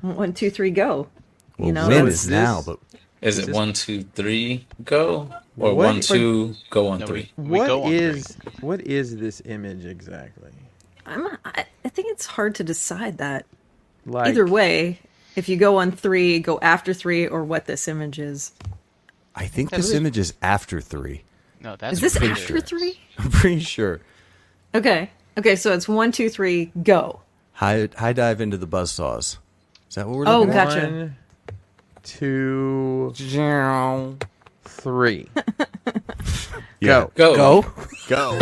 One, two, three, go. Well, you know, win that's- is now, but Is it This- one, two, three, go? What- Or one, two, go on No, three? we, we go What on is three. what is this image exactly? I'm, I, I think it's hard to decide that. Like Either way, if you go on three, go after three, or what this image is. I think Yeah, this really- image is after three. No, that's Is this pretty after sure. three? I'm pretty sure. Okay. Okay, so it's one, two, three, go. High, high dive into the buzzsaws. Is that what we're Oh, looking at? God. gotcha. one, two, three. Yeah. Go. Go. Go.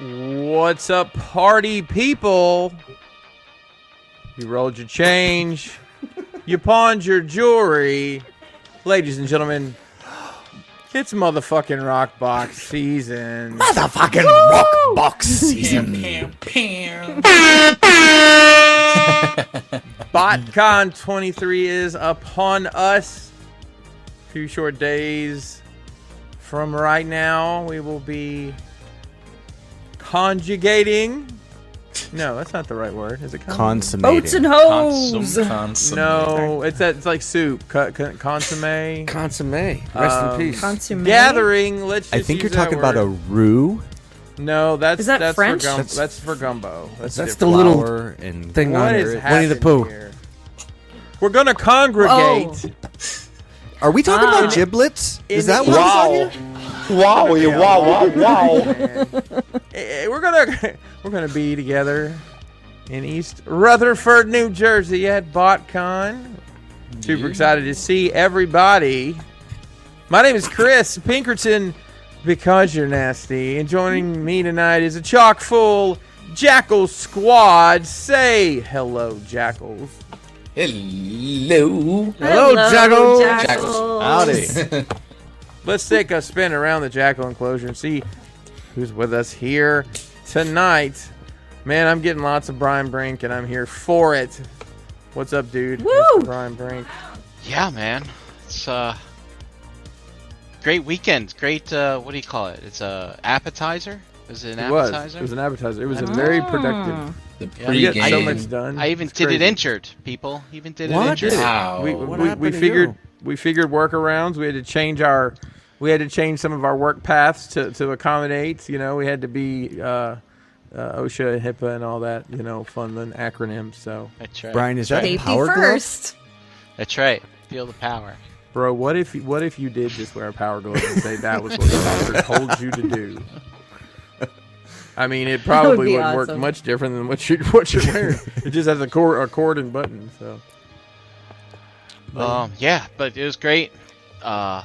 What's up, party people? You rolled your change. you pawned your jewelry. Ladies and gentlemen, it's motherfucking rock box season. Motherfucking rock box season. Pam, pam. BotCon 23 is upon us. Few short days from right now, we will be conjugating. No, that's not the right word. Is it conjugating? Consummating. Boats and hoes. Consum- consum- No, it's that it's like soup, co- co- consomme. Consomme. Rest Um, in peace. Consomme. Gathering. Let's. Just I think you're use talking that about a word. roux. No, that's Is that that's French? For gum- that's, That's- for gumbo. That's, That's different. the little flour and thing on What is there. Winnie happening the Pooh. here? We're gonna congregate. Are we talking Ah. about giblets? Is that what? wow? Wow, you wow, wow, wow. Eh, We're gonna we're gonna be together in East Rutherford, New Jersey at BotCon. Super excited to see everybody. My name is Chris Pinkerton because you're nasty. And joining me tonight is a chock full Jackal squad. Say hello, Jackals. Hello. Hello, Jackals. Jackals. Howdy. Let's take a spin around the jackal enclosure and see who's with us here tonight. Man, I'm getting lots of Brian Brink, and I'm here for it. What's up, dude? Woo! Mr. Brian Brink. Yeah, man. It's uh great weekend. Great uh what do you call it? It's a appetizer? Is it an It was. appetizer? It was an appetizer. It was a Ah. very productive. The Yeah, you We got pregame. Free so game. much done. I even It's did it crazy. injured, people. Even did What? it injured. Did it? Wow. We, What we, we happened to figured you? we figured workarounds. We had to change our we had to change some of our work paths to, to accommodate. You know, we had to be uh, uh, OSHA and HIPAA and all that. You know, fun and acronyms. So. That's right. Brian, is that a Safety power glove? first. That's right. Feel the power. Bro, what if what if you did just wear a power glove and say that was what the doctor told you to do? I mean, it probably be would work awesome. much different than what you what you're wearing. it just has a cord, a cord and button. So Um, yeah, but it was great. Uh,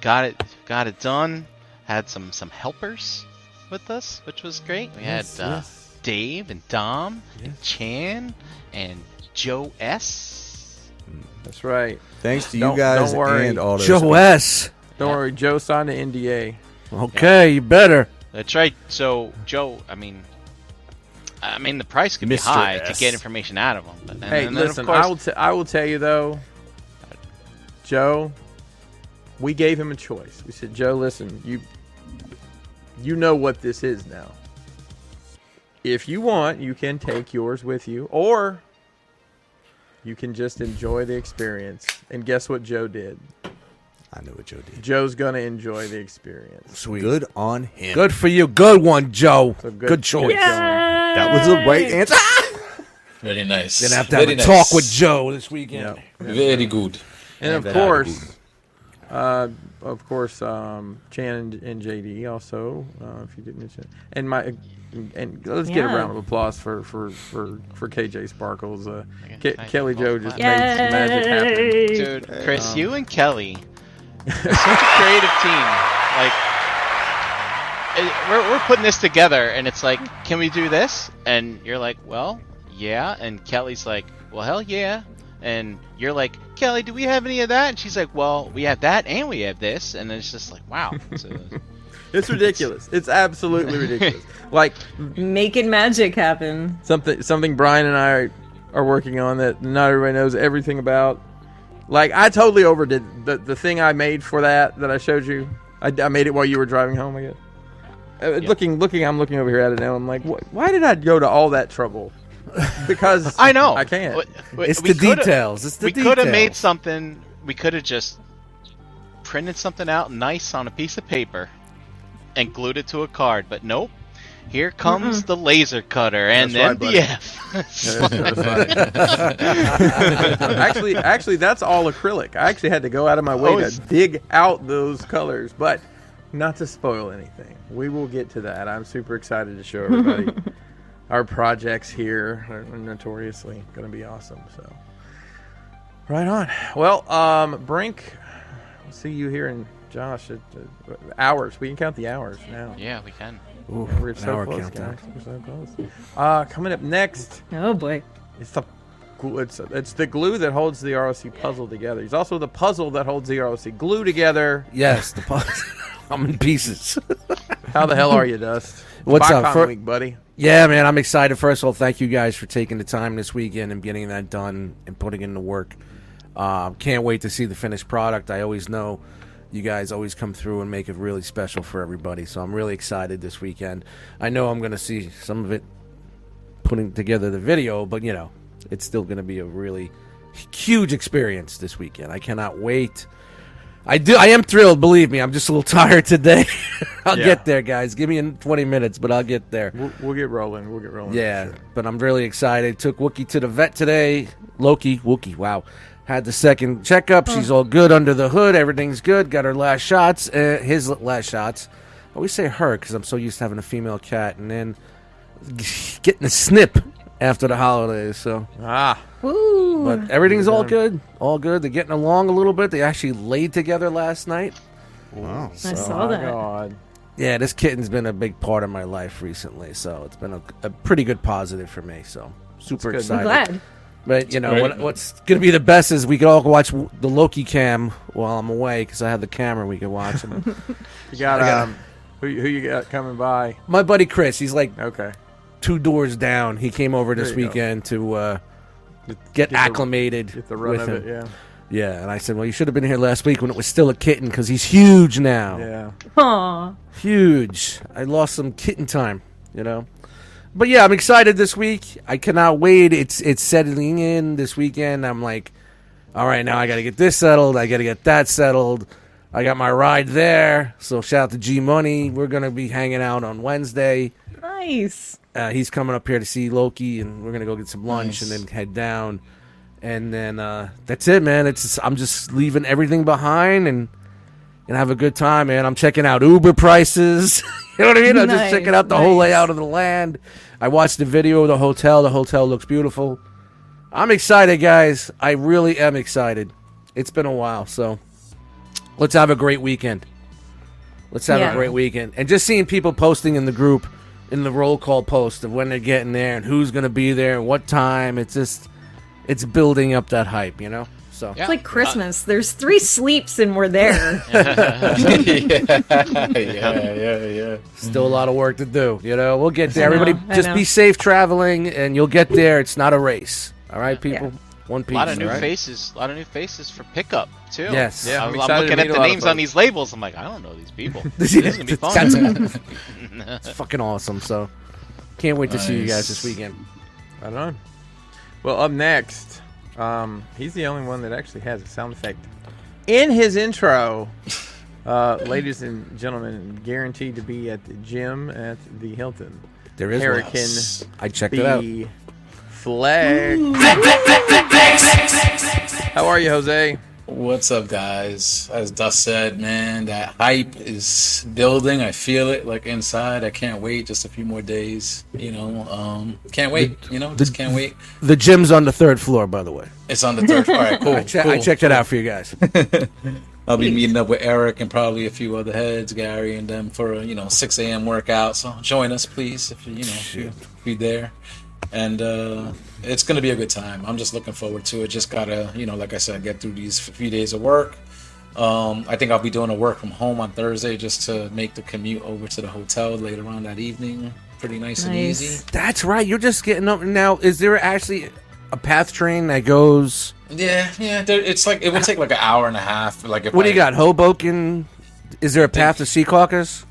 got it, got it done. Had some some helpers with us, which was great. We Yes, had uh, yes. Dave and Dom and Chan and Joe S. that's right. Thanks to you Don't- guys don't worry. and all those. Joe S. Don't worry, Joe signed an NDA. Okay, you better. That's right. So Joe, I mean, I mean the price could be Mr. high S. to get information out of him. But, and, Hey, and then, listen, of course, I will t- I will tell you though, Joe, we gave him a choice. We said, Joe, listen, you you know what this is now. if you want, you can take yours with you, or you can just enjoy the experience. And guess what Joe did? I know what Joe did. Joe's gonna enjoy the experience. Sweet. Good on him. Good for you. Good one, Joe. So good, good- choice. good Joe. That was the right answer. Very nice. Gonna have to have Very a nice. talk with Joe this weekend. Yeah. Very good. And That of I course, uh, of course, um, Chan and, and JD also. Uh, if you didn't mention, and my, and let's get a Yeah. round of applause for for for, for KJ Sparkles. Uh, Okay, Ke- thank Kelly you. Joe just Yay! made some magic happen. Dude, Chris, um, you and Kelly are such a creative team. Like, it, we're, we're putting this together, and it's like, can we do this? And you're like, well, yeah. And Kelly's like, well, hell yeah. And you're like, Kelly, do we have any of that? And she's like, well, we have that and we have this. And then it's just like, wow. So, It's ridiculous. It's absolutely ridiculous. Like Making magic happen. something something Brian and I are, are working on that not everybody knows everything about. Like I totally overdid the the thing I made for that that I showed you. I, I made it while you were driving home. I guess. Uh, Looking, looking, I'm looking over here at it now. I'm like, wh- why did I go to all that trouble? Because I know. I can't. W- w- It's we the coulda- details. It's the we could have made details. something. We could have just printed something out nice on a piece of paper and glued it to a card, but nope. Here comes the laser cutter and That's then right, the F. It's like- actually, actually, that's all acrylic. I actually had to go out of my way Oh, to it's- dig out those colors, but not to spoil anything. We will get to that. I'm super excited to show everybody our projects here. They're notoriously going to be awesome. So, right on. Well, um, Brink, we'll see you here in Josh at, uh, hours. We can count the hours now. yeah, we can. Ooh, We're an so hour close, countdown. guys. We're so close. Uh, coming up next. Oh boy. It's the gl- it's it's the glue that holds the ROC puzzle together. He's also the puzzle that holds the ROC glue together. Yes, the pause. I'm in pieces. How the hell are you, Dust? What's up, Bicon fir- week, buddy? yeah, man, I'm excited. First of all, thank you guys for taking the time this weekend and getting that done and putting in the work. Uh, can't wait to see the finished product. I always know you guys always come through and make it really special for everybody. So I'm really excited this weekend. I know I'm going to see some of it putting together the video, but you know, it's still going to be a really huge experience this weekend. I cannot wait. I do. I am thrilled. Believe me, I'm just a little tired today. I'll Yeah. get there, guys. Give me in 20 minutes, but I'll get there. We'll, we'll get rolling. We'll get rolling. Yeah, but I'm really excited. Took Wookie to the vet today. Loki, Wookie, wow. Had the second checkup. She's all good under the hood. Everything's good. Got her last shots. Uh, his last shots. I always say her because I'm so used to having a female cat, and then getting a snip after the holidays. So, Ah, Woo. but everything's all good. All good. They're getting along a little bit. They actually laid together last night. Wow. I saw oh my that. God. Yeah, this kitten's been a big part of my life recently. So it's been a, a pretty good positive for me. So super good. I'm I'm excited. glad. But you know great. what, what's going to be the best is we could all watch w- the Loki cam while I'm away because I have the camera we could watch. And You got um, who you- who you got coming by? my buddy Chris, he's like Okay. two doors down. He came over this There you go. weekend to uh, get, the- acclimated Get the run with of him. it. Yeah. yeah. and I said, well, you should have been here last week when it was still a kitten because he's huge now. Yeah. Aw. huge. I lost some kitten time, you know. But yeah, I'm excited this week. I cannot wait. It's it's settling in this weekend. I'm like, all right, now I got to get this settled. I got to get that settled. I got my ride there. So shout out to G Money. We're gonna be hanging out on Wednesday. Nice. Uh, he's coming up here to see Loki, and we're gonna go get some lunch and then head down. And then uh, that's it, man. It's just- I'm just leaving everything behind and and have a good time, man. I'm checking out Uber prices. you know what I mean? I'm just Nice, checking out the whole nice. layout of the land. I watched the video of the hotel. The hotel looks beautiful. I'm excited, guys. I really am excited. It's been a while, so let's have a great weekend. Let's have Yeah. a great weekend. And just seeing people posting in the group in the roll call post of when they're getting there and who's going to be there and what time. It's just it's building up that hype, you know? So It's like Christmas. There's three sleeps and we're there. yeah, yeah, yeah. Still a lot of work to do. You know, we'll get there. Everybody, know, I just know. be safe traveling, and you'll get there. It's not a race. All right, people. One A piece. lot of new all right? faces. A lot of new faces for pickup too. Yes. Yeah, I, I'm am excited to looking meet at a the lot of names on folks. these labels. I'm like, I don't know these people. this Yeah, is gonna be fun. that's- It's fucking awesome. So, Can't wait to see you Nice. guys this weekend. I don't know. Well, up next, um, he's the only one that actually has a sound effect in his intro. Uh, ladies and gentlemen, guaranteed to be at the gym at the Hilton. There is one. Hurricane I checked it out. B. Flag. How are you, Jose? What's up, guys? As Dust said, man, that hype is building. I feel it like inside. I can't wait. Just a few more days, you know. Um, can't wait. You know, just can't wait. The gym's on the third floor, by the way. It's on the third. All right, cool. I, che- cool. I checked it out for you guys. I'll be meeting up with Eric and probably a few other heads, Gary and them for a, you know 6 a.m. workout. So join us, please, if you you know if you be there. And uh, it's gonna be a good time. I'm just looking forward to it. Just gotta you know, like I said, get through these few days of work. Um, I think I'll be doing a work from home on Thursday just to make the commute over to the hotel later on that evening. Pretty nice, and Nice. easy. That's right. You're just getting up now. Is there actually a path train that goes? Yeah, yeah. there- It's like it would take like an hour and a half. Like if What do you I- got? Hoboken. Is there a path to Seacaucus?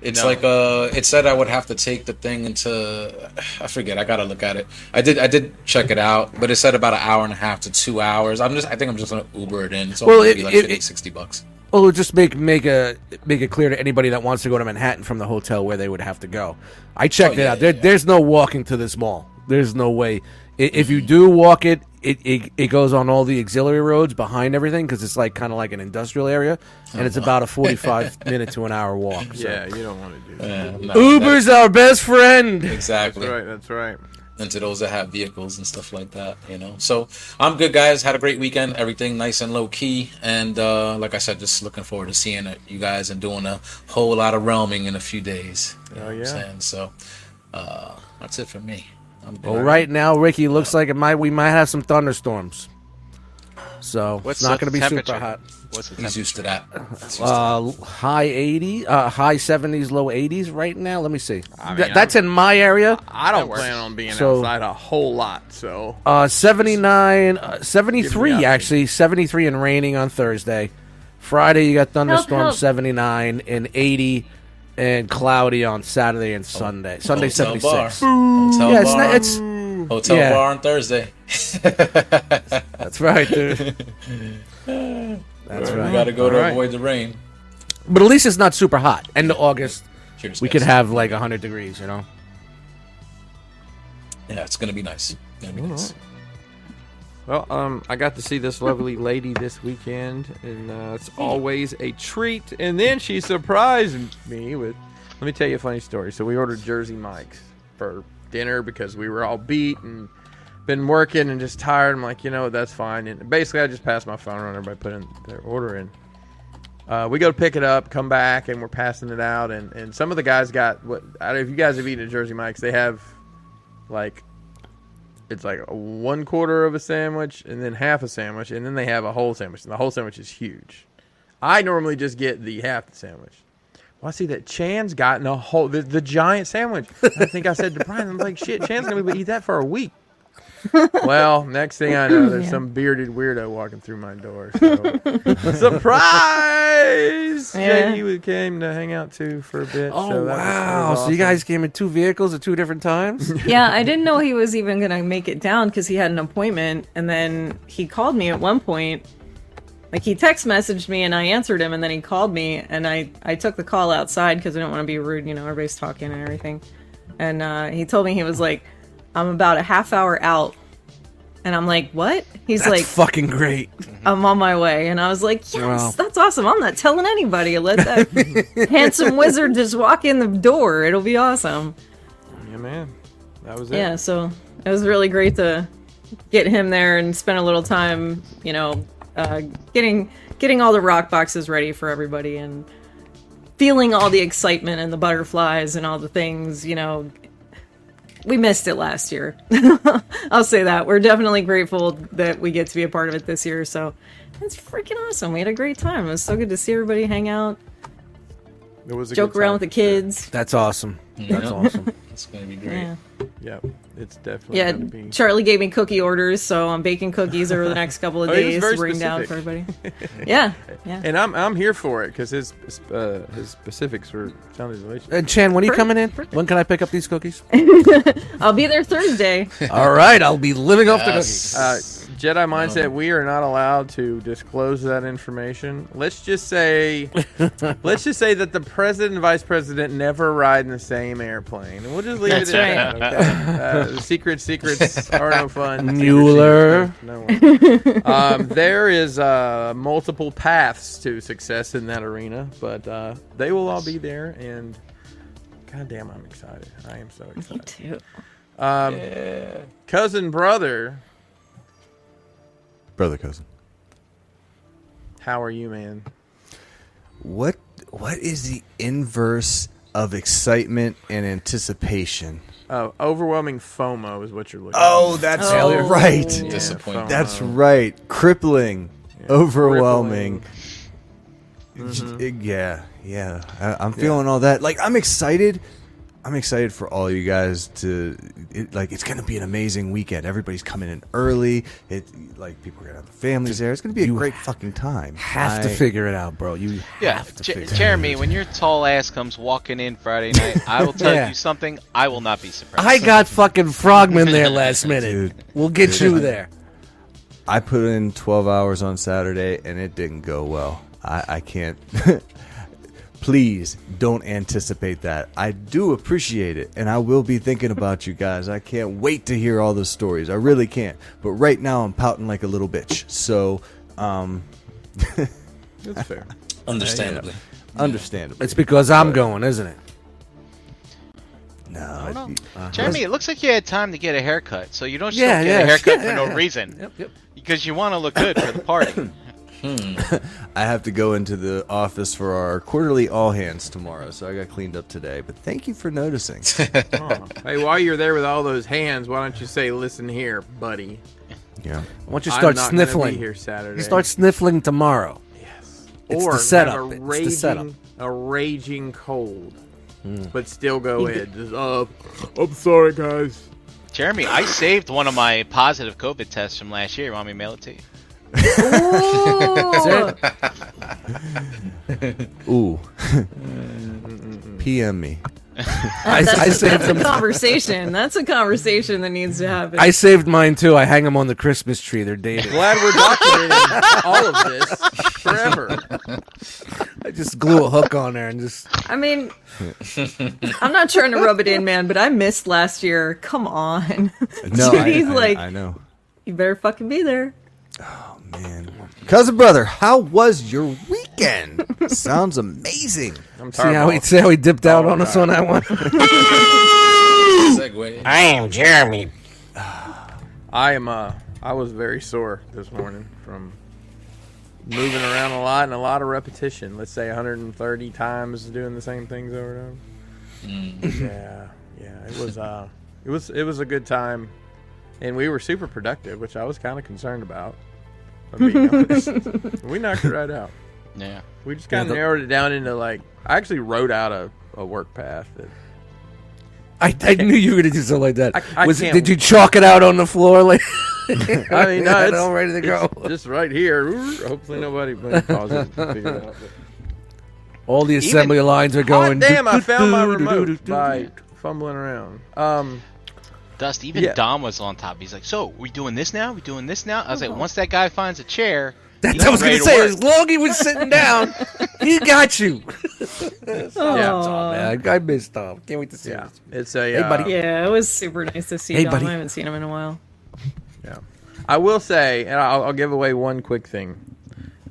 It's No. like uh it said I would have to take the thing into I forget, I gotta look at it. I did I did check it out, but it said about an hour and a half to two hours. I'm just I think I'm just gonna Uber it in. It's only Well, gonna it- be like it- 50, it- 60 bucks. Well, Oh, just make make a make it clear to anybody that wants to go to Manhattan from the hotel where they would have to go. I checked Oh, it yeah, out. There, yeah, yeah. There's no walking to this mall. There's no way. I- If Mm-hmm. you do walk it, it it, it goes on all the auxiliary roads behind everything because it's like kind of like an industrial area, and Uh-huh. it's about a 45 minute to an hour walk. So. Yeah, you don't want to do that. Yeah, no, Uber's our best friend. that- exactly. That's right. That's right. And to those that have vehicles and stuff like that, you know. So I'm good guys, had a great weekend, everything nice and low key. And uh like I said, just looking forward to seeing it, you guys and doing a whole lot of realming in a few days. You know Oh, what yeah. I'm saying? So uh that's it for me. I'm good. Well, right now, Ricky looks like it might. We might have some thunderstorms. So What's it's not the going to be super temperature? hot. What's the He's temperature? used to that. He's used to Uh, high 80, uh, high 70s, low 80s right now. Let me see. mean, Th- that's in my area. I don't works. plan on being So- outside a whole lot, so Uh, 79, uh, 73 option. actually, 73 and raining on Thursday. Friday you got thunderstorms help. 79 and 80 and cloudy on Saturday and Sunday. Sunday Hotel 76. Oh, bar. Hotel Yeah, it's bar. not, it's hotel yeah. bar on Thursday. that's right, dude. that's We right. gotta go to All right. avoid the rain. But at least it's not super hot. End of August, Cheers, we guys. could have like 100 degrees, you know. Yeah, it's gonna be nice. It's Gonna be nice. Well, um, I got to see this lovely lady this weekend, and uh, it's always a treat. And then she surprised me with, let me tell you a funny story. So we ordered Jersey Mike's for dinner because we were all beat and been working and just tired. I'm like, you know, what, that's fine. And basically, I just passed my phone around. Everybody put in their order in. Uh, we go to pick it up, come back, and we're passing it out. And, and some of the guys got what? I don't know if you guys have eaten at Jersey Mike's, they have like it's like a one quarter of a sandwich and then half a sandwich and then they have a whole sandwich and the whole sandwich is huge i normally just get the half the sandwich well i see that chan's gotten a whole the, the giant sandwich i think i said to brian i'm like shit chan's gonna be able to eat that for a week well next thing i know there's some bearded weirdo walking through my door so. surprise Yeah. JD came to hang out too for a bit Oh so that was- that wow! was So you awesome. guys came in two vehicles at two different times. yeah, I didn't know he was even going to make it down because he had an appointment. And then he called me at one point. Like he text messaged me and I answered him, and then he called me and I I took the call outside because I didn't want to be rude. You know, everybody's talking and everything. And uh, he told me he was like, "I'm about a half hour out," and I'm like, "What?" He's That's like, fucking great. I'm on my way. And I was like, yes, Wow. that's awesome. I'm not telling anybody. Let that handsome wizard just walk in the door. It'll be awesome. yeah man that was it Yeah, so it was really great to get him there and spend a little time, you know, uh, getting getting all the rock boxes ready for everybody and feeling all the excitement and the butterflies and all the things, you know. We missed it last year. I'll say that. We're definitely grateful that we get to be a part of it this year. So it's freaking awesome. We had a great time. It was so good to see everybody hang out, it was a joke good around time. with the kids. That's awesome. That's Yeah. awesome. It's gonna be great. Yeah. Yep. It's definitely Yeah, gonna be- Charlie gave me cookie orders, so I'm baking cookies over the next couple of Oh, he was days very to bring down for specific. everybody. Yeah, yeah. and I'm I'm here for it because his his, uh, his specifics were sounded delicious. And Chan, when are you coming in? When can I pick up these cookies? I'll be there Thursday. All right, I'll be living off the cookies. Yes. Uh, Jedi mindset. We are not allowed to disclose that information. Let's just say, let's just say that the president and vice president never ride in the same airplane, and we'll just leave That's it at that. Okay? Uh, the secret secrets are no fun. Secret Mueller. secrets, no one. um, there is uh, multiple paths to success in that arena, but uh, they will all be there. And goddamn, I'm excited. I am so excited. Me too. Um, Cousin brother, brother cousin. how are you, man? What what is the inverse of excitement and anticipation? Oh, overwhelming FOMO is what you're looking. Oh, that's Failure. right. for. Disappointing. That's right. Crippling, overwhelming. Mm-hmm. J- Yeah, yeah. I, I'm feeling all that. Like I'm excited. I'm excited for all you guys to it, like. It's gonna be an amazing weekend. Everybody's coming in early. It like people are gonna have families there. It's gonna be a You great fucking time. Have to I- figure it out, bro. You Yeah, have to J- figure it Jeremy, when your tall ass comes walking in Friday night, I will tell Yeah. you something. I will not be surprised. I got fucking Frogman there last minute. Dude. we'll get you there. I put in 12 hours on Saturday and it didn't go well. I, I can't. Please don't anticipate that. I do appreciate it and I will be thinking about you guys. I can't wait to hear all the stories. I really can't. But right now I'm pouting like a little bitch. So, um, That's fair. Understandably. understandable. It's because I'm going, isn't it? No, it- Uh-huh. Jeremy, it looks like you had time to get a haircut, so you don't just Yeah, get yeah, a haircut yeah, for no yeah. reason. yep. Because you want to look good for the party. I have to go into the office for our quarterly all hands tomorrow. So I got cleaned up today. But thank you for noticing. hey, while you're there with all those hands, why don't you say, "Listen here, buddy." yeah. Why don't you I'm start not gonna sniffling? be here Saturday. You start sniffling tomorrow. It's or the have setup. A It's the raging, setup. Hmm. A raging cold, but still go in. Just, uh, I'm sorry, guys. Jeremy, I saved one of my positive COVID tests from last year. Want me to mail it to you? Ooh. Ooh. PM me. I, I saved That's a them. conversation. That's a conversation that needs to happen. I saved mine too. I hang them on the Christmas tree. They're dated. Glad we're documenting all of this forever. I just glue a hook on there and just. I mean, I'm not trying to rub it in, man, but I missed last year. Come on. No, I, He's I- like- I know. you better fucking be there. Man. Cousin brother, how was your weekend? Sounds amazing. I'm See how he tired. see how he dipped Oh, out on us on that one. Segue. I am Jeremy. I am. Uh, I was very sore this morning from moving around a lot and a lot of repetition. Let's say 130 times doing the same things over and over. yeah, yeah. It was. Uh, it was. It was a good time, and we were super productive, which I was kind of concerned about. if I'm being honest. we knocked it right out. Yeah. We just kind of the- narrowed it down into like. I actually wrote out a, a work path that I, I knew you were gonna do something like that. I- I was it, can't- did you chalk it out on the floor? Like I mean, no, I it's, know, ready to it's go. just right here. Hopefully, nobody calls it. to figure it out. all the assembly lines are God going. damn! I found my do, do, do, do, do, remote do. by fumbling around. Um, Dust, even Yeah. Dom was on top. He's like, so, we doing this now? We doing this now? I was like, once that guy finds a chair. That's he's what I Uh-huh. was ready gonna say. work." As long he was sitting down, he got you. Aw. Man, I missed Tom. Can't wait to see yeah, him. it's a. Hey, uh, buddy. Yeah, it was super nice to see Hey, Dom. buddy. I haven't seen him in a while. Yeah. I will say, and I'll, I'll give away one quick thing.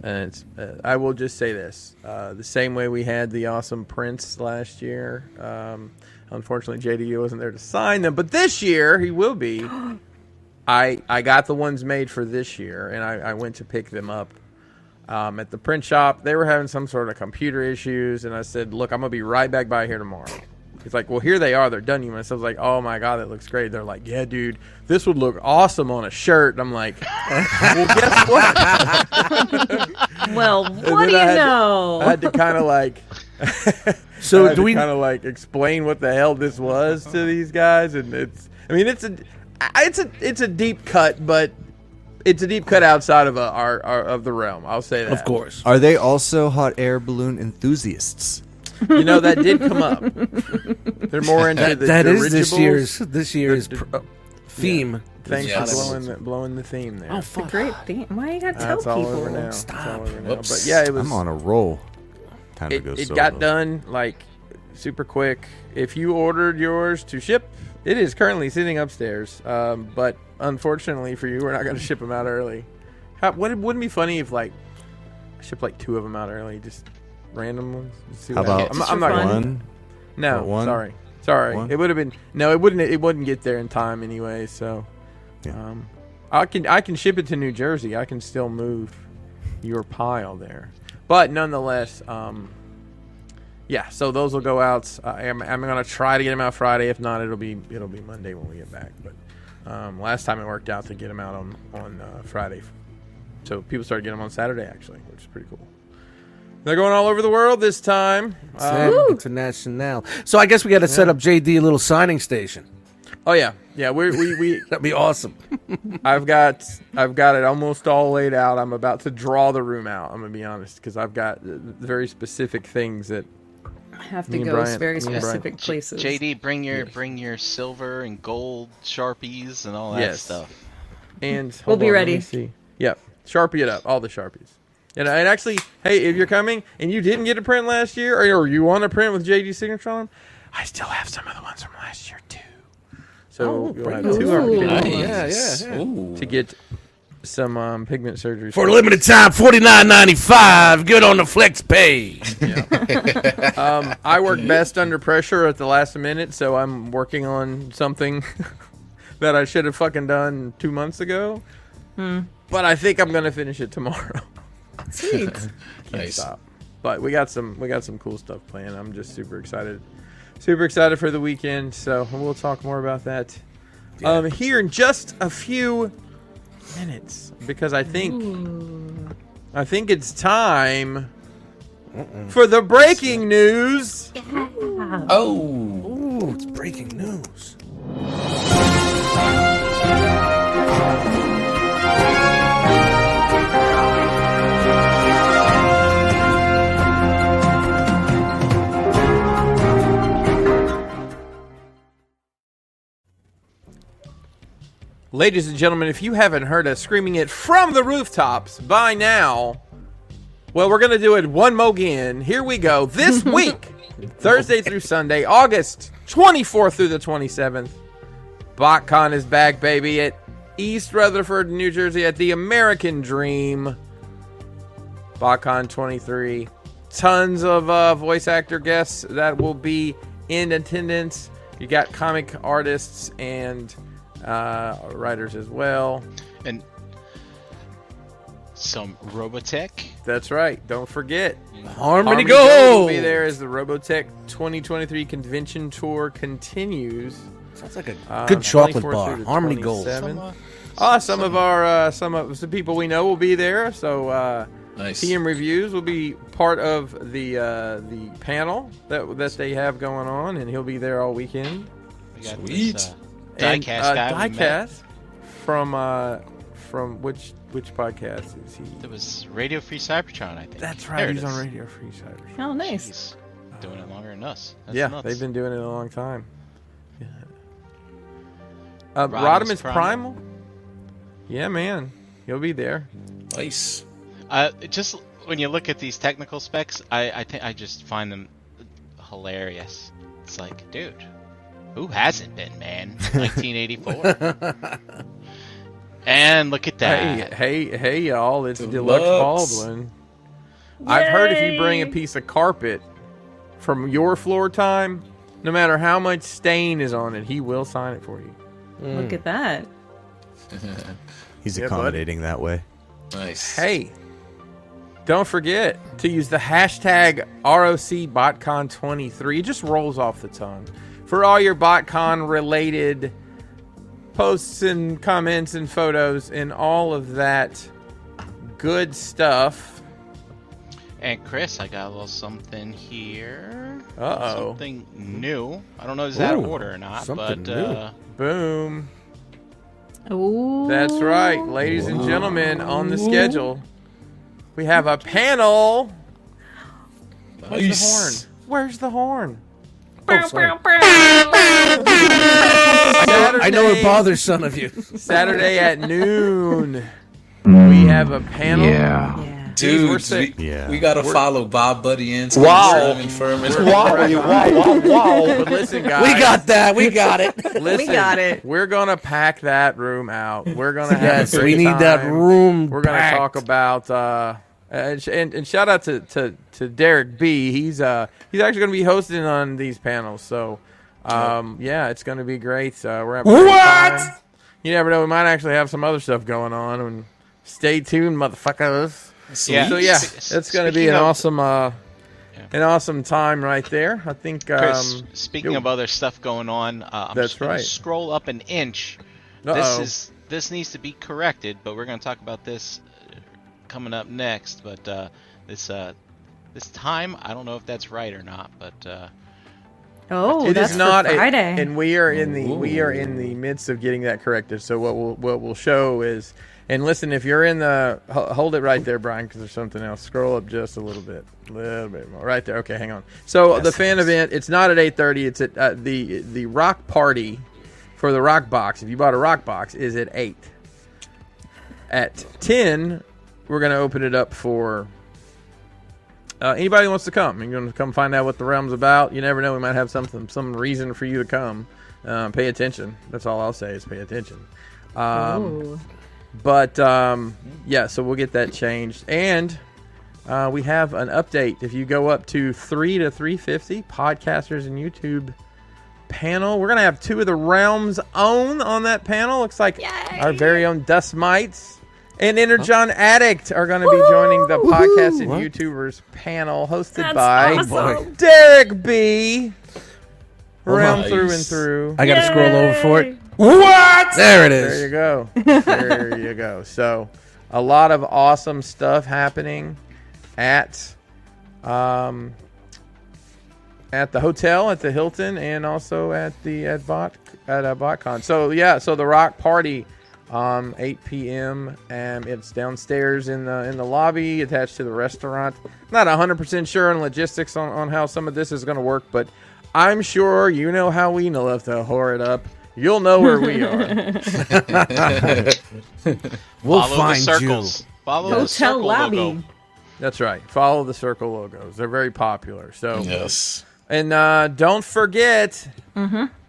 And it's, uh, I will just say this: uh, the same way we had the awesome prints last year. Um, unfortunately, JDU wasn't there to sign them, but this year he will be. I I got the ones made for this year, and I, I went to pick them up um, at the print shop. They were having some sort of computer issues, and I said, "Look, I'm gonna be right back by here tomorrow." He's like, "Well, here they are. They're done." You and so I was like, "Oh my god, that looks great." They're like, "Yeah, dude, this would look awesome on a shirt." And I'm like, "Well, guess what?" Well, what then do you I had to- know? I had to kind of like So So do we? kind of like explain what the hell this was to these guys? And it's, I mean, it's a, I- it's a, it's a deep cut, but it's a deep cut outside of uh our, our of the realm. I'll say that. Uh, Of course. Are they also hot air balloon enthusiasts? you know that did come up. They're more into That, the that is this dirigibles. year's this year's pr- uh, theme. Thanks Yeah, for that's- blowing the, blowing the theme there. Oh Uh, fuck! Great thing. Why you gotta tell it's all people? over now. It's Stop. all over now. But Whoops. yeah, it was. I'm on a roll. Time it, to go it solo. got done like super quick. If you ordered yours to ship, it is currently sitting upstairs. Um, but unfortunately for you, we're not going to ship them out early. How, would, wouldn't it be funny if like I ship like two of them out early, just random ones. Let's see How what happens. about I'm, I'm not Just for gonna- fun. one? No, About one? sorry, sorry. One? It would have been no. It wouldn't. It wouldn't get there in time anyway. So, Yeah. um, I can I can ship it to New Jersey. I can still move your pile there, but nonetheless, um, yeah. So those will go out. I am I'm gonna try to get them out Friday. If not, it'll be it'll be Monday when we get back. But um, last time it worked out to get them out on on uh, Friday, so people started getting them on Saturday actually, which is pretty cool. They're going all over the world this time. Um, Ten international. So I guess we got to set up JD a little signing station. oh yeah, yeah. We're, we we That'd be awesome. I've got I've got it almost all laid out. I'm about to draw the room out. I'm gonna be honest because I've got uh, very specific things that Have Me to and go Brian- very me and Brian. specific J- places. JD, bring your bring your silver and gold sharpies and all that Yes. stuff. and We'll hold be on, let ready. me See, yep, sharpie it up, all the sharpies. And, and actually, hey, if you're coming and you didn't get a print last year, or, or you want a print with JD signature on, I still have some of the ones from last year too. So Oh, you'll have those. two Ooh. opportunities Yeah, yeah, yeah. Ooh. to get some um, pigment surgery For a limited time, forty nine ninety five. Good on the flex pay. Um, I work best under pressure at the last minute, so I'm working on something that I should have fucking done two months ago. But I think I'm gonna finish it tomorrow. Sweet. Nice. Stop. But we got some we got some cool stuff planned. I'm just super excited, super excited for the weekend. So we'll talk more about that um, here in just a few minutes because I think I think it's time for the breaking news. Oh, Ooh, it's breaking news. Ladies and gentlemen, if you haven't heard us screaming it from the rooftops by now, well, we're going to do it one more again. Here we go. This week, Thursday through Sunday, August 24th through the 27th, BotCon is back, baby, at East Rutherford, New Jersey, at the American Dream. BotCon 23. Tons of uh, voice actor guests that will be in attendance. You got comic artists and uh, writers as well. And some Robotech. That's right. Don't forget. Harmony, Joe go. will be there as the Robotech 2023 convention tour continues. Sounds like a um, good chocolate 24 bar. through to Harmony Gold. 27. Some, uh, Ah, some of our uh, some of some people we know will be there. So uh, nice. TM reviews will be part of the uh, the panel that that they have going on, and he'll be there all weekend. we got Sweet. This, uh, And, diecast uh, guy. we met. diecast from uh, from which which podcast is he? It was Radio Free Cybertron, I think. That's There right. it He's is. on Radio Free Cyber. oh, nice. Jeez. Doing it longer than us. That's yeah, nuts. they've been doing it a long time. Uh, Rodimus Rodimus Primal? Primal? Yeah, man, he'll be there. Nice. Uh, just when you look at these technical specs, I I think I just find them hilarious. It's like, dude, who hasn't been, man? 1984. and look at that. Hey, hey, hey, y'all! It's Deluxe, Deluxe. Baldwin. I've heard if you bring a Yay! piece of carpet from your floor time, no matter how much stain is on it, he will sign it for you. Look at that. He's Yeah, bud. accommodating that way. Nice. Hey, don't forget to use the hashtag ROCBotCon23. It just rolls off the tongue for all your BotCon related posts and comments and photos and all of that good stuff. And Chris, I got a little something here. Uh-oh. Something new. I don't know is that Ooh, of order or not, but something new. uh, Boom. Ooh. That's right, ladies and gentlemen, on the schedule, we have a panel. Where's the horn? Nice. Where's the horn? Bow, sorry. bow, bow. Saturday, I know it bothers some of you. Saturday at noon, Hmm. we have a panel. Yeah. Dude, we're Dude, sick. we, Yeah. we gotta follow Bob Buddy in. Wow. Sermon, Furman. Wow, you- wow, wow, wow. But listen, guys. We got that. We got it. Listen, got it. We're gonna pack that room out. We're gonna have yes, a good we need that time. room. We're gonna packed. talk about uh, and, sh- and and shout out to, to to Derek B. He's uh he's actually gonna be hosting on these panels. So, um yeah, it's gonna be great. Uh, we're having a great What? time. You never know. We might actually have some other stuff going on. And stay tuned, motherfuckers. Yeah. So yeah, S- it's gonna be speaking an of- awesome uh an awesome time right there. I think um Chris, speaking yo. of other stuff going on, uh, I'm That's just gonna right. Scroll up an inch. Uh-oh. This is this needs to be corrected, but we're going to talk about this uh, coming up next. But uh, this uh, this time, I don't know if that's right or not, but uh, Oh, It that's is not for a- Friday. and we are in the we are in the midst of getting that corrected. So what we'll what we'll show is, and listen, if you're in the ho- hold it right there, Brian, because there's something else. Scroll up just a little bit, little bit more, right there. Okay, hang on. So the fan event, it's not at 8:30. It's at uh, the the rock party for the rock box. If you bought a rock box, is at eight. At ten, we're gonna open it up for uh, anybody who wants to come and you want to come find out what the realm's about you never know we might have something some reason for you to come um, pay attention that's all i'll say is pay attention um, Ooh. but um, yeah so we'll get that changed and uh, we have an update if you go up to 3 to 350 podcasters and youtube panel we're gonna have two of the realm's own on that panel looks like our very own dust mites and Energon Addict are going to be joining the podcast and YouTubers panel hosted That's by awesome. Derek B. Round Nice. through and through. I gotta Yay. scroll over for it. What? There it There you is. go. there you go. So, a lot of awesome stuff happening at um, at the hotel at the Hilton and also at the at bot at uh, BotCon. So yeah, so the rock party, um, 8 p.m. and it's downstairs in the in the lobby attached to the restaurant. Not 100 percent sure on logistics on, on how some of this is going to work, but I'm sure you know how we love to whore it up. You'll know where we are. We'll follow find the circles. you. Follow the Hotel circle lobby. logo. That's right. Follow the circle logos. They're very popular. So Yes. And uh, don't forget,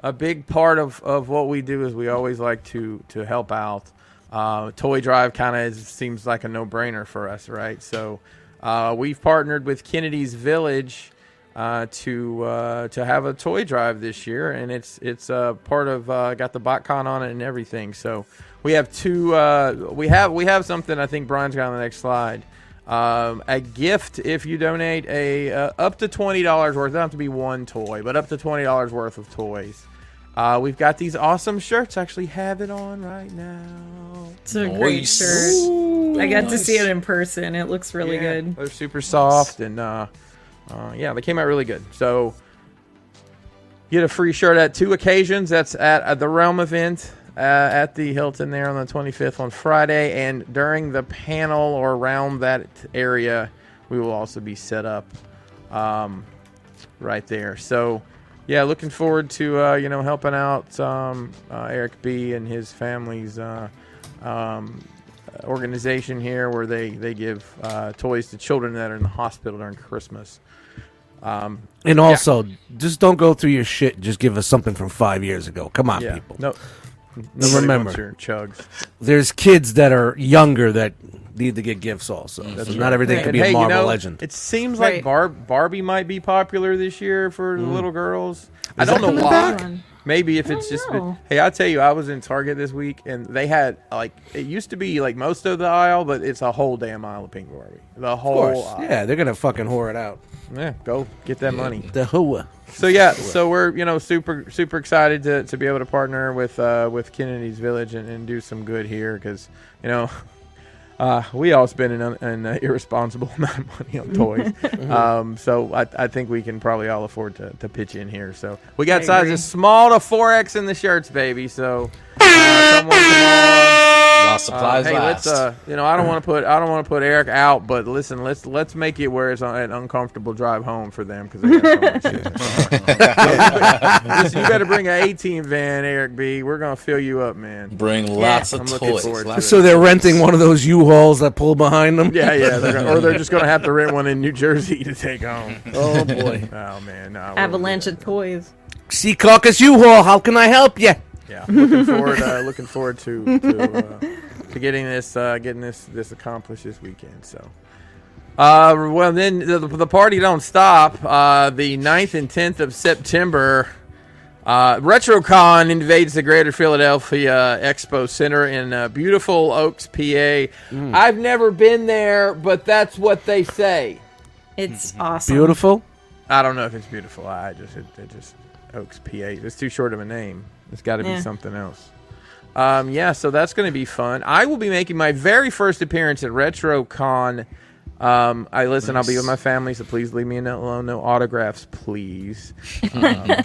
a big part of, of what we do is we always like to to help out. Uh, Toy Drive kind of seems like a no brainer for us, right? So uh, we've partnered with Kennedy's Village uh, to uh, to have a toy drive this year, and it's it's uh, part of uh, got the BotCon on it and everything. So we have two uh, we have we have something I think Brian's got on the next slide. Um, a gift if you donate a uh, up to twenty dollars worth. It Don't have to be one toy, but up to twenty dollars worth of toys. Uh, we've got these awesome shirts. I Actually, have it on right now. It's a great Nice. shirt. I got to Nice. see it in person. It looks really Yeah, good. They're super soft and uh, uh, yeah, they came out really good. So get a free shirt at two occasions. That's at, uh the Realm event uh, at the Hilton there on the 25th on Friday, and during the panel or around that area, we will also be set up um, right there. So. Yeah, looking forward to uh, you know helping out um, uh, Eric B and his family's uh, um, organization here where they they give uh, toys to children that are in the hospital during Christmas. And also, just don't go through your shit. Just give us something from five years ago. Come on, Yeah, people. no, nobody remember. wants your chugs. There's kids that are younger that need to get gifts. Also, not everything And can be hey, a you Marvel know, legend. It seems like Right. Barb, Barbie might be popular this year for the little girls. I don't Mm. that know coming why. back? Maybe if I it's don't just know. hey, I tell you, I was in Target this week and they had like it used to be like most of the aisle, but it's a whole damn aisle of pink Barbie. The Of whole course, aisle. yeah, they're gonna fucking whore it out. yeah, go get that money. The hua. So yeah, so we're you know super super excited to, to be able to partner with uh, with Kennedy's Village and, and do some good here because you know Uh, we all spend an, an uh, irresponsible amount of money on toys, um, so I, I think we can probably all afford to, to pitch in here. So we got I sizes agree. small to four X in the shirts, baby. So uh, come on, come on. While Uh, supplies hey, let's last. uh, you know, I don't want to put I don't want to put Eric out, but listen, let's let's make it where it's an uncomfortable drive home for them because they got so much shit. listen, you better bring an A team van, Eric B. We're gonna fill you up, man. Bring lots I'm of looking toys. forward to Lots So they're renting one of those U-Hauls that pull behind them. Yeah, yeah, they're gonna, or they're just gonna have to rent one in New Jersey to take home. Oh boy. Oh man, no, we'll- Avalanche of toys. Sea Caucus U-Haul. How can I help you? Yeah, looking forward, uh, looking forward to to, uh, to getting this uh, getting this this accomplished this weekend. So, uh, well, then the, the party don't stop. Uh, the 9th and tenth of September, uh, RetroCon invades the Greater Philadelphia Expo Center in uh, beautiful Oaks, PA. I've never been there, but that's what they say. Hmm. It's awesome. Beautiful. I don't know if it's beautiful. I just it, it just Oaks PA. It's too short of a name. It's got to be Yeah. something else. Um, yeah, so that's going to be fun. I will be making my very first appearance at RetroCon. Um, I listen. I'll be with my family, so please leave me alone. No autographs, please. Um,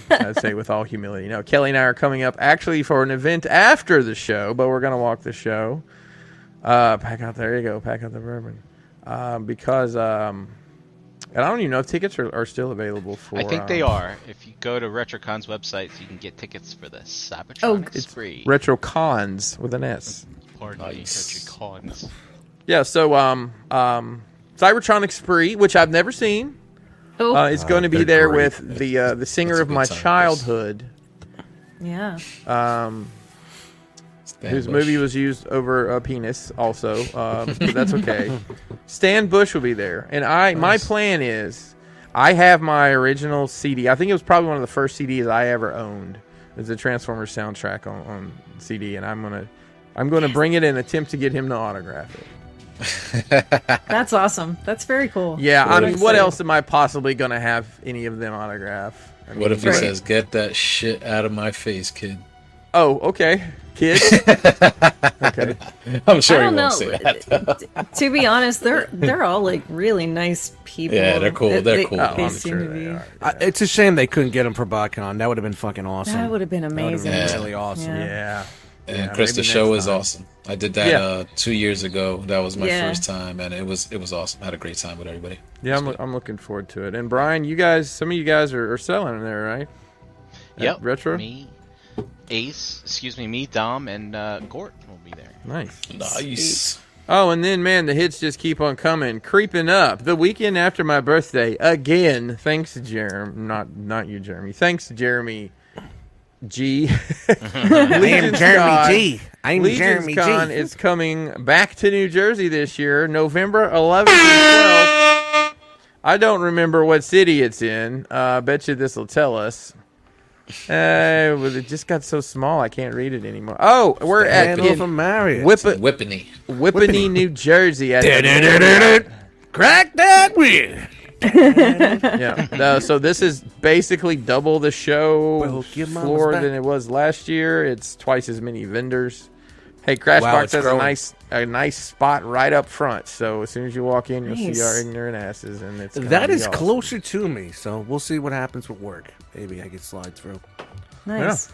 I say with all humility. No, Kelly and I are coming up actually for an event after the show, but we're going to walk the show. Uh, pack out. There you go. Pack out the bourbon. Um, because um, and I don't even know if tickets are, are still available for. I think they um, are. If you go to Retrocon's website, you can get tickets for the Cybertronics Oh, spree. RetroCons with an S. Pardon me, Nice. Retrocons. Yeah. So um um Cybertronic Spree, which I've never seen, Oh, uh, is going to be they're there great. with the uh, the singer That's a of good my time, 'cause- childhood, yeah. Stan whose Bush. movie was used over a penis. Also, um, but that's okay. Stan Bush will be there, and I my plan is I have my original CD. I think it was probably one of the first CDs I ever owned. It's a Transformers soundtrack on, on CD, and I'm gonna I'm gonna bring it and attempt to get him to autograph it. That's awesome. That's very cool. Yeah, I mean, what Exciting. else am I possibly gonna have any of them autograph? I mean, What if he Right. says, "Get that shit out of my face, kid"? Oh, okay, kid. okay, I'm sure I don't he won't know. say that. to be honest, they're they're all like really nice people. Yeah, they're cool. They- They're they- cool. oh, They I'm seem sure to they be. are. I, it's a shame they couldn't get him for BotCon. That would have been fucking awesome. That would have been amazing. Yeah. really awesome. Yeah. Yeah, And Yeah, Chris, the maybe show next is time. awesome. I did that Yeah. uh, two years ago. That was my Yeah. first time, and it was it was awesome. I had a great time with everybody. yeah. I'm, I'm looking forward to it. And Brian, you guys, some of you guys are, are selling in there, right? At Yep. Retro? Me, Ace, excuse me, me, Dom, and uh, Gort will be there. Nice. Nice. Oh, and then man, the hits just keep on coming, creeping up. The weekend after my birthday again. Thanks, Jeremy. Not not you, Jeremy. Thanks, Jeremy. G. I am Jeremy G. I am Jeremy Legion's Con G. is coming back to New Jersey this year, November 11th and 12th. I don't remember what city it's in. Uh, bet you this will tell us. Uh, well, it just got so small I can't read it anymore. Oh, we're at Randolph and in Marriott. Whippa- Whippany. Mm. Whippany, New Jersey. At Crack that whip. yeah. No, so this is basically double the show Well, give mama's floor back. than it was last year. It's twice as many vendors. Hey, Wow, Crashbox it's has a growing. nice a nice spot right up front. So as soon as you walk in, you'll see Nice. our ignorant asses, and it's gonna That be is awesome. closer to me, so we'll see what happens with work. Maybe I could slide through. Nice.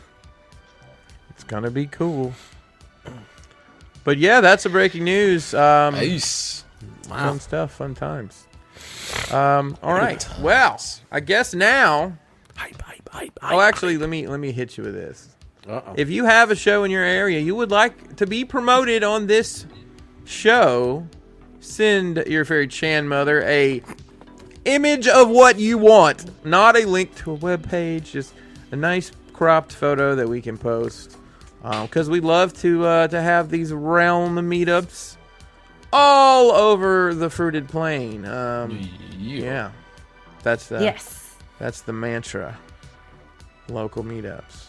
It's gonna be cool. But yeah, that's the breaking news. Um, Nice. Fun stuff, fun times. Um, all right. Well, I guess now. Hype, hype, hype, Oh, actually, let me let me hit you with this. Uh-oh. If you have a show in your area you would like to be promoted on this show, send your fairy Chan mother a image of what you want, not a link to a web page, just a nice cropped photo that we can post. Because we love to uh, to have these realm meetups all over the fruited plain. Um, yeah, that's uh, Yes. that's the mantra. Local meetups.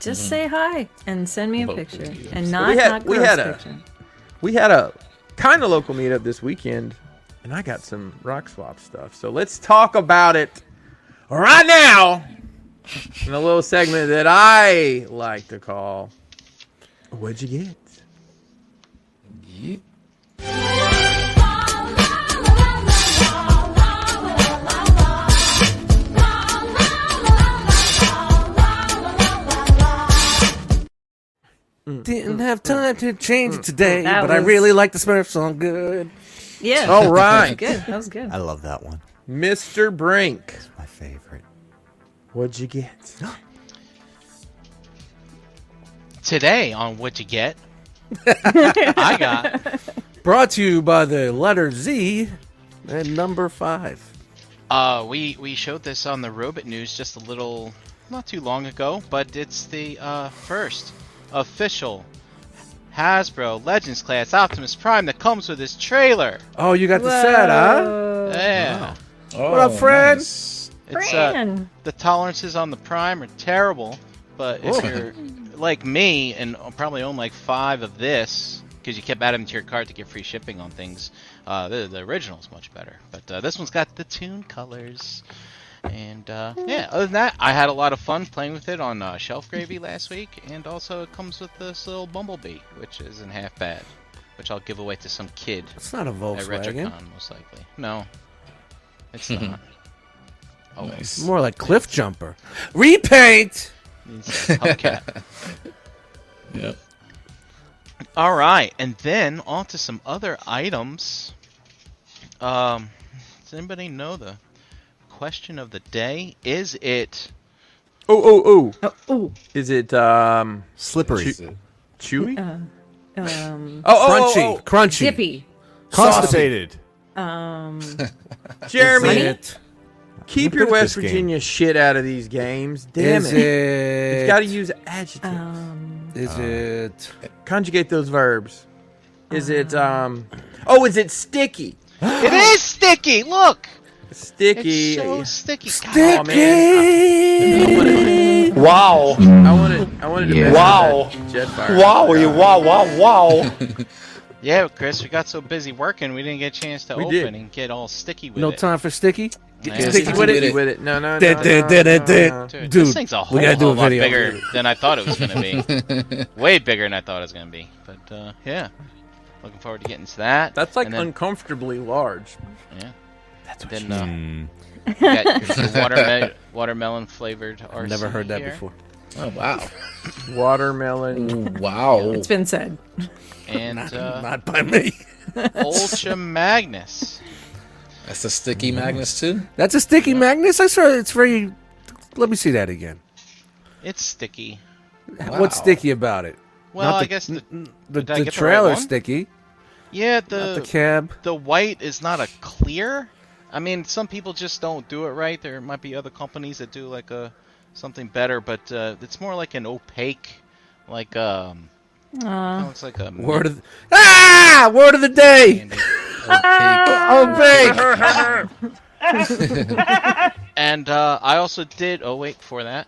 Just say hi and send me a Hello, picture, yes. and not We had- not we gross had a- picture. we had a kind of local meetup this weekend, and I got some rock swap stuff. So let's talk about it right now in a little segment that I like to call "What'd You Get." Yeah. Didn't Mm, have time to change today, That but I was- really like the Smurfs song. Good. Yeah. All right. Good. That was good. I love that one. Mr. Brink. It's my favorite. What'd you get? Today on What You Get, I got Brought to you by the letter Z and number five. Uh, we we showed this on the Robot News just a little, not too long ago, but it's the uh, first official Hasbro Legends class Optimus Prime that comes with this trailer. Oh, you got the set, huh? Whoa. Yeah, Oh, up, Fred? nice. it's uh, Fran. the tolerances on the Prime are terrible, but if Oh. you're like me and probably own like five of this because you kept adding them to your cart to get free shipping on things, uh, the, the original's much better. But uh, this one's got the tune colors. And uh, yeah, other than that, I had a lot of fun playing with it on uh, Shelf Gravy last week, and also it comes with this little Bumblebee, which isn't half bad, which I'll give away to some kid It's not a at Volkswagen. RetroCon most likely. No, it's not. Oh, Nice. More like Cliff Jumper. Repaint. it's a hubcap. Yep. All right, and then on to some other items. Um, does anybody know the question of the day? Is it Oh, oh, oh. Oh, ooh. Is it um Slippery. chewy? Oh, Um, oh, crunchy. oh, Crunchy. Zippy. Constipated. Um, oh. Jeremy, Is it? keep your Look at West this game. Virginia shit out of these games. Damn Is it. it? You gotta use adjectives. um, Is it? Conjugate those verbs. Is it uh, um Oh, is it sticky? It is sticky. Look, Sticky. it's so sticky. God, Aw, man. I wanted, Wow. I wanted, I wanted to mess Wow. with that Jetfire. Wow. you- Wow. Wow. Wow. yeah, Chris, we got so busy working, we didn't get a chance to We open did. and get all sticky with No it. time for sticky. Man, Yeah, Sticky sticky with with it. it. With it. No, no, no, Da- da- no, da- da- no, da. no. Dude, Dude, this thing's a we whole, gotta do a whole lot video. bigger than I thought it was gonna be. Way bigger than I thought it was gonna be. But uh, yeah, looking forward to getting to that. That's like And then- uncomfortably large. Yeah. That's what then, uh, we got the waterme- watermelon flavored RC. Never heard that here. before. Oh wow. Mm. Watermelon. Wow. it's been said. And uh, Not by me. Ultra Magnus. That's a sticky Magnus too. That's a sticky Magnus. I saw it. it's very. Let me see that again. It's sticky. What's Wow. sticky about it? Well, Not I the- guess the The, Did I get the the right trailer's one? Uh, sticky. yeah Not the the cab. the white is not a clear. I mean, some people just don't do it right. There might be other companies that do like a something better, but uh, it's more like an opaque, like um, kinda looks like a Word of the, ah! Word of the day. Oh, big. And uh, I also did. Oh wait, for that,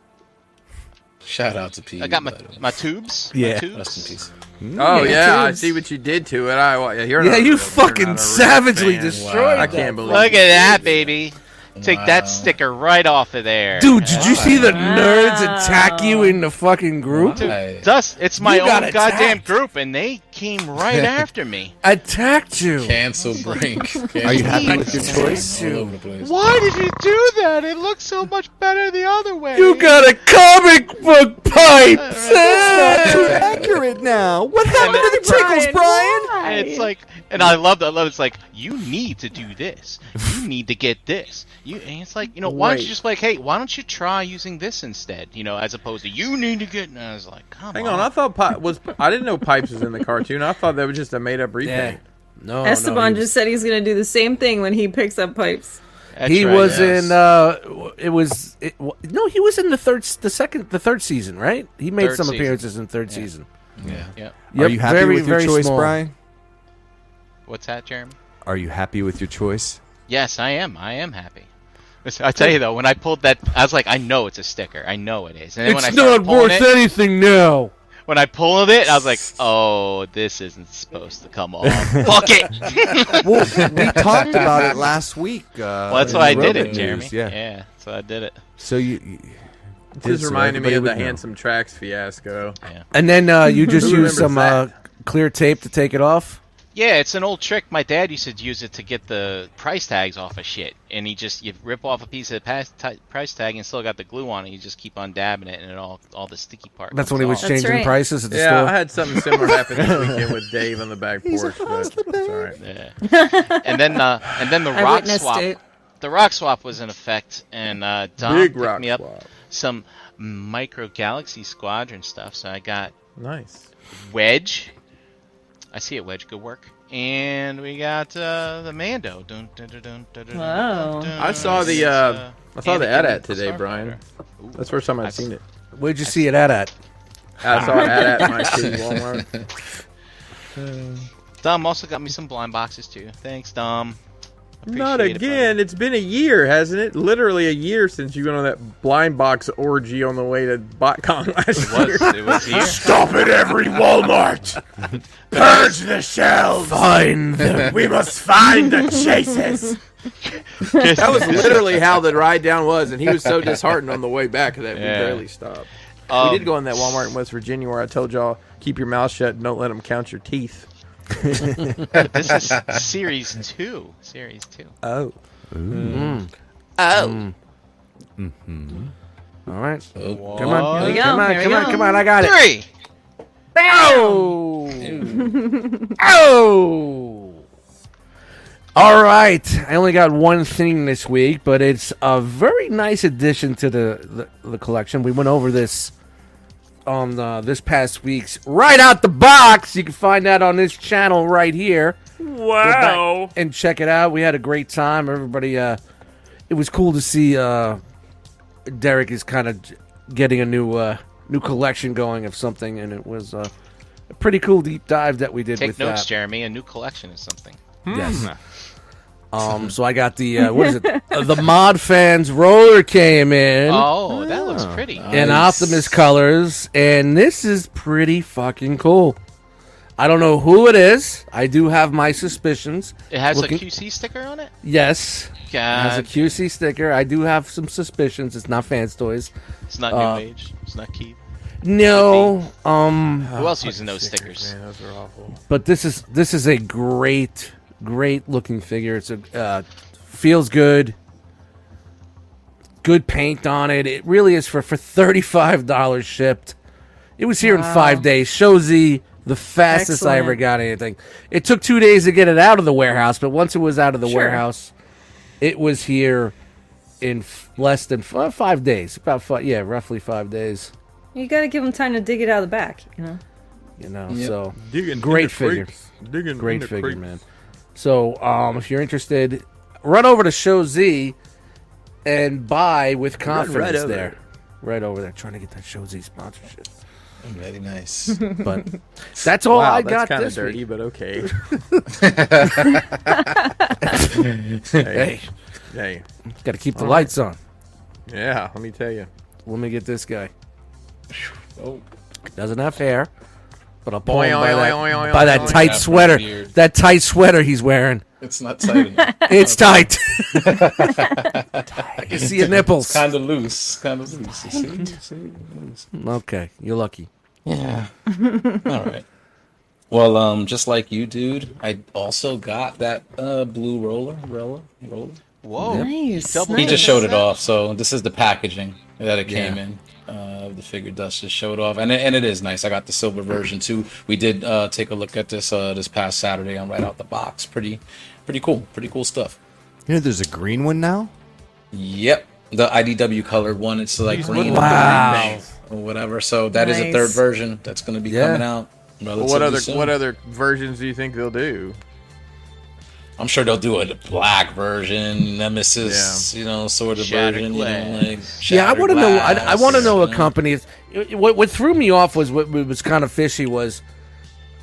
Shout out to Pete. I got my by the way. my tubes. Yeah. my tubes. Rest in peace. Oh yeah, I tubes. see what you did to it. I well, you're Yeah, not a you real- you're fucking not a real savagely fan. destroyed. I that. can't believe. Look it. at that, baby. Take Wow. that sticker right off of there. Dude, did you see the Wow. nerds attack you in the fucking group? Hi. Dust, it's my You own got goddamn attacked. group, and they came right after me. Attacked you. Cancel Brink. Are you Cancel happy with your Brink. choice? All over the place. Why did you do that? It looks so much better the other way. You got a comic book pipe. That's not Accurate now. What happened to the tickles, Brian? And it's like, and I love that. I love it's like you need to do this. You need to get this. You and it's like you know why don't Wait. you just like hey why don't you try using this instead? You know as opposed to you need to get. And I was like, come Hang on, I thought Pi- was I didn't know Pipes was in the cartoon. I thought that was just a made up repaint. Oh, No, Esteban no, just said he's going to do the same thing when he picks up pipes. That's he right. was yes. in. Uh, w- it was it, w- no, he was in the third, s- the second, the third season, right? He made Third some season. appearances in third season. Yeah. Yeah. Are Yep, you happy very, with your very choice, small. Brian? What's that, Jeremy? Are you happy with your choice? Yes, I am. I am happy. Listen, I tell you though, when I pulled that, I was like, I know it's a sticker. I know it is. And then when I It's started not pulling worth it, anything now. when I pulled it, I was like, oh, this isn't supposed to come off. Fuck it. Well, we talked about it last week. Uh, well, that's in why I the did Robo it, News, Jeremy. Yeah. yeah, so I did it. So you. you This so reminded me everybody of the would know. handsome tracks fiasco. And then uh, you just Who use remembers some uh, that? clear tape to take it off. Yeah, it's an old trick. My dad used to use it to get the price tags off of shit, and he just you rip off a piece of the pas- ti- price tag and still got the glue on it. You just keep on dabbing it, and it all all the sticky part. That's comes when he was off. That's changing right. prices at the Yeah, store. I had something similar happen this weekend with Dave on the back porch. But it's all right. Yeah. and then uh, and then the I rock witnessed swap. it. The rock swap was in effect, and uh, Dom Big picked rock me up swap. some micro galaxy squadron stuff. So I got Nice. Wedge. I see it, Wedge. Good work. And we got uh, the Mando. Dun, dun, dun, dun, dun, dun, Wow. dun, I saw the, It's, uh, I saw the Anakin ad at with the today, Starfighter. Brian. Ooh. That's the first time I've seen it. Where'd you see it at? At I saw an ad at my city Walmart. Dom also got me some blind boxes too. Thanks, Dom. Appreciate Not it, again. It, has been a year, hasn't it? Literally a year since you went on that blind box orgy on the way to BotCon last buddy. year. It was, it was here. Stop at every Walmart! Purge the shelves! Fine. We must find the chases! That was literally how the ride down was, and he was so disheartened on the way back that Yeah. we barely stopped. Um, we did go in that Walmart in West Virginia where I told y'all keep your mouth shut and don't let them count your teeth. This is series two. Series two. Oh, All right. Oh, Come on. Here we go, Come on. here we Come on. go. Come on. I got it. Three. Oh. oh. All right. I only got one thing this week, but it's a very nice addition to the the, the collection. We went over this on uh, this past week's right out the box. You can find that on this channel right here. Wow! And check it out. We had a great time. Everybody, uh, it was cool to see. Uh, Derek is kind of getting a new uh, new collection going of something, and it was uh, a pretty cool deep dive that we did Take with notes, that. Jeremy. A new collection is something. Yes. Um, so I got the uh, what is it? Uh, the mod fans roller came in Oh, that looks pretty. in Optimus colors, and this is pretty fucking cool. I don't know who it is. I do have my suspicions. It has Looking- a QC sticker on it. Yes, it has a God, QC sticker. I do have some suspicions. It's not Fans Toys. it's not uh, New Age. It's not Keith. No. Um. Who else using those stickers? man, those are awful. but this is this is a great great looking figure it's a uh, feels good good paint on it it really is for for $35 shipped it was here in five days shows the the fastest i ever Excellent. got anything it took two days to get it out of the warehouse but once it was out of the Sure. warehouse it was here in f- less than f- uh, five days about five yeah roughly five days You gotta give them time to dig it out of the back, you know. you know Yep. so Digging Great figure. Digging great figure, man. So, um, if you're interested, run over to Show Z and buy with confidence right over there. there. Right over there, trying to get that Show Z sponsorship. very nice. But that's Oh, all wow, I that's got kind of this dirty, but week. okay. Hey, hey, got to keep the lights on. yeah, let me tell you. Let me get this guy. Oh. Doesn't have hair, but I'll pull Oy, him oy, by oy, that, oy, oy, by oy, that oy. tight That's sweater. weird. That tight sweater he's wearing. It's not tight enough. It's tight. I can see your nipples. kind of loose. Kind of loose. You see? You see? Loose. Okay, you're lucky. Yeah. All right. Well, um, just like you, dude, I also got that uh, blue roller, roller, roller. Whoa, Nice, double- nice. He just showed it off. So this is the packaging that it came in. Uh, the figure Dust just showed off, and it, and it is nice. I got the silver version too. We did uh, take a look at this uh, this past Saturday. I'm right out the box. Pretty, pretty cool. Pretty cool stuff. You know, there's a green one now. Yep, the IDW colored one. It's like green Wow. or whatever. So that is Nice. a third version that's going to be Yeah. coming out. Well, what relatively other soon. what other versions do you think they'll do? I'm sure they'll do a black version, Nemesis, you know, sort of Shattered version. You know, glass. like Yeah, I shattered want to know. I, glass, want to you know a company. What what threw me off was what was kind of fishy was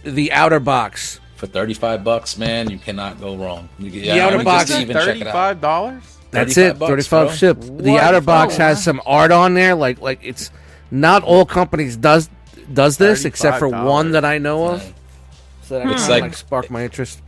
the outer box. For 35 bucks, man, you cannot go wrong. You, get- The I outer mean, box just to is even check it out. Thirty-five dollars. That's 35 it. bucks, Thirty five bro. shipped. The What? outer box Oh, has some art on there. Like like it's not all companies does does this except for $35. one that I know of. So that It's kind of like- Hmm. like sparked my interest.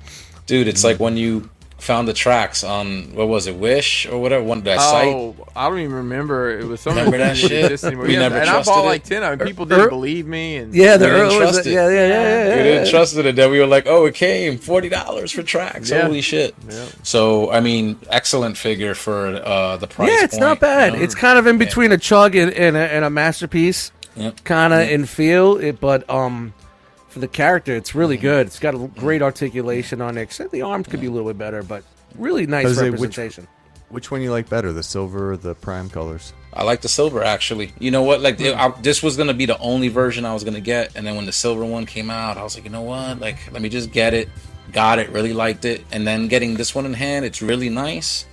Dude, it's like when you found the tracks on what was it, Wish or whatever one that site. Oh, I don't even remember. It was some Remember that people shit? exist anymore. We Yeah, never and I trusted bought it. like ten of them. People didn't er- believe me, and Yeah, the We didn't early was trust it. yeah, yeah, yeah, yeah. We didn't trust it, and then we were like, "Oh, it came forty dollars for tracks. Yeah. Holy shit!" Yeah. So, I mean, excellent figure for uh, the price. Yeah, it's point, not bad. you know? It's kind of in between a chug and, and, a, and a masterpiece, Yep. kind of in feel. It, but um, for the character, it's really Mm-hmm. good. It's got a great articulation on it. Except the arms could be a little bit better, but really nice Jose, which- representation. Which one you like better, the silver or the prime colors? I like the silver actually. You know what? Like Hmm. th- I, this was gonna be the only version I was gonna get, and then when the silver one came out, I was like, you know what? Like let me just get it. Got it. Really liked it, and then getting this one in hand, it's really nice.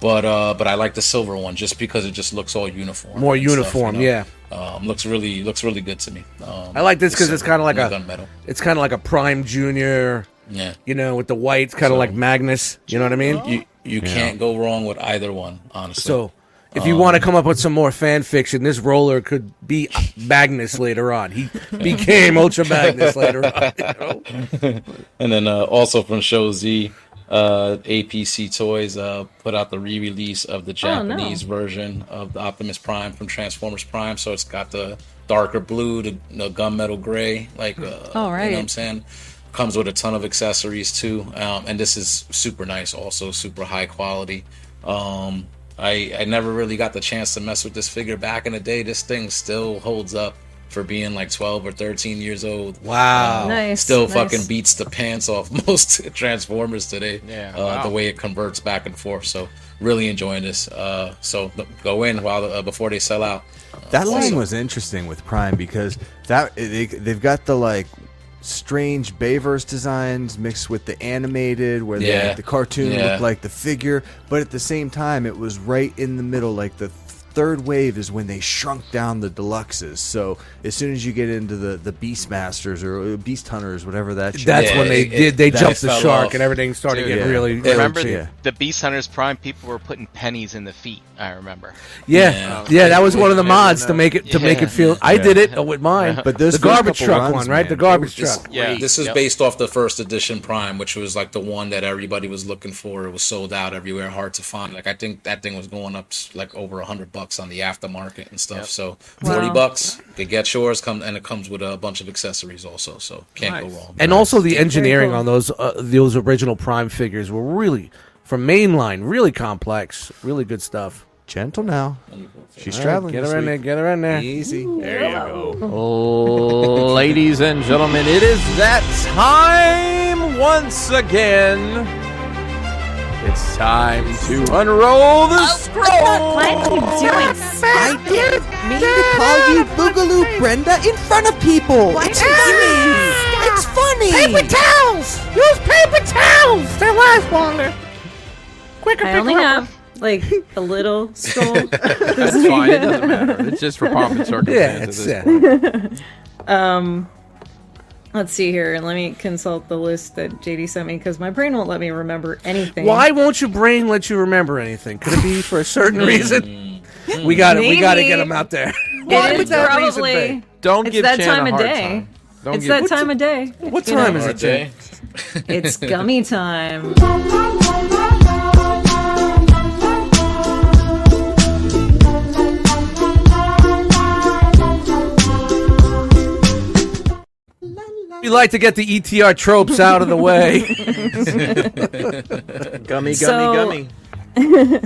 But uh, but I like the silver one just because it just looks all uniform. More and stuff, uniform, you know? Um, looks really looks really good to me. Um, I like this 'cause it's silver kinda like and a- the gunmetal. It's kind of like a prime junior, Yeah. you know, with the white. It's kind of So- like Magnus. You know what I mean? You you can't go wrong with either one, honestly. So, if Oh. you want to come up with some more fan fiction, this roller could be Magnus later on. He became Ultra Magnus later on. you know? And then uh, also from Show Z, uh, APC Toys uh, put out the re-release of the no. Japanese version of the Optimus Prime from Transformers Prime. So it's got the darker blue, the, the gunmetal gray, like uh, All you know right. what I'm saying. Comes with a ton of accessories too, um, and this is super nice. Also, super high quality. Um, I I never really got the chance to mess with this figure back in the day. This thing still holds up for being like 12 or 13 years old. Wow. Nice, Still nice. fucking beats the pants off most Transformers today. Yeah, Uh, wow. The way it converts back and forth. So really enjoying this. Uh, so th- go in while uh, before they sell out. That line was interesting with Prime because that they, they've got the like strange Bayverse designs mixed with the animated, where they- Yeah. the cartoon Yeah. looked like the figure, but at the same time, it was right in the middle. Like the third wave is when they shrunk down the deluxes. So as soon as you get into the the Beastmasters or uh, Beast Hunters, whatever that shit That's was, Yeah, when they it- did. They that jumped the fell shark, off. and everything started Dude, getting yeah. really. Yeah. Remember Yeah. the, the Beast Hunters Prime? People were putting pennies in the feet. I remember. Yeah. yeah, Yeah. that was one of the Yeah. mods to make it to make it feel. I did it with mine, But this the garbage first couple truck runs, one, right? The man, garbage This- truck. Yeah. This is Yep. based off the first edition Prime, which was like the one that everybody was looking for. It was sold out everywhere, hard to find. Like I think that thing was going up s- like over a hundred bucks on the aftermarket and stuff. So forty Wow. bucks, they get yours. Come and it comes with a bunch of accessories also. So can't go wrong. And also the engineering cool. on those uh, those original Prime figures were really from mainline, really complex, really good stuff. Gentle now, she's traveling. Get this her in there, week. get her in there. Easy. Ladies and gentlemen, it is that time once again. It's time to unroll the Oh, scroll. What are you doing? I didn't mean to call you Boogaloo Brenda in front of people. it's funny. It's funny. Paper towels. Use paper towels. They last longer. Quicker, I only have like a little scroll. That's fine. It doesn't matter. It's just for pomp and Yeah, circumstance. it's, uh, at this yeah. point. Let's see here, and let me consult the list that JD sent me because my brain won't let me remember anything. Why won't your brain let you remember anything? Could it be for a certain reason? We got to We got to get Maybe. them out there. It is that reason probably. be? Don't It's give that Chan time a of hard day. time. Don't It's that give time of day. What You know, time is it, Jay? RJ? It's gummy time. We like to get the ETR tropes out of the way. Gummy, gummy, So- gummy.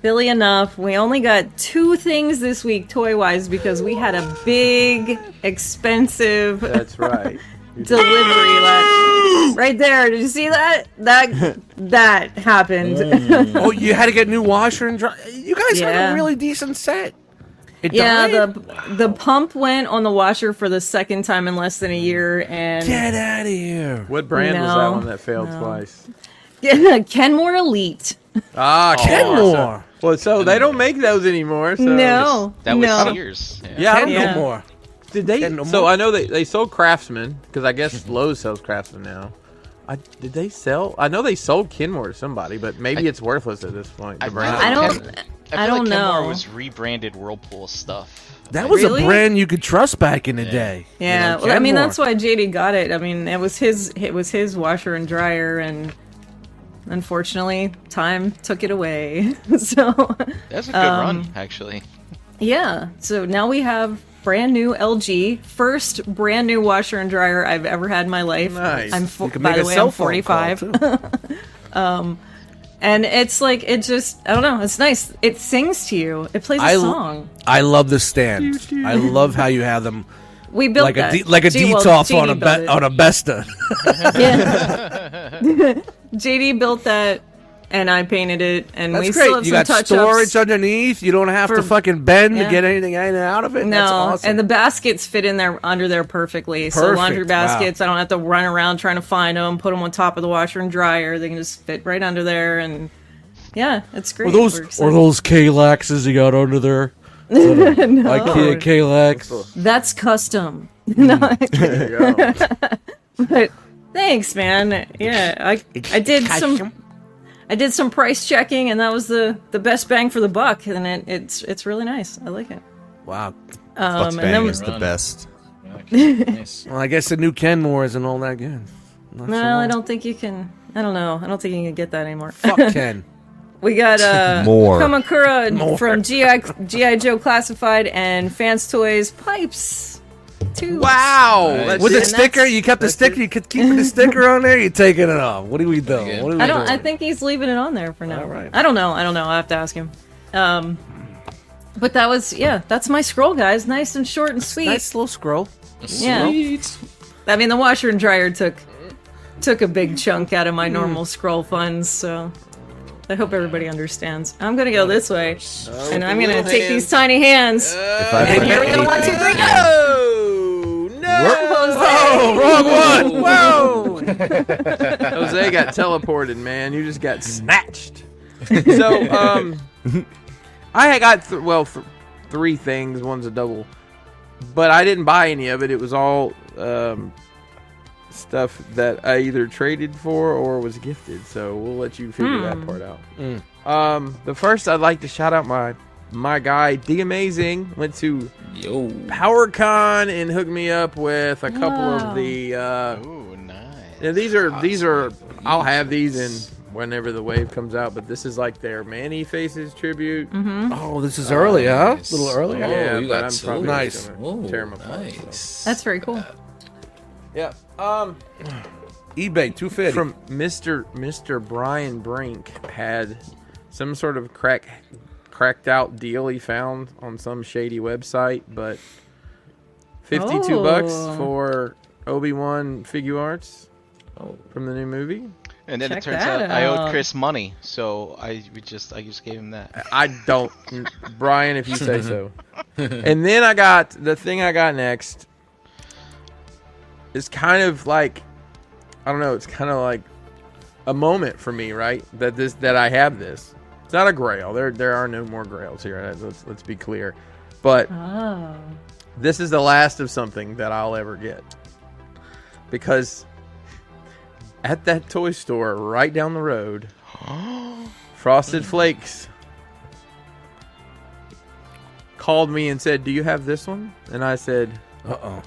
Billy enough. We only got two things this week toy wise because we had a big, expensive That's right. delivery that right there. Did you see that? That that happened. Mm. oh, you had to get new washer and dry. You guys had Yeah. a really decent set. It yeah, died? the the pump went on the washer for the second time in less than a year and get out of here. What brand was that No, one that failed no. twice? Kenmore uh, Elite. Uh, Ah, Kenmore. Well, so they don't make those anymore. So no. That was Oh, no. Sears. Yeah. Yeah, I Ken don't know. Yeah. no more. Did they? Ken no so more. I know they, they sold Craftsman because I guess Lowe's sells Craftsman now. I, did they sell? I know they sold Kenmore to somebody, but maybe it's worthless at this point. The brand. I don't- feel I don't like Kenmore know. was rebranded Whirlpool stuff. That was Really? a brand you could trust back in the day. Yeah, You know, well, I mean Kenmore. that's why JD got it. I mean, it was his it was his washer and dryer, and unfortunately, time took it away. so, That's a good Um, run, actually. yeah. So now we have brand new LG, first brand new washer and dryer I've ever had in my life. Nice. I'm fo- You can by make the a way, cell I'm phone 45. Call, too. and it's like it just I don't know. It's nice. It sings to you. It plays a I- song. I love the stand. I love how you have them We built like a that. de- like a Gee, well, detox JD on a built be- it. on a Besta. Yeah. JD built that, and I painted it, and we That's still have great. You some got touch storage ups. underneath. You don't have For- to fucking bend yeah. to get anything in and out of it. No, That's awesome. and the baskets fit in there under there perfectly. So Perfect. laundry Wow. baskets, I don't have to run around trying to find them, put them on top of the washer and dryer. They can just fit right under there, and yeah, it's great. Or We're those excited. or those Kalaxes you got under there. IKEA Kalax. That's custom. no, but thanks, man. Yeah, I I did some I did some price checking, and that was the the best bang for the buck. And it, it's it's really nice. I like it. Wow. Um, and Bang then is the Run. best. nice. Well, I guess the new Kenmore isn't all that good. Not so well, I old. don't think you can. I don't know. I don't think you can get that anymore. Fuck Ken. we got uh, More. Kamakura from GI GI Joe Classified and Fans Toys Pipes. Two. Wow. Nice. that's With the And it. sticker, that's- you kept the sticker. You kept keeping the sticker on there. You're taking it off. What are we doing? What are we I don't. doing? I think he's leaving it on there for now. All right. I don't know. I don't know. I have to ask him. Um, but that was yeah. That's my scroll, guys. Nice and short and sweet. nice little scroll. Yeah. Sweet. I mean, the washer and dryer took took a big chunk out of my normal scroll funds, so I hope everybody understands. I'm gonna go this way, and I'm gonna little take hand. these tiny hands. If I and put here we go. eight- One, two, three, go. Oh, Jose. no. Wrong one. Whoa. Jose got teleported, man. You just got snatched. So, um, I had got, th- well, th- three things. One's a double. But I didn't buy any of it. It was all um, stuff that I either traded for or was gifted. So we'll let you figure Hmm. that part out. Mm. Um, the first, I'd like to shout out my my guy, D Amazing. Went to Yo. PowerCon and hooked me up with a couple Wow. of the. Uh, Ooh, nice. yeah, these are these are. I'll have these in whenever the wave comes out. But this is like their Manny Faces tribute. Mm-hmm. Oh, this is early, huh? A little early. Oh, Yeah, you but got I'm two. probably Nice. gonna Whoa, tear 'em apart, so. nice. That's very cool. Yeah. Um, eBay two fifty. from Mister Mister Brian Brink had some sort of crack cracked out deal he found on some shady website, but fifty two bucks Oh. for Obi Wan figure arts Oh. from the new movie. And then Check it turns that out, I out. owed Chris money, so I we just I just gave him that. I don't, Brian, if you say so. And then I got the thing I got next is kind of like I don't know. It's kind of like a moment for me, right? That this that I have this. It's not a grail. There there are no more grails here. Let's let's be clear. But Oh, this is the last of something that I'll ever get. Because at that toy store right down the road, Frosted Flakes called me and said, Do you have this one? And I said, Uh oh.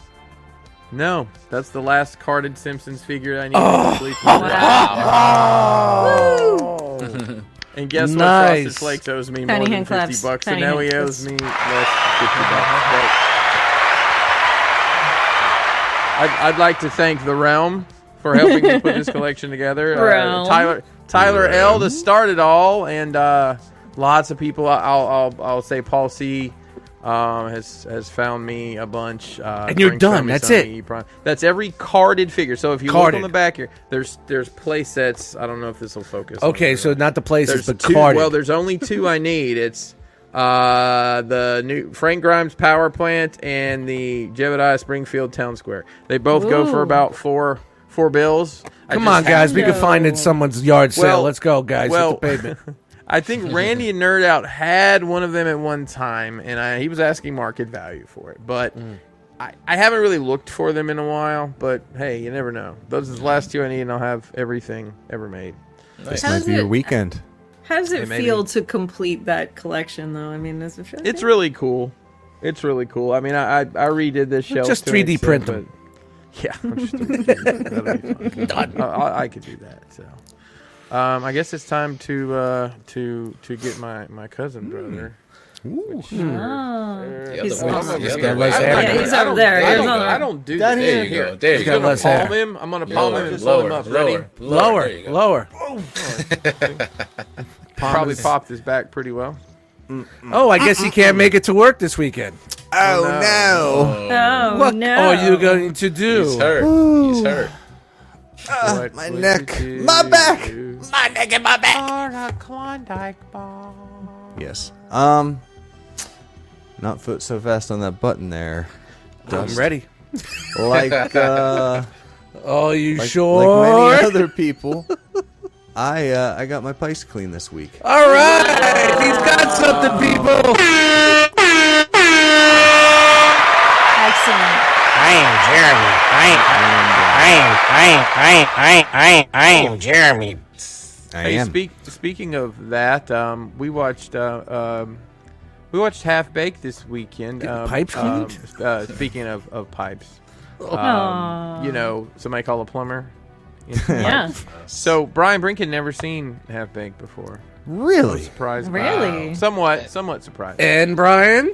No, that's the last carded Simpsons figure I need to complete. the Oh. set." And guess what? Frosted Nice. Flakes owes Tiny me more than hand 50 claps. bucks, Tiny so now hand he claps. owes me less than 50 bucks. But- I'd, I'd like to thank the Realm for helping me put this collection together. Uh, Realm. Tyler Tyler L to start it all, and uh, lots of people. I'll I'll, I'll say Paul C. Um, has has found me a bunch. Uh, And you're Frank's found done. me That's some it. E Prime. That's every carded figure. So if you Carded. look on the back here, there's there's play sets. I don't know if this will focus. on it Okay, or so not. not the places, there's but two. carded. Well, there's only two I need. It's uh the new Frank Grimes Power Plant and the Jebediah Springfield Town Square. They both go for Ooh. about four four bills. I Come just on, guys. We No. could find it someone's yard sale. Well- Let's go, guys. well- Hit the pavement. I think Randy and Nerd Out had one of them at one time, and I, he was asking market value for it. But Mm. I, I haven't really looked for them in a while. But hey, you never know. Those are the last two I need, and I'll have everything ever made. This How's might be your it- weekend. how does it maybe. feel to complete that collection, though? I mean, is it feel It's good? really cool. It's really cool. I mean, I I, I redid this shelf. Just to an 3D extent, print 'em. but- Yeah, I'm just 3D print 'em. That'll be fun. I, I- I could do that. So, Um, I guess it's time to uh, to to get my my cousin brother. He's way- awesome. the other way Yeah, around. let's add I Yeah, don't- he's I over don't- there. I He's don't, on the- I don't do Down this. here. There you go. There you I'm go. gonna Let's palm have it. him. I'm gonna palm him Lower, and slow him lower, up. Ready? lower, Lower, There you go. lower. Probably popped his back pretty well. Oh, I guess you can't make it to work this weekend. Oh, no. Oh, What no. are you going to He's do? hurt. He's hurt. What my would you neck. do? My back. My neck and my back. Or a Klondike bar. Yes. Um, not foot so fast on that button there. I'm Dust. ready. Like, uh, Oh, you like, like sure? many other people, I uh, I got my pipes clean this week. All right, he's got something, people. Excellent. I am Jeremy. I am, I am, I am, I am, I am, I am, I am Jeremy. I Hey, am. speak, speaking of that, um, we watched uh, um, we watched Half Baked this weekend. Getting Um, pipes um, cleaned? s- uh, Speaking of, of pipes, Aw. um, you know, somebody call a plumber. Yeah. So Brian Brinken never seen Half Baked before. really? Surprised? by it. Really? Somewhat, somewhat surprised. And Brian,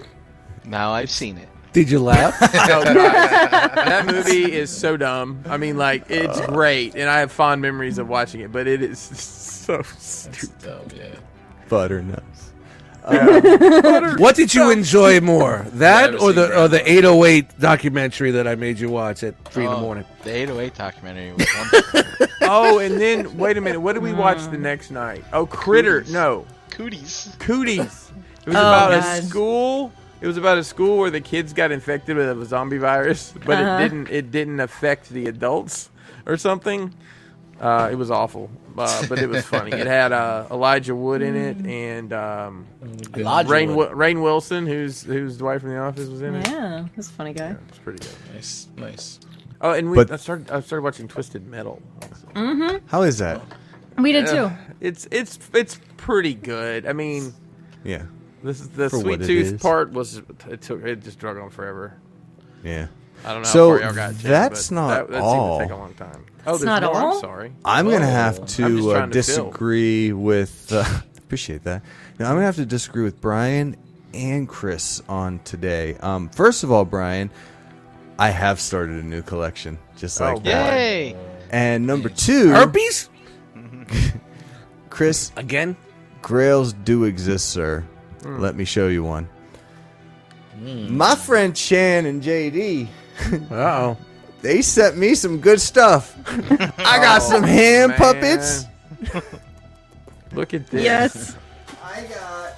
Now I've seen it. did you laugh? So good. that movie is so dumb. I mean, like it's great, and I have fond memories of watching it, but it is so stupid. Dumb, yeah. Butternuts. what did you enjoy more, that Never or seen the or Brian. the 808 documentary that I made you watch at three in the Oh, morning? The 808 documentary was wonderful. Oh, and then wait a minute. What did we watch Mm. the next night? Oh, Critter. No, Cooties. Cooties. It was about a Oh, God. school. It was about a school where the kids got infected with a zombie virus, but Uh-huh. it didn't. It didn't affect the adults or something. Uh, it was awful, uh, but it was funny. It had uh, Elijah Wood in it, and um, Rain, Rain- Wi- Rain Wilson, who's who's Dwight from The Office, was in it. Yeah, that's a funny guy. It's pretty good. Nice, nice. Oh, and we But- I started I started watching Twisted Metal. also. Mm. How is that? We did too. It's it's it's pretty good. I mean, Yeah. this is the For what sweet it tooth is. part was it took it just drug on forever. Yeah. I don't know. So how far y'all got to, that's but not that, that all. Seemed to take a long time. Oh, It's there's not more? all? I'm sorry. I'm gonna have I'm just to, uh, trying to fill. disagree with. Uh, appreciate that. Now I'm gonna have to disagree with Brian and Chris on today. Um, first of all, Brian, I have started a new collection, just Oh, like that. Yay! And number two, Herpes Chris, again? grails do exist, sir. Let me show you one. My friend Chan and JD, Uh oh. they sent me some good stuff. I got some hand Man. puppets. Look at this. Yes. I got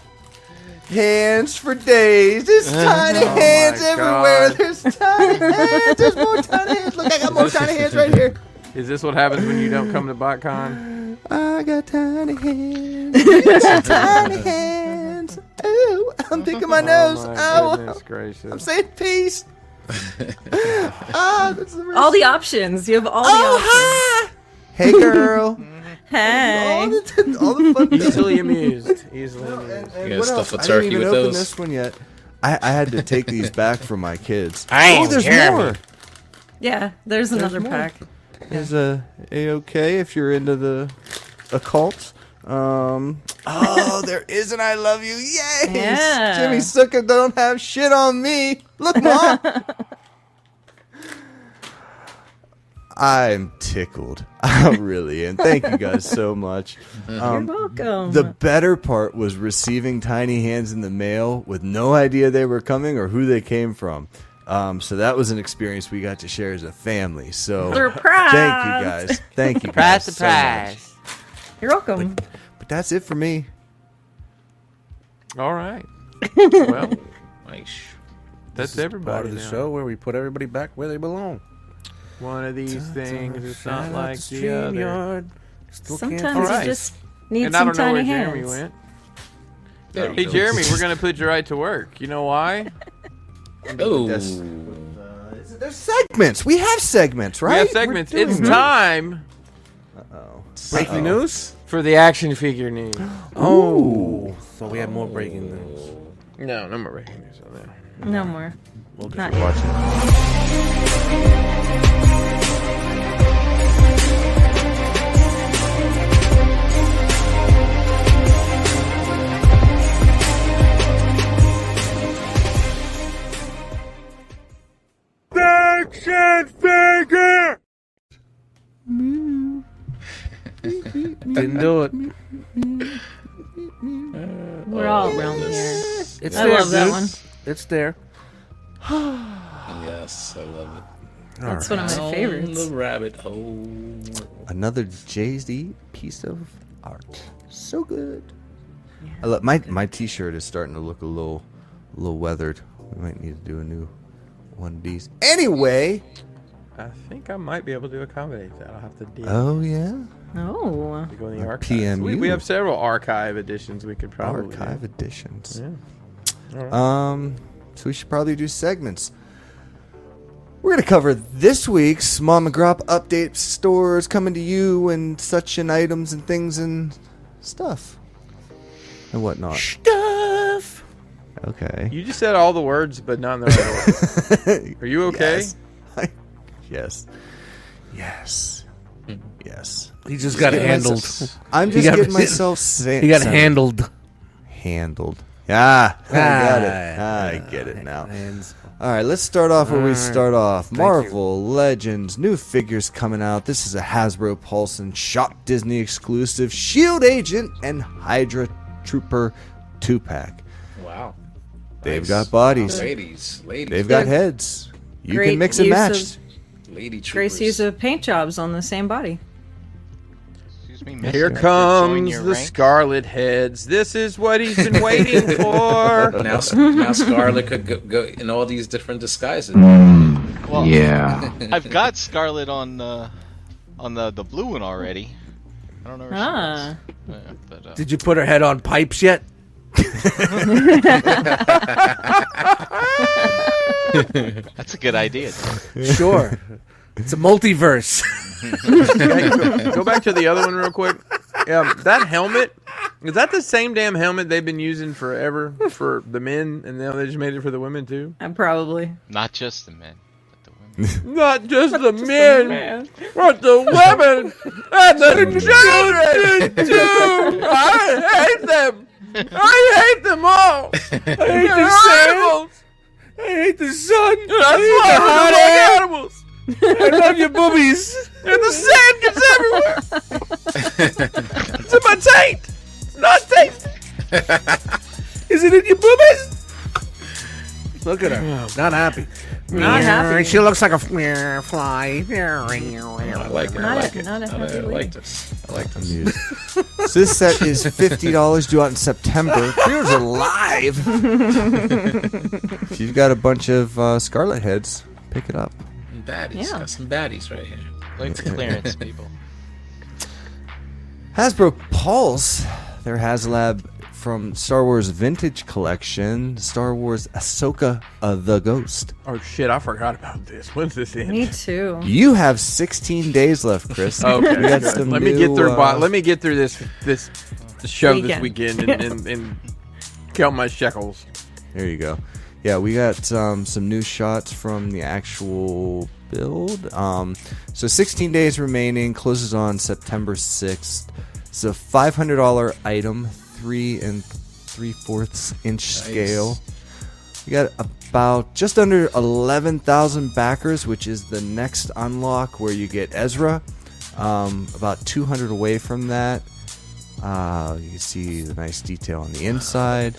hands for days. There's tiny my hands everywhere. God. There's tiny hands. There's more tiny hands. Look, I got more tiny hands right here. Is this what happens when you don't come to BotCon? I got tiny hands. tiny hands. Ooh, I'm picking my nose. Oh my Ow. goodness gracious! I'm saying peace. Ah, that's the rest. All the options. You have all the Oh, hi. Hey, girl. options. Hey. all, the, all the fun things. Easily amused. Easily And- amused. and Yeah, what else? stuff a I didn't turkey even with open those. this one yet. I, I had to take these back for my kids. I oh, am there's Jeremy. more. yeah, there's another more. pack. There's a AOK if you're into the occult. Um, oh, there is an I love you. Yay! Yeah. Jimmy Suka don't have shit on me. Look, mom. I'm tickled. I really am. Thank you guys so much. Um, You're welcome. Uh-huh. the better part was receiving tiny hands in the mail with no idea they were coming or who they came from. Um, so that was an experience we got to share as a family. So Surprise! thank you guys. Thank you guys. so much. You're welcome. but that's it for me. All right. Well, Nice. that's Part everybody. of the now. show where we put everybody back where they belong. One of these things is Shout not out like to the other. StreamYard. Still can't Sometimes All right. you just need And I some don't know tiny where hands. Jeremy went. There we Hey go. Jeremy, we're gonna put you right to work. You know why? Oh, That's- There's segments. We have segments, right? We have segments. It's time Oh, Breaking news? for the action figure news. Oh. So we have more breaking news. No, no more breaking news on that. No more. Not yet. watch it. Didn't do it. We're all around here. It's I there, love that dude. one. It's there. Yes, I love it. That's one of my favorites. On the rabbit hole. Another Jay Z piece of art. So good. I love, my my t shirt is starting to look a little little weathered. We might need to do a new one of these. Anyway. I think I might be able to accommodate that. I'll have to deal. Oh yeah. Oh, to go in the archive. PMU. We, we have several archive editions we could probably Archive editions. Yeah. Um, so we should probably do segments. We're going to cover this week's Mom and Grop update stores coming to you and such and items and things and stuff and whatnot. Stuff. Okay. You just said all the words, but not in the right order. Are you okay? Yes. yes. Yes. Mm-hmm. Yes. He just got Get handled. myself- I'm just got- getting myself sa- He got sa- handled. handled. Ah, I got it. Ah. I get it now. Hands. All right, let's start off where we start off. Marvel Legends, new figures coming out. This is a Hasbro Pulse and Shop Disney exclusive Shield E Agent and Hydra Trooper two pack. Wow. They've Nice. got bodies. Ladies, ladies. They've got heads. You Great can mix and use of- match. lady troopers. Grace use of paint jobs on the same body. Excuse me, mister. Here Join comes your the rank? Scarlet Heads. This is what he's been waiting for. Now, now Scarlet could go, go in all these different disguises. Well, Yeah. I've got Scarlet on the on the the blue one already. I don't know where Ah, she is. Uh, but, uh, Did you put her head on pipes yet? that's a good idea. though. Sure. it's a multiverse. Hey, go, go back to the other one real quick. Yeah, that helmet. Is that the same damn helmet they've been using forever for the men, and now they just made it for the women too? uh, probably. Not just the men, but the women. Not just the men, Mm. but the women and the children too. I hate them. I hate them all. I hate the animals. I hate the sun. That's why the hot air. I love animals. I love your boobies. And the sand gets everywhere. it's in my taint. It's not taint. Is it in your boobies? Look at her. Not happy. Not happy. She looks like a f- I fly. like it. I Not a- like it. not a I like- I happy like lady. this. I like this. So this set is fifty dollars due out in September. Pre-orders are live. if you've got a bunch of uh, Scarlet heads, pick it up. Baddies. Yeah. Got some baddies right here. Look for clearance, people. Hasbro Pulse, their HasLab from Star Wars Vintage Collection, Star Wars Ahsoka uh, the Ghost. Oh shit! I forgot about this. When's this end? Me too. You have 16 days left, Chris. Okay. We got good. some Let me get new, through. uh, bo- let me get through this this show this Weekend. weekend and, and, and count my shekels. There you go. Yeah, we got um, some new shots from the actual build. Um, so 16 days remaining. Closes on September 6th. It's a $500 item, three and three fourths inch scale. We got about just under 11,000 backers, which is the next unlock where you get Ezra. Um, about 200 away from that. Uh, you can see the nice detail on the inside.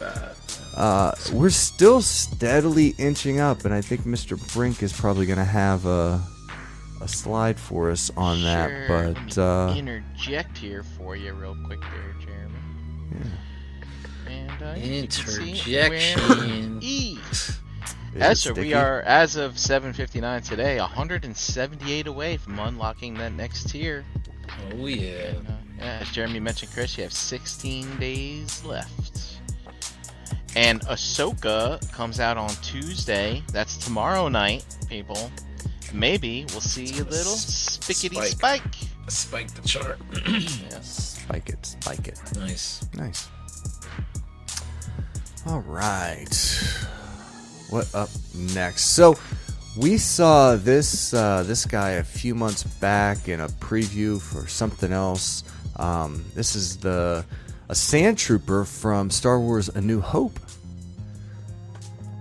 Uh, we're still steadily inching up, and I think Mr. Brink is probably going to have a, a slide for us on that. Sure, let But me uh, interject here for you real quick, there, Jeremy. And uh, you can see Interjection. where E. is it Ezra, sticky? we are as of 7:59 today, 178 away from unlocking that next tier. Oh yeah. Uh, as Jeremy mentioned, Chris, you have 16 days left. And Ahsoka comes out on Tuesday. That's tomorrow night, people. Maybe we'll see a little spickety spike. spike. Spike the chart. spike it, spike it. nice. Nice. All right. What up next? So we saw this uh, this guy a few months back in a preview for something else. Um, this is the a sand trooper from Star Wars: A New Hope.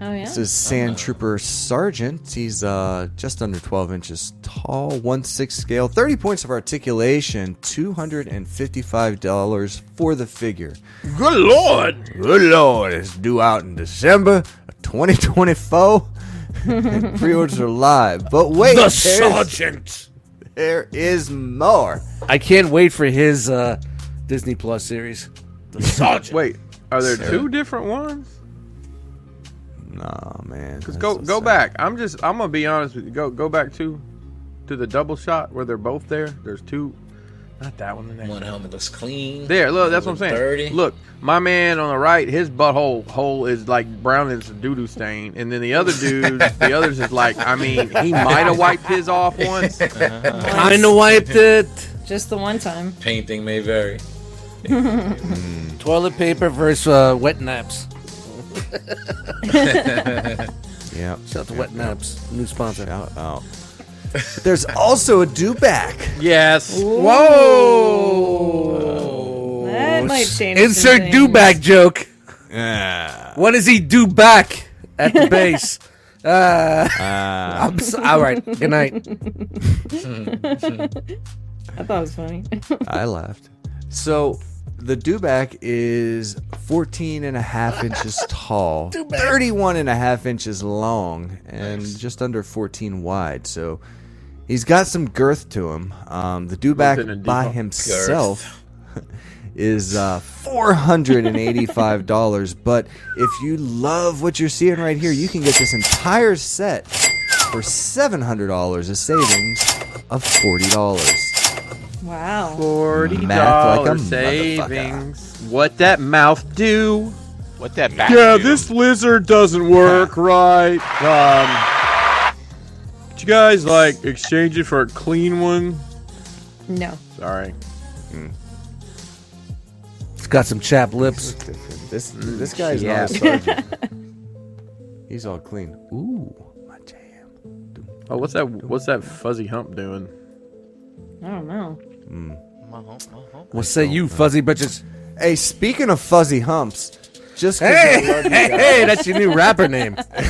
Oh yeah. This is Sand Trooper Sergeant. He's uh, just under 12 inches tall, 1 6 scale, 30 points of articulation, $255 for the figure. Good lord! Good lord, it's due out in December of 2024. and pre orders are live. But wait, The there's, sergeant! there is more. I can't wait for his uh, Disney Plus series. The sergeant! Wait, are there two different ones? Nah, man. Cause go go back. I'm just I'm gonna be honest with you. Go go back to to the double shot where they're both there. There's two. Not that one. The next One one. helmet looks clean. There. Look, that's what I'm Look saying. Dirty. Look, my man on the right, his butthole hole is like brown and it's a doo doo stain, and then the other dude, the others is like. I mean, he might have wiped his off once. Kind of wiped it. Just the one time. painting may vary. Toilet paper versus uh, wet naps. Yeah. Shout out to Wet Naps, new sponsor. Shout out. But there's also a do back. Yes. Whoa! That might change some Oh, Insert things. do back joke. Yeah. What does he do back at the base? uh, Uh, I'm so- all right. Good night. I thought it was funny. I laughed. So the dewback is 14 and a half inches tall, 31 and a half inches long, and just under 14 wide. So he's got some girth to him. Um, the Nothing in dewback by detail. himself is uh, $485. but if you love what you're seeing right here, you can get this entire set for $700, a savings of $40. Wow. Forty Math like a dollar motherfucker. savings. What that mouth do? What that back? Yeah, do? this lizard doesn't work right. Um, did you guys like exchange it for a clean one? No. Sorry. It's got some chapped lips. different. This this guy's Mm, yeah. not a sergeant. He's all clean. Ooh, my jam. Oh, what's that? What's that fuzzy hump doing? I don't know. Well, say you fuzzy bitches. Hey, speaking of fuzzy humps, just 'cause Hey, I love you hey, hey, that's your new rapper name. ju- I,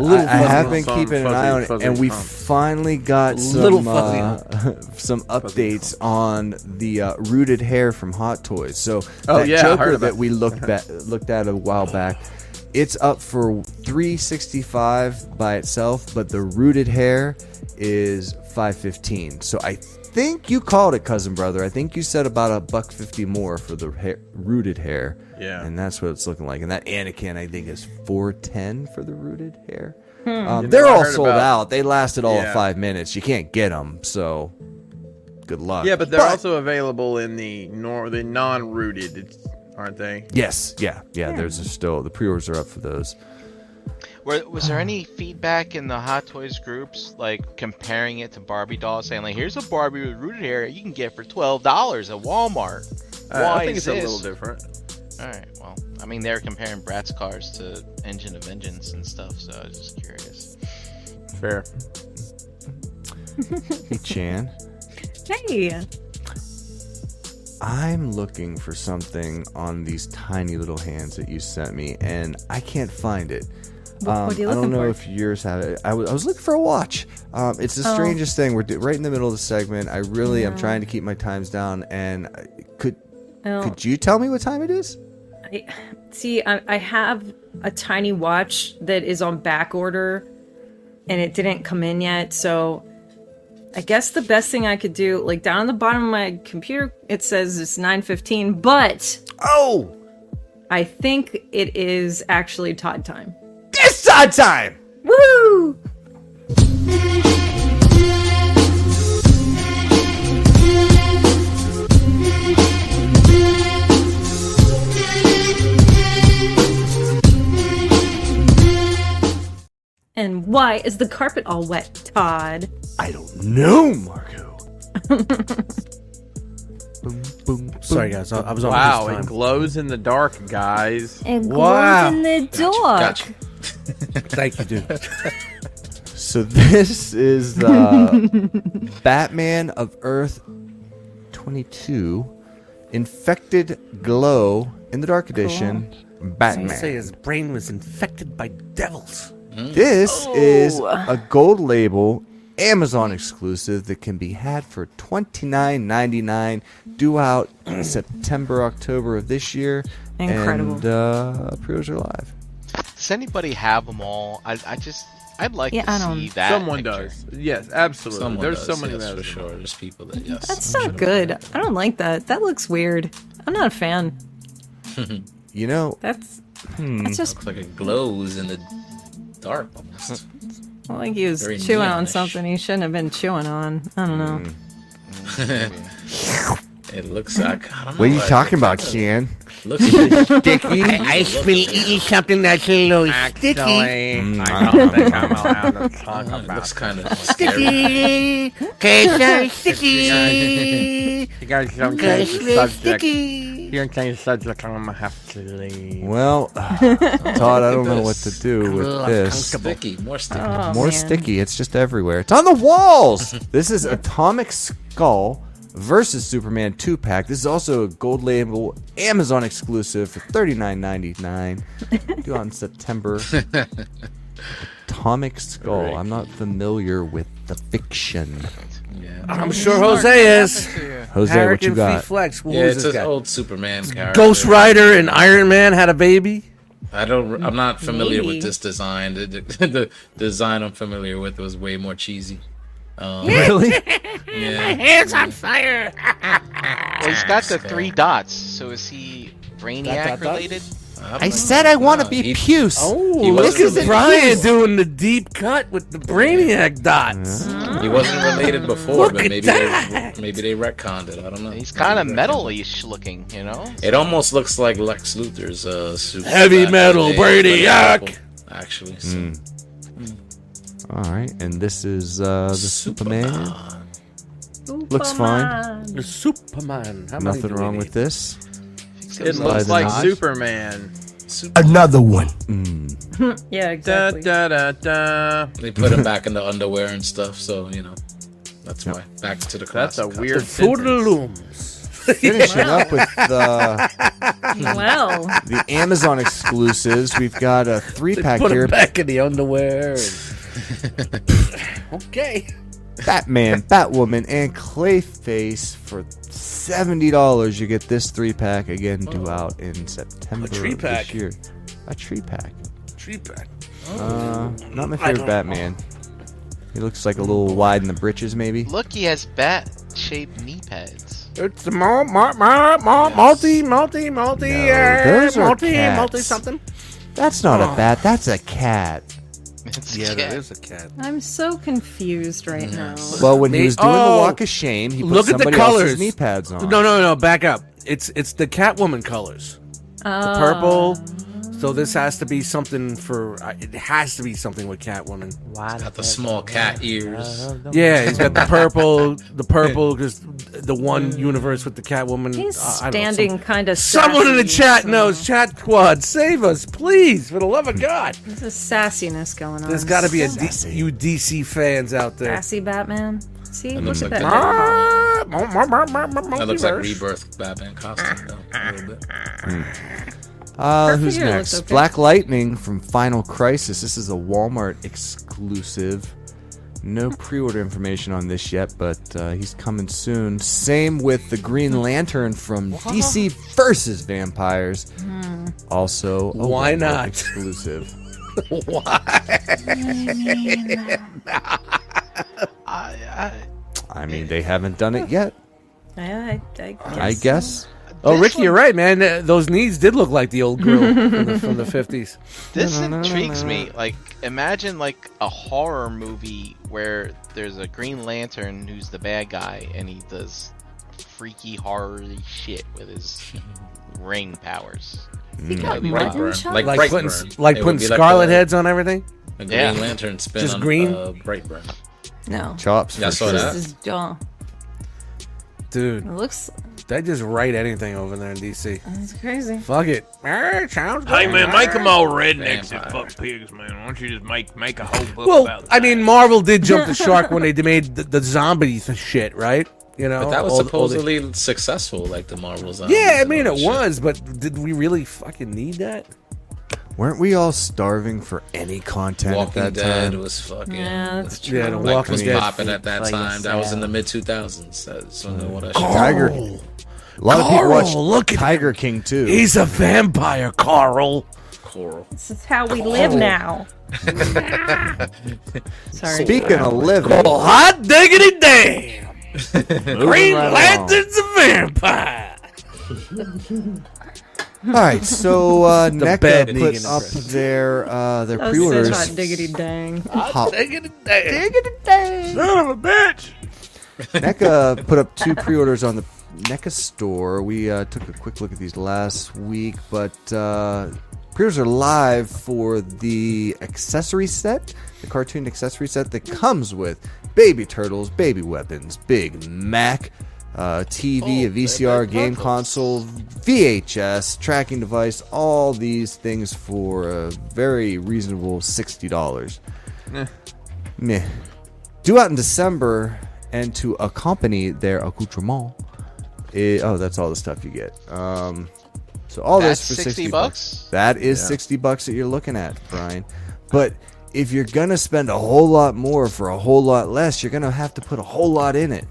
little I fuzzy have hump. been Fuzzy, keeping an eye on it, fuzzy and we hump. finally got some Little fuzzy uh, some updates on the uh, rooted hair from Hot Toys. So Oh, that yeah, I Joker heard about- that we looked ba- looked at a while back. It's up for 365 by itself, but the rooted hair is 515. So I think you called it cousin brother. I think you said about a buck 50 more for the hair, rooted hair. Yeah. And that's what it's looking like. And that Anakin I think is 410 for the rooted hair. Um, they're I all heard sold about- out. They lasted all of Yeah. 5 minutes. You can't get them. So good luck. Yeah, but they're also available in the nor the non-rooted, it's- aren't they? Yes, yeah. Yeah, there's a still the pre-orders are up for those. Were, was there any feedback in the Hot Toys groups, like comparing it to Barbie dolls, saying like, "Here's a Barbie with rooted hair you can get for twelve dollars at Walmart." Uh, Why I think is it's this? a little different. All right. Well, I mean, they're comparing Bratz cars to Engine of Vengeance and stuff, so I was just curious. Fair. Hey Chan, Hey. I'm looking for something on these tiny little hands that you sent me and I can't find it. Um, what are you I don't looking know for? if yours have it. I was, I was looking for a watch. Um, it's the Oh. strangest thing. We're d- right in the middle of the segment. I really am trying to keep my times down. And I- could Well, could you tell me what time it is? I, see, I, I have a tiny watch that is on back order, and it didn't come in yet. So, I guess the best thing I could do, like down on the bottom of my computer, it says it's nine fifteen, but Oh, I think it is actually Todd time. it's Todd time. Woo! And why is the carpet all wet, Todd? I don't know, Marco. boom, boom, boom. Sorry guys, I, I was on Wow, this it time. glows in the dark, guys. It Wow. glows in the dark. Gotcha. Thank you, dude. So this is uh, Batman of Earth 22, Infected Glow in the Dark Edition, They say Batman. his brain was infected by devils. This is a gold label Amazon exclusive that can be had for $29.99 due out September, October of this year. Incredible. And uh, pre orders are live. Does anybody have them all? I, I just I'd like Yeah, to I see don't- that. Someone picture. does. Yes, absolutely. Someone There's does, so many yes, that for sure. There's people that yes. That's not good. I don't like that. That looks weird. I'm not a fan. You know, That's Hmm. that's just Looks like it glows in the dark almost. I think he was Very chewing on neonish. something he shouldn't have been chewing on. I don't know. Mm. It looks like I don't know. what are you like, talking about, Ken? It looks like Dickie, I will eat something that's a little sticky. Mm, I don't think I'm allowed to talk it looks kind of Sticky. Cause I'm sticky. You guys don't Cause change the they're subject. You sticky. don't change the subject. I'm gonna have to leave. Well, Todd, I don't know what to do with Ugh, this. sticky, more sticky. Mm. Oh, More man. sticky. It's just everywhere. It's on the walls. this is Atomic Skull versus Superman two pack. This is also a gold label Amazon exclusive for thirty nine ninety nine. Due out in September. Atomic Skull. I'm not familiar with the fiction. yeah, I'm sure Jose is. Jose, what you American Free got? Flex. What yeah was it's this an guy? old Superman character. Ghost Rider and Iron Man had a baby. I don't. I'm not familiar Maybe. with this design. The, the, the design I'm familiar with was way more cheesy. Um, Really? yeah. Hands on fire. Well, he's got the Skull. three dots. So is he dot, Brainiac dot? related? I said I want to be He- puce. He Oh, look wasn't at really- Brian doing the deep cut with the Brainiac dots. He wasn't related before, Look but at maybe they, that. maybe they retconned it. I don't know. He's kind of Maybe metal-ish looking, you know. It almost looks like Lex Luthor's uh, suit. Heavy back metal in the day, but Brainiac. purple, Actually, so. All right, and this is uh, the Superman. Looks fine. The Superman. How many Nothing do we wrong need? with this. It By looks the like nod. Superman. Another one. Yeah, Da exactly. da da da. They put him back in the underwear and stuff, so you know. That's why. Back to the That's a classic weird. Toodalooms. Finishing up with the. Well, the Amazon exclusives. We've got a three pack Put here. him back in the underwear. and- okay. Batman, Batwoman, and Clayface for seventy dollars. You get this three pack again, due Oh. out in September tree of pack. this year. A tree pack. Tree pack. Uh, not my don't know. favorite Batman. He looks like a little wide in the britches, maybe. Look, he has bat-shaped knee pads. It's the mul- mul- mul- mul- multi, multi, multi, No, uh, those are multi, cats. multi something. That's not Oh. a bat. That's a cat. It's Yeah, yeah, there is a cat. I'm so confused Mm. right now. Well, when he Me- was doing oh! the walk of shame, he put Look at the somebody colors. else's knee pads on. No, no, no. Back up. It's it's the Catwoman colors. Uh, purple. So this has to be something for. Uh, it has to be something with Catwoman. Got the small cat ears. Yeah, he's got the purple, the purple, just the one universe with the Catwoman. He's uh, I don't know, some- standing kind of. Someone in the chat knows. Chat Quad, save us, please, for the love of God. There's a sassiness going on. There's got to be a D- you DC fans out there. sassy Batman. See, look looks at like that. that. Batman. Oh, That looks like rebirth Batman costume though, a little bit. Uh, Her who's figure next? looks okay. Black Lightning from Final Crisis. This is a Walmart exclusive. No pre-order information on this yet, but uh, he's coming soon. Same with the Green Lantern from DC versus Vampires. Hmm. Also, a Why Walmart not? exclusive? I mean, they haven't done it yet. Yeah, I, I I guess. Oh, Ricky, you're right, man. Th- Those knees did look like the old girl from, the, from the 50s. This intrigues me. Like, imagine like a horror movie where there's a Green Lantern who's the bad guy, and he does freaky horror shit with his ring powers. He got Mm. Like mutton Brightburn. chops? Like Like Brightburn. putting, s- like It would putting be like scarlet a- heads on everything. A green Yeah. lantern spin Just on green? Uh, Brightburn. no. Chops. Yeah, I for saw sure. that. This is dull. Dude, It looks. did I just write anything over there in DC? It's crazy. Fuck it. Arr, sounds good. Hey man, make them all rednecks Vampire. and fuck pigs, man. Why don't you just make make a whole book Well, about I that? mean, Marvel did jump the shark when they d- made the, the zombie th- shit, right? You know, But that was all- all the- supposedly successful, like the Marvel Zombies. yeah, I and mean all it that shit. was, but did we really fucking need that? Weren't we all starving for any content Walking at that Dead time? was fucking. Yeah, that's true. Yeah, the Like Walking was Dead. popping at that like time. That was in yourself. the mid 2000s. That's when the what I should Tiger. A lot of people Carl, watched look at Tiger King too. Oh, He's a vampire, Carl. Coral. This is how we live now. Sorry. Speaking of living, Oh, hot diggity damn! right Green along. Lantern's a vampire. all right. So uh, The NECA bad put Negan up impression. their uh, their That was pre-orders. such hot diggity dang. Hot- Diggity damn. Son of a bitch. NECA put up two pre-orders on the NECA store. We uh, took a quick look at these last week, but uh, pre-orders are live for the accessory set, the cartoon accessory set that comes with baby turtles, baby weapons, Big Mac, uh, TV, a VCR, game console, VHS, tracking device, all these things for a very reasonable sixty dollars. Meh. Due out in December, and to accompany their accoutrement. i- oh, that's all the stuff you get. Um, so all That's this for 60 sixty bucks? That is sixty bucks that you're looking at, Brian. But if you're gonna spend a whole lot more for a whole lot less, you're gonna have to put a whole lot in it.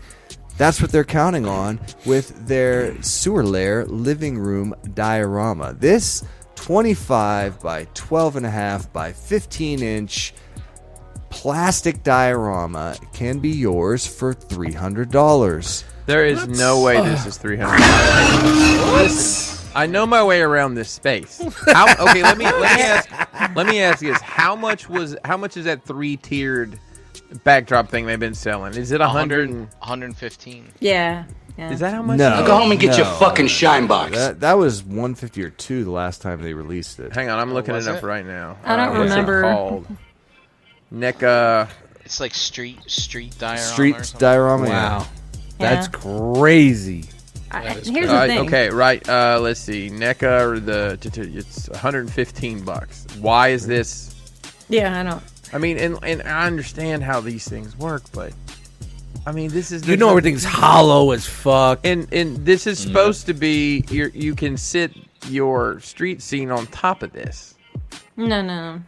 That's what they're counting on with their sewer lair living room diorama. This 25 by 12 and a half by 15 inch plastic diorama can be yours for $300. There is no way this is 300. I know my way around this space. How, okay, let me let me ask let me ask you this: How much was how much is that three tiered backdrop thing they've been selling? Is it a hundred? and- 115. Yeah. Yeah. Is that how much? No. Go home and get your No. fucking shine box. That, that was 150 or 2 the last time they released it. Hang on, I'm looking Oh, was it up it? right now. I don't what's it remember. called? E NECA. It's like street street diorama. Street or something. diorama. Wow, Yeah. that's crazy. I- That is here's Uh, the thing. okay, right. Uh, let's see. NECA. Or the t- t- it's 115 bucks. Why is this? Yeah, I know. I mean, and and I understand how these things work, but I mean, this is You know everything's hollow as fuck. and and this is Mm-hmm. supposed to be you you can sit your street scene on top of this No, no.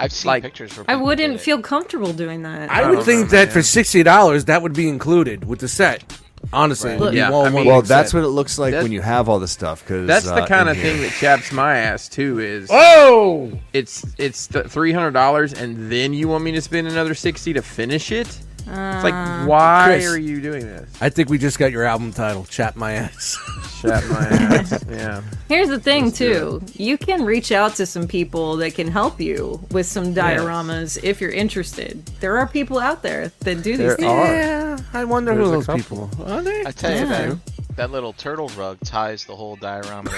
I've seen like- pictures. Where I people did wouldn't it. feel comfortable doing that. I I would don't think know, that man. for sixty dollars that would be included with the set. Honestly, it would be Yeah, one- I mean- one Well, big that's set. what it looks like That- when you have all the stuff. Cause that's the uh, in kind of here- thing that chaps my ass too is Oh! it's it's th- $300 and then you want me to spend another 60 to finish it it's Uh, like why Chris. are you doing this I think we just got your album title. Chap my ass. chap my ass yeah Here's the thing, too. You can reach out to some people that can help you with some dioramas if you're interested. There are people out there that do these There things. are. yeah, I wonder There's a who those couple. people are. They? I tell you Yeah. that that little turtle rug ties the whole diorama.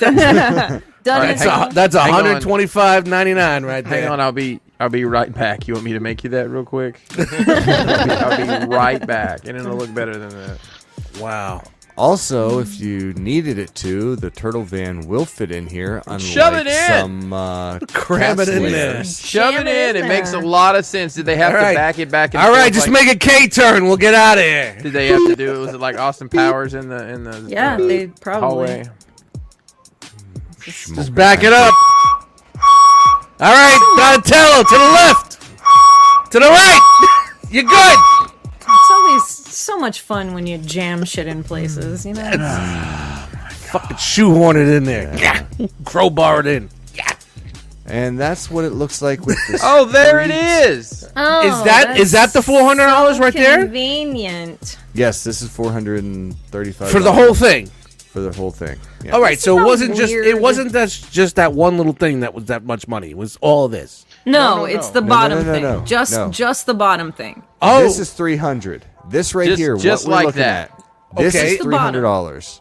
together. Done right, it. hang That's a, that's a Hang on. hundred twenty-five ninety-nine right there. hang on i'll be i'll be right back you want me to make you that real quick I'll, be, I'll be right back and it'll look better than that Wow. Also, if you needed it to, the turtle van will fit in here. Unlike Shove it in! Some uh, Cram it cat in sleepers. there. shove Jam it in in it makes a there. lot of sense did they have All to right. back it back and All forth right, just like- make a K turn. We'll get out of here. Did they have to do it? Was it like Austin Powers in the in the Yeah, uh, they probably. hallway? Just back it up. All right, Donatello, to the left, to the right. You're good. It's always so much fun when you jam shit in places, you know? It's- Fucking shoehorn it in there. Crowbar it in. And that's what it looks like with this. Oh, there it is. Oh, Is that is that the four hundred dollars right there Convenient. Yes, this is 435 for the whole thing? for the whole thing. Yeah. All right, so it Sounds wasn't just it weird. wasn't just just that one little thing that was that much money. It was all this. No, it's the no, bottom no, no, thing. no. Just No. just the bottom thing. Oh, This is 300. This right Just- here, just what we're like looking that. at. This Okay. is Just the bottom. $300.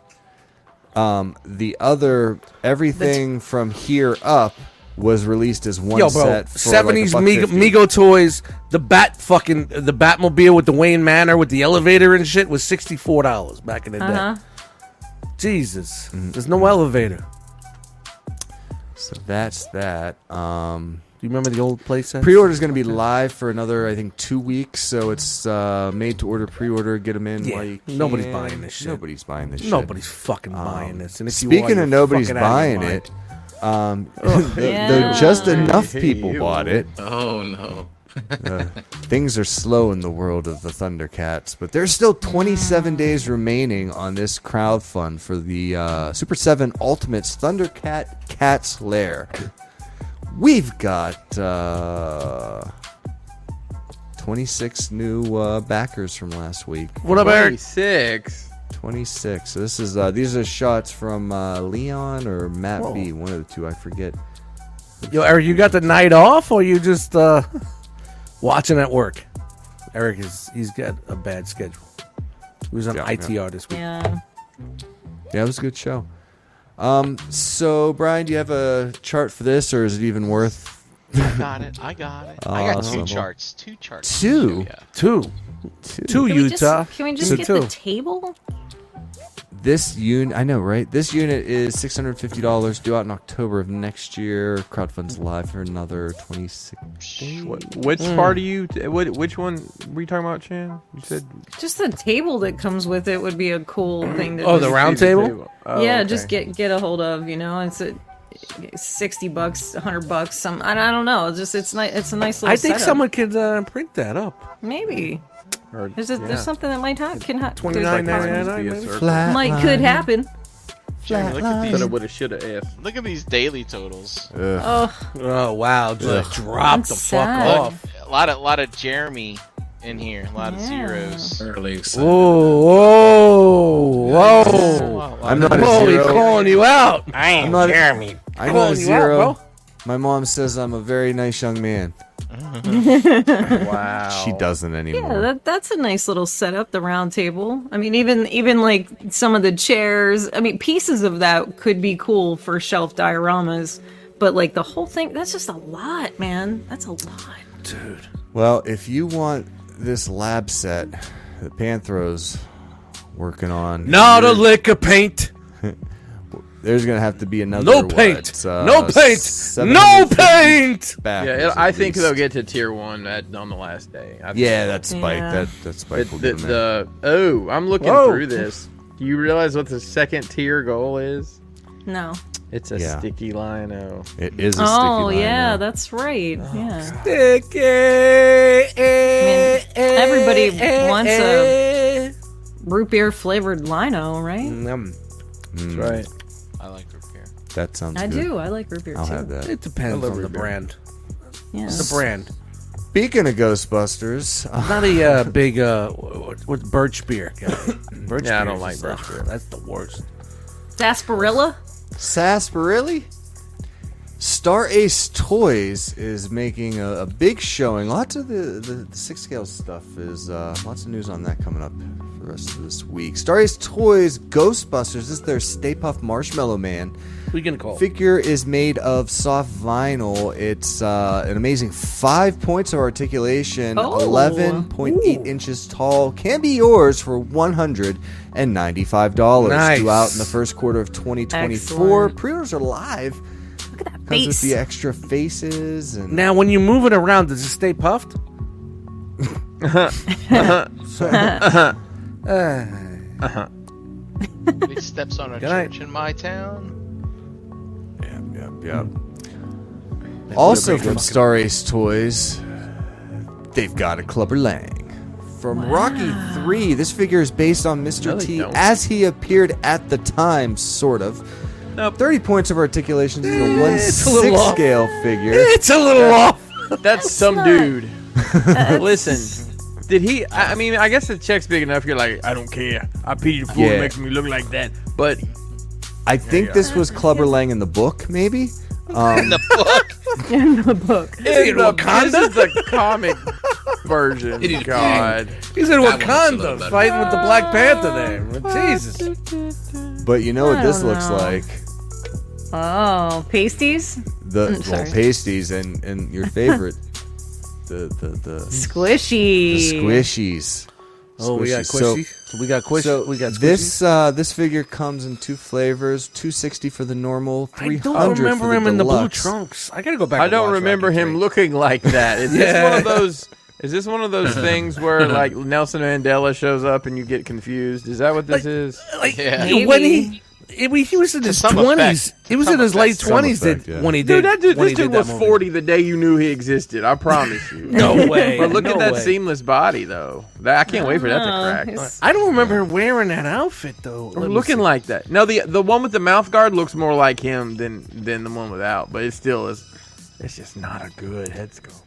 Um, the other everything from here up was released as one yo, bro, set. For like seventies a buck Mego, 50. Mego toys, the Bat fucking the Batmobile with the Wayne Manor with the elevator and shit was sixty four dollars back in the Uh huh. day. Jesus, Mm-hmm. there's no elevator. So that's that. Um, Do you remember the old playset? Pre-order is going to be live for another, I think, two weeks. So it's uh, made to order, pre-order, get them in. Yeah, while you can. nobody's buying this shit. Nobody's buying this. shit. Oh. Nobody's fucking buying this. And if you are, Speaking you're of nobody's fucking out of your buying mind. it, um, the- the- Oh, Yeah. just enough people bought it. Oh no. Things are slow in the world of the Thundercats, but there's still 27 days remaining on this crowdfund for the uh, Super 7 Ultimates Thundercat Cat's Lair. We've got uh, 26 new uh, backers from last week. What about 26. 26. So this is uh, these are shots from uh, Leon or Matt B, one of the two. I forget. Yo, Eric, you got the night off, or you just uh, watching at work? Eric is he's got a bad schedule. He was on Yeah, ITR this week. Yeah. Yeah, it was a good show. Um, so Brian, do you have a chart for this, or is it even worth I got it. I got it. I got two Awesome. charts. Two charts. Two? Yeah. Two, two Can we just, Utah. can we just So get two. the table? this unit? I know, right? This unit is six hundred fifty dollars, due out in October of next year. Crowdfunds live for another twenty six. What, which Hmm. part are you? T- what, which one were you talking about, Chan? You said Just the table that comes with it would be a cool thing to. Oh, the just- round table. Oh, yeah, okay. just get get a hold of. You know, it's a, sixty bucks, hundred bucks. Some I, I don't know. It's just it's nice. It's a nice little. I think setup. someone could uh, print that up. maybe Or- there's a, yeah. there's something that might happen. Can ha- there's Twenty nine like- ninety nine. Be a circle. might could Uh-huh. happen. Jeremy, look at Shoulda, these. woulda, shoulda, if. Look at these daily totals. Oh, Oh wow! Just drop I'm the sad. fuck off. A lot of lot of Jeremy in here. A lot of zeros. Early. Whoa! Whoa! Whoa! I'm not a Whoa! He's zero. calling you out. I am not- Jeremy. I'm calling not a you out, zero. bro. My mom says I'm a very nice young man. Wow. She doesn't anymore. yeah, that, that's a nice little setup. The round table. I mean, even even like some of the chairs. I mean, pieces of that could be cool for shelf dioramas, but like the whole thing. That's just a lot, man. That's a lot. Well, if you want this lab set that Panthros working on, Not a lick of paint. there's gonna have to be another. No paint. what, uh, no paint. No 750 paint. backers Yeah, it, I at think least. they'll get to tier one at, on the last day. I think Yeah, that spike. Yeah. That that spike It- will the, get them in. the- oh, I'm looking Whoa. through this. Do you realize what the second tier goal is? No. It's a Yeah. sticky lino. It is. A Oh sticky line yeah, now. that's right. yeah. Sticky. eh, everybody wants eh. a- Root beer flavored lino, right? Um, Mm, Right. I like root beer. That sounds. I good. do. I like root beer I'll too. have that. It depends on the brand. Yeah. The brand. Speaking of Ghostbusters, uh, Not a uh, big uh, what, what birch beer. guy. Birch Yeah, I beer don't is like just, birch uh, beer. That's the worst. Sarsaparilla. sarsaparilla. Star Ace Toys is making a, a big showing. Lots of the, the, the six scale stuff is uh, lots of news on that coming up for the rest of this week. Star Ace Toys Ghostbusters this is their Stay Puft Marshmallow Man. We can call. it. figure is made of soft vinyl. It's uh, an amazing five points of articulation, Oh. eleven point eight inches tall. Can be yours for one hundred and ninety-five dollars. Nice. Due out in the first quarter of twenty twenty-four. Excellent. Pre-orders are live. Look at that Comes with face. the extra faces and Now, when you move it around, does it stay puffed? It steps on a night. church in my town. also from Star Ace Toys, they've got a Clubber Lang. From Rocky 3, this figure is based on Mr. they T don't. as he appeared at the time, sort of. Nope. 30 points of articulation. This is a 1 It's a little 6 off. scale figure. It's a little off. That's some not- dude. Listen, did he? I, I mean, I guess the check's big enough. You're like, I don't care. I pity the fool Yeah. that makes me look like that. But I think this was Clubber Lang in the book, maybe? Um, In the book. in in the- Wakanda? this is the comic version. It is big. God, He's That in one looks a little Wakanda better. fighting with the Black Panther there. Jesus. but you know what I this don't looks know. like? Oh, pasties. The well, sorry. pasties and, and your favorite, the, the, the, Squishy. the squishies. Oh, we got Squishy. So- squishy. we got squishy. So we got squishy. this uh, this figure comes in two flavors: two sixty for the normal, I three hundred. don't remember him in the blue deluxe. trunks. I gotta go back. I and watch don't Rocky remember him III. looking like that. Is this Yeah. one of those? Is this one of those things where like Nelson Mandela shows up and you get confused? Is that what this Like- is? Like, Yeah. when he. It, we- he was in his some twenties. effect. He was To in some his late effect. Some twenties effect, that yeah. when he did. Dude, that dude, when this he did dude that was movie. forty the day you knew he existed. I promise you. No way. But look at No that way. seamless body, though. That, I can't wait for that to Oh, crack. he's- I don't remember him wearing that outfit though. Or Let me looking see. like that. No, the the one with the mouth guard looks more like him than than the one without. But it still is. It's just not a good head sculpt.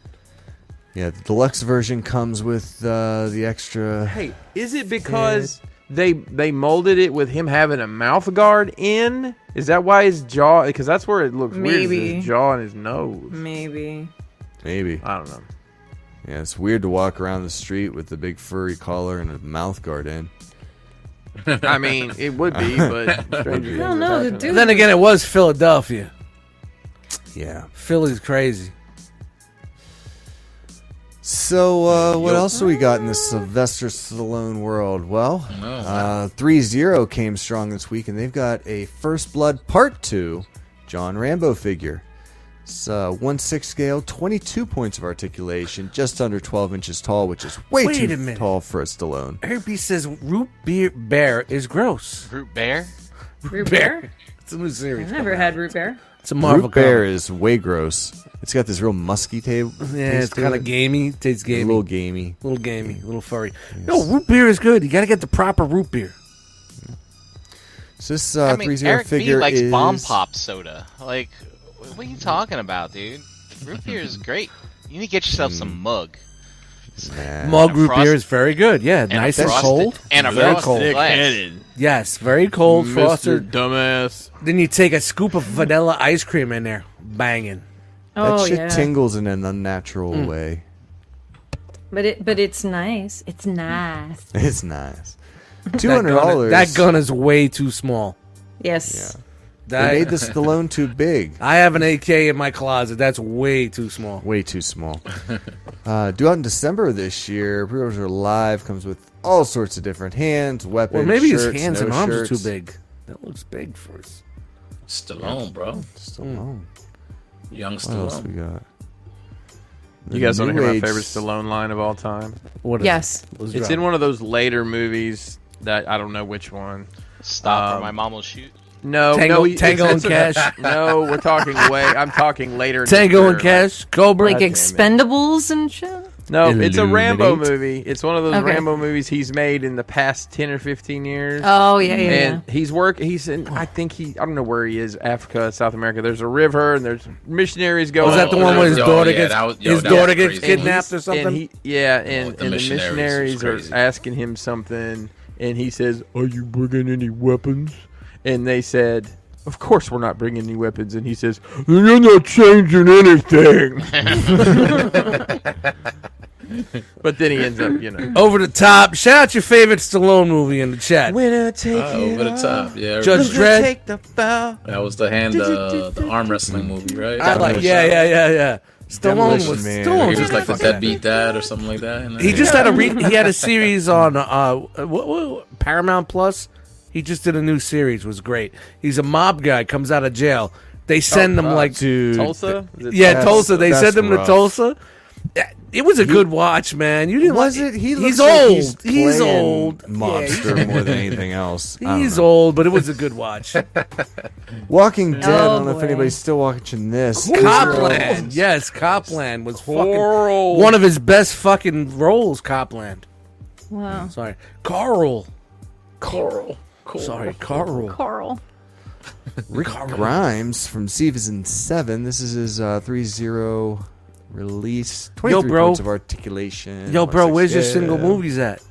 Yeah, the deluxe version comes with uh, the extra. Hey, is it because they they molded it with him having a mouth guard in? Is that why his jaw? Because that's where it looks weird. is Maybe. His jaw and his nose. Maybe. Maybe. I don't know. Yeah, it's weird to walk around the street with the big furry collar and a mouth guard in. I mean, it would be, but Stranger I don't know. The dude. Then again, it was Philadelphia. Yeah. Philly's crazy. So, uh, what Yo. else do we got in the Sylvester Stallone world? Well, No. uh, 3 0 came strong this week, and they've got a First Blood Part 2 John Rambo figure. It's uh, 1 6 scale, 22 points of articulation, just under 12 inches tall, which is way Wait too a minute. tall for a Stallone. Herbie says root beer bear is gross. Root bear? root beer. It's a new series. I've never had root beer. It's a Marvel Root Bear comic. is way gross. It's got this real musky table. Yeah, it's kind of gamey. Tastes a gamey. little gamey. little gamey, little furry. No, root beer is good. You got to get the proper root beer. So this uh, I mean, three zero Eric B figure likes is bomb pop soda. Like, wh- what are you talking about, dude? Root beer is great. You need to get yourself Hmm. some mug. Nah. Mug a root frost- beer is very good. Yeah, nice and frosted- cold. And a very frosted cold. glass. Yes, very cold, frosted. dumbass. Then you take a scoop of vanilla ice cream in there, banging. That Oh shit yeah. tingles in an unnatural Mm. way. but it. But it's nice. It's nice. It's nice. Two That hundred gun, dollars. that gun is way too small. Yes. They made That, the Stallone too big. I have an AK in my closet. That's way too small. Way too small. Uh, due out in December this year. Pre-orders are live. Comes with all sorts of different hands, weapons. Well, maybe shirts, his hands no and arms shirts. are too big. That looks big for us. Stallone, bro. Mm. Stallone. Young What else we Stallone. got? You guys want to New hear my Age- favorite Stallone line of all time? What is Yes. it? Let's It's drop in one of those later movies that I don't know which one. Stop Um, or my mom will shoot. No, Tango- no, you- Tango it's- and it's- Cash. No, we're talking way. I'm talking later. in it. the Tango year, and like- Cash, Cobra. Like damn it. Expendables and shit. No, it's a Rambo Illuminate. movie. It's one of those Okay. Rambo movies he's made in the past ten or fifteen years. Oh yeah, yeah. yeah. and he's work. He's in. I think he. I don't know where he is. Africa, South America. There's a river, and there's missionaries going. Was that the Oh, one where his yo, daughter yeah, gets that was- yo, his that was daughter gets crazy. kidnapped or something? And he, yeah, and, with the and Oh, the missionaries, missionaries, it's crazy. are asking him something, and he says, "Are you bringing any weapons?" And they said, "Of course we're not bringing any weapons." And he says, "Then "You're not changing anything." but then he ends up, you know. Over the top. Shout out your favorite Stallone movie in the chat. Winner take Uh, over the top. Yeah. Judge everybody- Dredd. Take the bow. That was the hand, uh, the arm wrestling movie, right? I like, yeah, yeah, yeah, yeah. Stallone Demolition was Man. Stallone He was like, fucking- did that beat that or something like that? And He just had a re- he had a series on uh what, what, Paramount Plus. He just did a new series. Was great. He's a mob guy. Comes out of jail. They send him like Dude, Tulsa? Is it yeah That's- Tulsa. They that's sent him to rough. Tulsa. Yeah, It was a good watch, man. You didn't Was like- it? He looks he's like old. He's, playing old. Mobster more than anything else. I Yeah, don't he's know. old, but it was a good watch. Walking Dead. I don't know if boy. anybody's still watching this. Copland, yes, Copland was Coral. fucking one of his best fucking roles. Copland. wow. Sorry, Carl. Carl. Sorry, Carl. Coral. Rick Grimes from Season Seven. This is his uh, three zero release. Twenty three bro. points of articulation. Yo, bro, 160 where's your single yeah. movies at?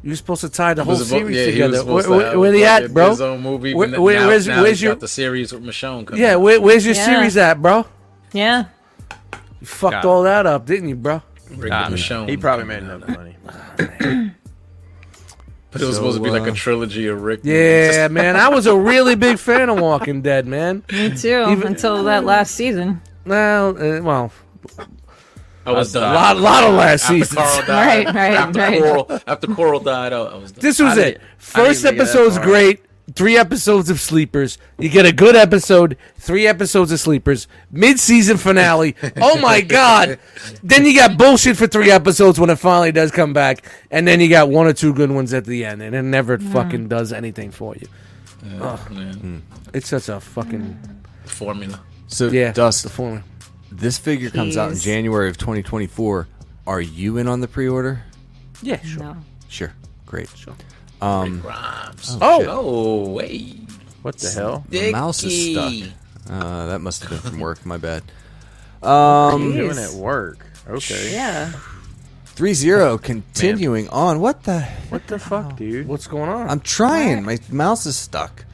You're supposed to tie the whole was abo- series yeah, he was together. supposed Where, to where, have, where they like, at, bro? His own movie. Where- but now, where- where's- now where's he's your- got the series with Michonne coming? yeah, where, where's your Yeah. series at, bro? Yeah. You fucked Got it. all that up, didn't you, bro? Rick Nah, Michonne. He probably made coming out. enough money. But it was So, supposed to be like uh, a trilogy of Rick. movies. Yeah, man. I was a really big fan of Walking Dead, man. Me too. until that last season. Well, uh, well, I was A done. lot, lot of last after season. Carl died, Right, right, after right. Coral, after Coral died, I, I was done. This was I didn't- it. I didn't First even get that episode's far. great. Three episodes of sleepers. You get a good episode. Three episodes of sleepers. Mid-season finale. oh my god! Then you got bullshit for three episodes when it finally does come back, and then you got one or two good ones at the end, and it never fucking does anything for you. Hmm. Man, It's such a fucking Formula. So, yeah. Dust, the formula. this figure comes out in Jeez. January of 2024. Are you in on the pre-order? Yeah, sure. No. Sure. Great. Sure. Rhymes. Oh, Oh, wait. Oh, What the hell? My mouse is stuck. Dicky. Uh, that must have been from work. My bad. Um, I'm doing Jeez. it work. Okay. Yeah. Three zero. Continuing on. What the? What the fuck, dude? what's going on? I'm trying. My mouse is stuck.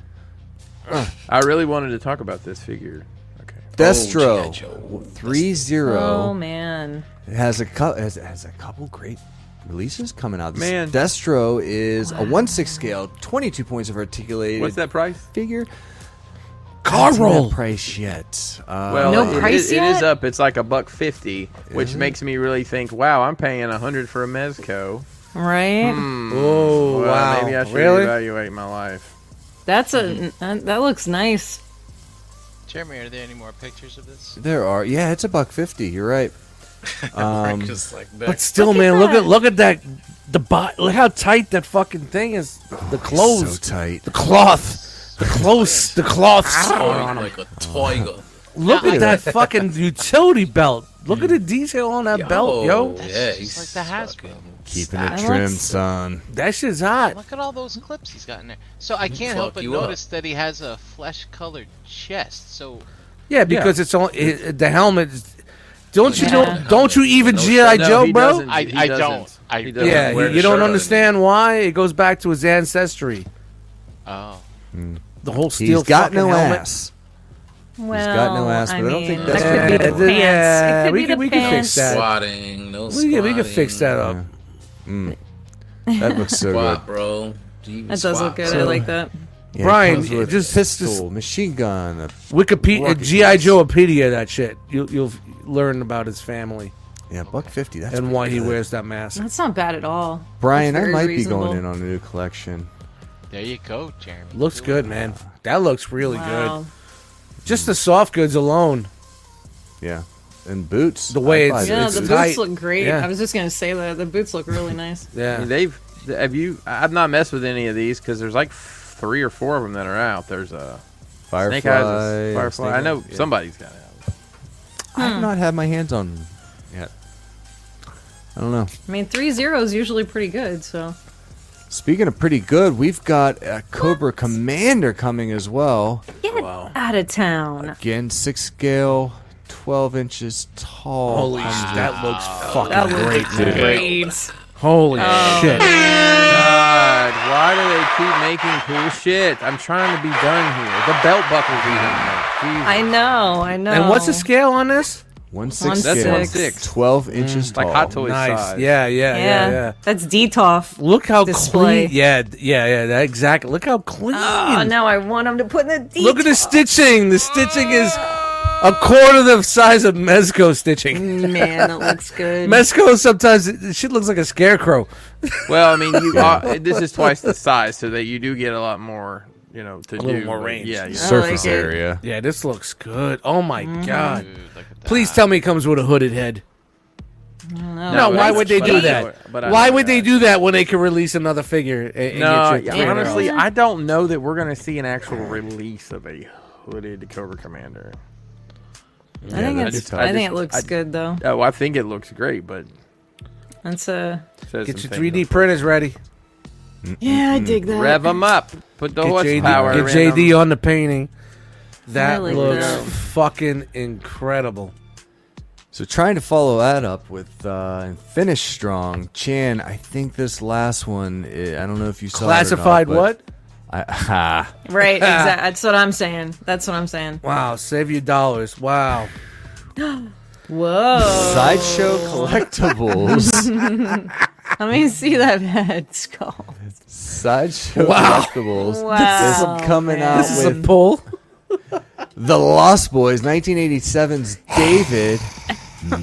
I really wanted to talk about this figure. Okay. Oh, G.I. Joe. Destro. Three zero. Oh man. It has a couple has, has a couple great releases coming out. This Man. Destro is a one six scale, twenty two points of articulated. What's that price? figure? Car Not roll. price yet. Uh, Um, Well, No it- it- price it is yet? up. It's like a buck fifty, which makes me really think. Wow, I'm paying a hundred for a mezco. Right. Hmm. Oh Well, wow! maybe I should really? evaluate my life. That's a uh, that looks nice. Jeremy, are there any more pictures of this? there are. Yeah, it's a buck fifty. You're right. Um, Um, Rick is like back. But still, Look at man, look that. at look at that. The bot. Look how tight that fucking thing is. The clothes. So tight. the cloth. The clothes. The cloths. Ah. toy, like a toy. Look at that fucking utility belt. Look at the detail on that belt, Oh, yo. Yeah, It's he's like the Hasbro. Keeping I it like trimmed, s- son. That shit's hot. Look at all those clips he's got in there. So I can't help Fuck but you up. notice that he has a flesh-colored chest. So Yeah, because it's on it, the helmet. is- Don't you don't don't you even No, no, GI Joe, he bro? doesn't. I, He I doesn't. don't. I He doesn't. Yeah, wear you- the you shirt don't on. understand why. It goes back to his ancestry. Oh, The whole He's steel got fucking no helmet. ass. Well, got no ass, I but I mean, don't think that that's could be what it the is. Yeah, pants. It could we be the can- we can fix pants. that. Squatting, no We squatting. can, we can fix that up. Mm. That looks so good. Squat, bro. Even That does look squat, good. bro. I like that. Yeah, it Brian, comes with just- a pistol, machine gun, a Wikipedia, Rocket GI Beast. Joepedia, that shit. You'll you'll learn about his family Yeah, buck fifty. That's and pretty why he good. wears that mask. That's not bad at all. Brian, I Very might reasonable. be going in on a new collection. there you go, Jeremy. Looks good, man. That looks really Wow. good. Just the soft goods alone. Yeah, and boots. The way High it's- five. Yeah, It's the boots tight. look great. Yeah. I was just gonna say that the boots look really nice. I mean, Yeah. they've have you? I've not messed with any of these because there's like three or four of them that are out. There's a Firefly. Snake Eyes, a Firefly. Snake I know Hmm. Eyes, yeah. somebody's got it. I've not had my hands on them yet. I don't know. I mean, three zero is usually pretty good. So Speaking of pretty good, we've got a Cobra Commander coming as well. Oh, get out of town. Again, six scale, twelve inches tall. Holy shit, that looks fucking That great, looks dude. great. Holy Oh. shit. God, why do they keep making cool shit? I'm trying to be done here. The belt buckles even. I know. I know. And what's the scale on this? One One six That's scale, one six. twelve inches like tall. Hot Toys nice. size. Yeah, yeah, yeah, Yeah, yeah, that's Detoff. Look how Display. clean. Yeah, d- yeah, yeah. That exactly. Look how clean. Oh, now I want him to put in the Detoff. Look at the stitching. The stitching is a quarter the size of Mezco stitching. Man, that looks good. Mezco sometimes it- shit looks like a scarecrow. Well, I mean, you are, this is twice the size, so that you do get a lot more, you know, to little do. more but range. Yeah, yeah. I like Surface it. area. Yeah, this looks good. Oh my god. Dude, look at that. Please tell me it comes with a hooded head. No, No, why it's would they but do I- that? but I why know would they that. do that when they could release another figure? And, and No, get you a yeah, figure honestly, out? I don't know that we're going to see an actual release of a hooded Cobra Commander. I think Yeah, it's. that's- I, I think just- it looks I- good though. Oh, I think it looks great, but That's a. says get some your things 3D printers ready. Yeah, I dig that. up. Rev them up. Put the Get horsepower. JD, in get 'em. JD on the painting. That Really looks good. fucking incredible. So trying to follow that up with uh, and finish strong, Chan. I think this last one. eh, I don't know if you saw it or not, Classified but what? I, ha. Right. Exactly. That's what I'm saying. That's what I'm saying. Wow, save your dollars. Wow. Whoa. Sideshow collectibles. Let me see that head skull. Sideshow Wow. collectibles. Wow, This is coming man. out This is a with pull. the Lost Boys, 1987's David,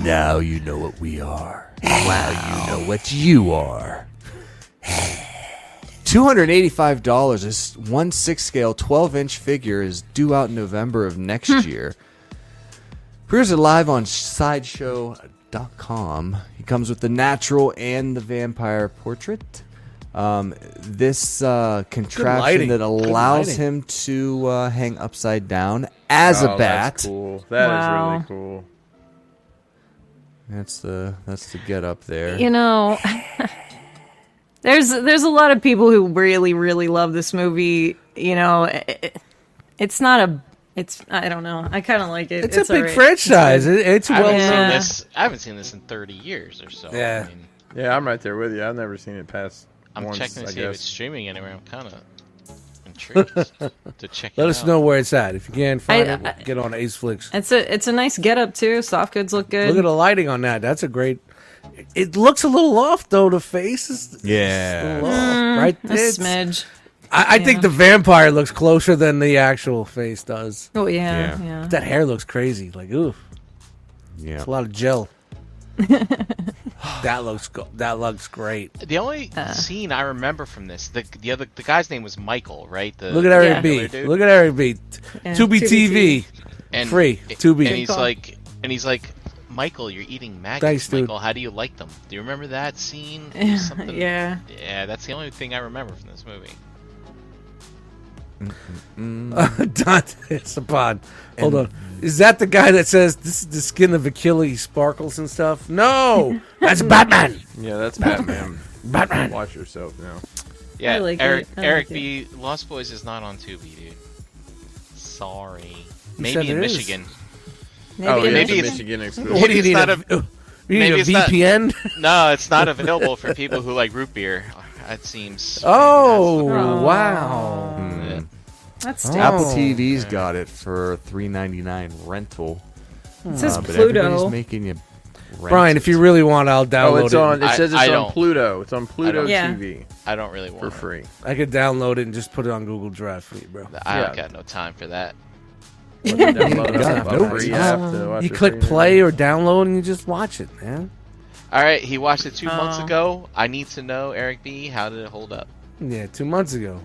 now you know what we are. Now you know what you are. Two hundred eighty-five dollars. This one six scale, twelve-inch figure is due out in November of next year. Here's it live on Sideshow.com. He comes with the natural and the vampire portrait. Um, this uh, contraption lighting. that Good allows lighting. him to uh, hang upside down as a Oh, bat. That's cool. That is Wow. really cool. That's the that's the get up there. you know there's there's a lot of people who really really love this movie you know it, it's not a it's i don't know i kind of like it It's, a big alright. franchise. It, it's I haven't well yeah. seen known. this. I haven't seen this in 30 years or so. I Yeah. mean, Yeah, I'm right there with you. I've never seen it past. I'm once, checking to I see if guess. it's streaming anywhere. I'm kind of intrigued to check. Let it us out. know where it's at. If you can find I- it, I- get on Ace Flicks. it's a it's a nice get up too soft goods look good Look at the lighting on that. That's a great. It looks a little off though. The face is Yeah. it's a little off, right? Mm, a It's- smidge I, I yeah. think the vampire looks closer than the actual face does. oh yeah Yeah. yeah, That hair looks crazy. Like oof, Yeah. it's a lot of gel. that looks go- that looks great. The only scene I remember from this, the the other the guy's name was Michael, right? The, Look at Eric Yeah. B. Dude. Look at Eric B. Yeah. Two B 2B TV. and, free, to be. And he's Good call. like, and he's like, Michael, you're eating maggots. Thanks, dude. Michael, how do you like them? Do you remember that scene? It was Something. Yeah. Yeah, that's the only thing I remember from this movie. Dante Saban. Hold on. Is that the guy that says this is the skin of Achilles sparkles and stuff? No, that's Batman. Yeah, that's Batman. Batman. Watch yourself now. Yeah, I like it. Eric I like Eric it. B. Lost Boys is not on Tubi, dude. Sorry. said Maybe in it is. Michigan. maybe, oh, yeah, maybe it's a it's- Michigan What exclusive. do you it's need? not A, oh, you need maybe a it's not- VPN? No, it's not available for people who like root beer. That seems. Oh, problem. wow. Yeah. that's Apple Oh. TV's got it for three ninety nine rental. it says Uh, but pluto everybody's making you. Rent Brian, if you really want, I'll Oh, download it's it. on. It I- says I it's on don't- Pluto. It's on Pluto don't- Yeah. TV I don't really want for it. free. I could download it and just put it on Google Drive for you, bro. I Yeah. ain't got no time for that. But you download it God, on a no, free it's app not. to watch You it click free. play or download and you just watch it, man. All right, he watched it two months Oh. ago. I need to know, Eric B. How did it hold up? Yeah, two months ago.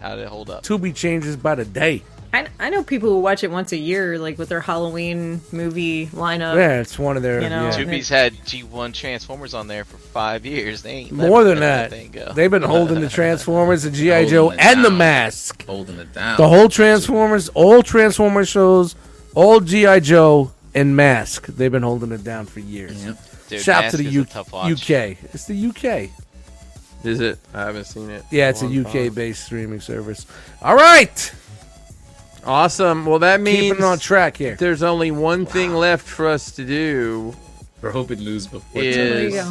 How did it hold up? Tubi changes by the day. I, I know people who watch it once a year like with their halloween movie lineup Yeah, it's one of their. Uh, You know, yeah. Tubi Tubi's had G1 Transformers on there for five years. They ain't More than that, Thing go. they've been holding the Transformers, the GI Holding Joe, it and the down. Mask. holding it down. The whole Transformers, all Transformers shows, all GI Joe and Mask. They've been holding it down for years. Yep. Dude, Shout out Mask is to the a U- tough watch. UK. It's the UK. Is it? I haven't seen it. Yeah, it's a Long UK time. based streaming service. All right, Awesome. Well, that means keeping it on track here. there's only one thing left for us to do. We're hoping news before Is- there you Yes.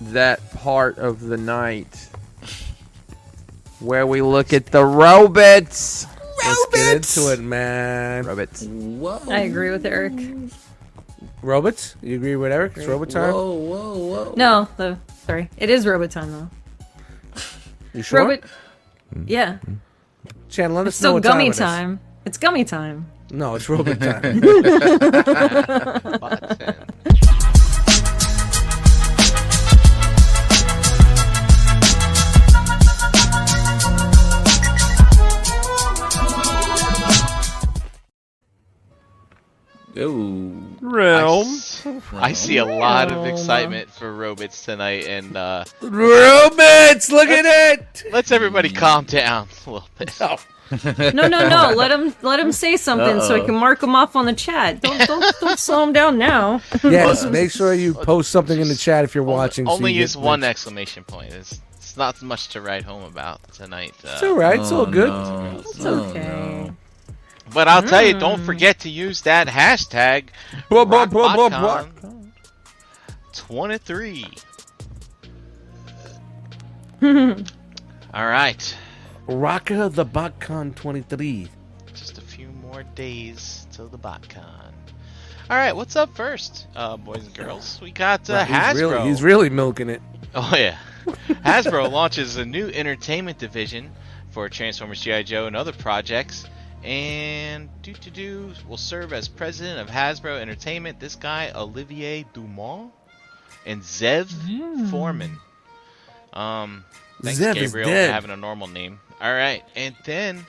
go That part of the night where we look at the robots. Let's get into it, man. Robots. Whoa, i agree with eric Robots? You agree with Eric? It's robot time. whoa, whoa, whoa. no the sorry it is roboton though You sure? robot yeah Chan, let us it's know still what gummy time. it is. time it's gummy time No, it's robot time. Button. Ooh. Realm. I see a lot of excitement for robots tonight, and uh, robots, look at it. let's everybody calm down a little bit. Oh. No, no, no. let him let him say something so I can mark him off on the chat. Don't don't, don't slow him down now. Yes, make sure you post something in the chat if you're watching. so Only you use get- one exclamation point. It's, it's not much to write home about tonight. It's Uh, all right. It's all Oh, good. no. It's Oh, okay. no. but I'll tell you, don't forget to use that hashtag Blah, blah, blah, blah, blah. RockBotCon 23. all right. Rocka the Botcon 23. Just a few more days till the BotCon. All right, what's up first, uh, boys and girls? We got uh, Wow, Hasbro. he's, really, he's really milking it. Oh yeah. Hasbro launches a new entertainment division for Transformers GI Joe and other projects and doo doo doo will serve as president of Hasbro Entertainment. This guy Olivier Dumont and Zev Foreman. Um, thanks Zev is Gabriel dead. for having a normal name. All right, and then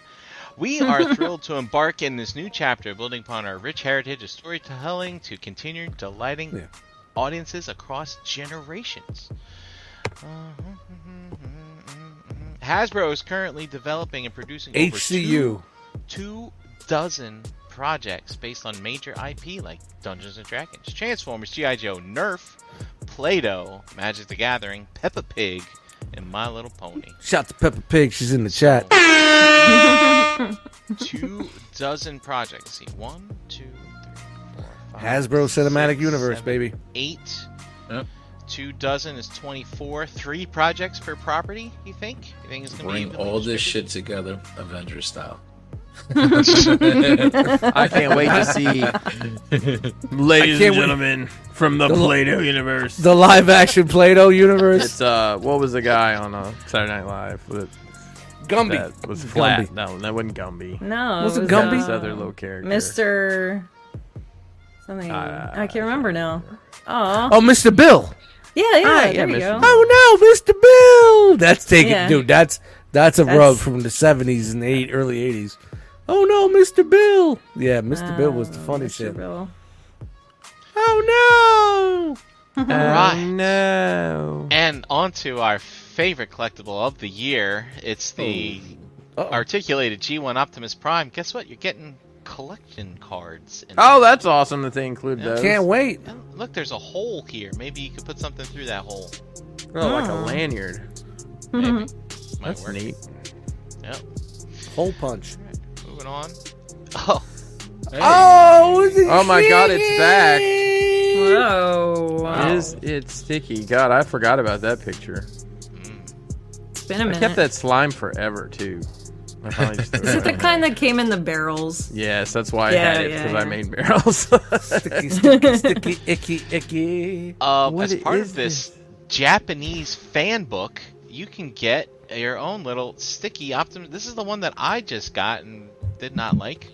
we are thrilled to embark in this new chapter, building upon our rich heritage of storytelling to continue delighting Yeah. audiences across generations. Uh-huh. Hasbro is currently developing and producing over two, HCU. two dozen projects based on major IP like Dungeons and Dragons, Transformers, G.I. Joe, Nerf, Play Doh, Magic the Gathering, Peppa Pig, and My Little Pony. Shout to Peppa Pig. She's in the chat. two dozen projects. See, one, two, three, four, five. Hasbro Cinematic Universe, seven, baby. Eight. Yep. Two dozen is twenty-four. Three projects per property. You think? You think it's gonna be Bring evenly all this distributed? shit together, Avengers style. I can't wait to see I Ladies can't and wait- gentlemen, from the Play-Doh universe. The live action Play Doh universe. It's uh, what was the guy on uh, Saturday Night Live that, Gumby. that was flat? Gumby. No, that wasn't Gumby. No, Was it was, Gumby? This uh, other little character. Mr. Something Uh, I can't remember now. Oh, Oh, Mr. Bill. yeah, yeah, hi, yeah, Ah, there you Mr. go. Uh, Oh no, Mr. Bill. That's taking, Yeah. dude. That's that's a That's- rub from the seventies and eight early eighties. Oh no, Mr. Bill. Yeah, Mr. Bill was the Oh, funny Mr. shit. Bill. Oh Oh, Right. no. And on to our favorite collectible of the year. It's the Oh. no. Uh-oh. articulated G1 Optimus Prime. Guess what? You're getting collection cards. in Oh, there. that's awesome that they include those. Can't wait. And Look, there's a hole here. Maybe you could put something through that hole. Oh, like a Mm. lanyard. Maybe. Might That's work. neat. Yep. Hole punch. Moving on. Oh, Oh, is it Oh my God, it's back. back. Whoa. Is it sticky? God, I forgot about that picture. It's been a I minute. kept that slime forever too. I finally just threw Is it it the away. kind that came in the barrels? Yes, that's why I Yeah, had it yeah, because I yeah. made barrels. Sticky, sticky, sticky, icky, icky. um, What as part is of this, Japanese fan book, you can get your own little sticky Optimus. This is the one that I just got and did not like.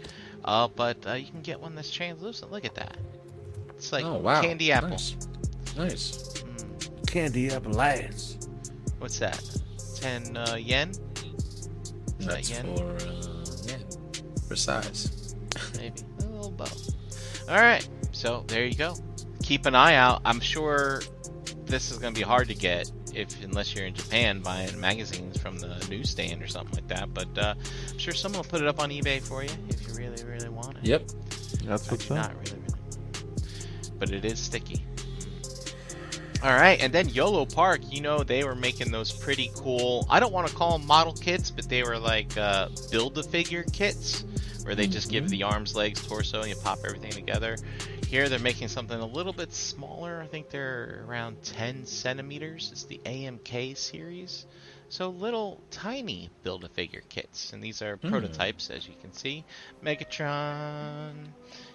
Uh, but uh, you can get one that's translucent. Look at that. It's like oh wow, candy apple. Nice. nice. Candy apple eyes. What's that? 10 uh, yen? Is that That's yen? for uh, yeah, for size. Maybe. A little both. Alright, so there you go. Keep an eye out. I'm sure this is going to be hard to get if unless you're in Japan buying magazines from the newsstand or something like that. But uh, I'm sure someone will put it up on eBay for you if you really, really want it. Yep. that's what's Actually, up. not really, really. want it. But it is sticky. Mm. All right, and then YOLO Park, you know, they were making those pretty cool. I don't want to call them model kits, but they were like uh, build a figure kits where they just Mm-hmm. give the arms, legs, torso, and you pop everything together. Here they're making something a little bit smaller. I think they're around 10 centimeters. It's the AMK series. So little tiny build a figure kits. And these are Hmm. prototypes, as you can see. Megatron,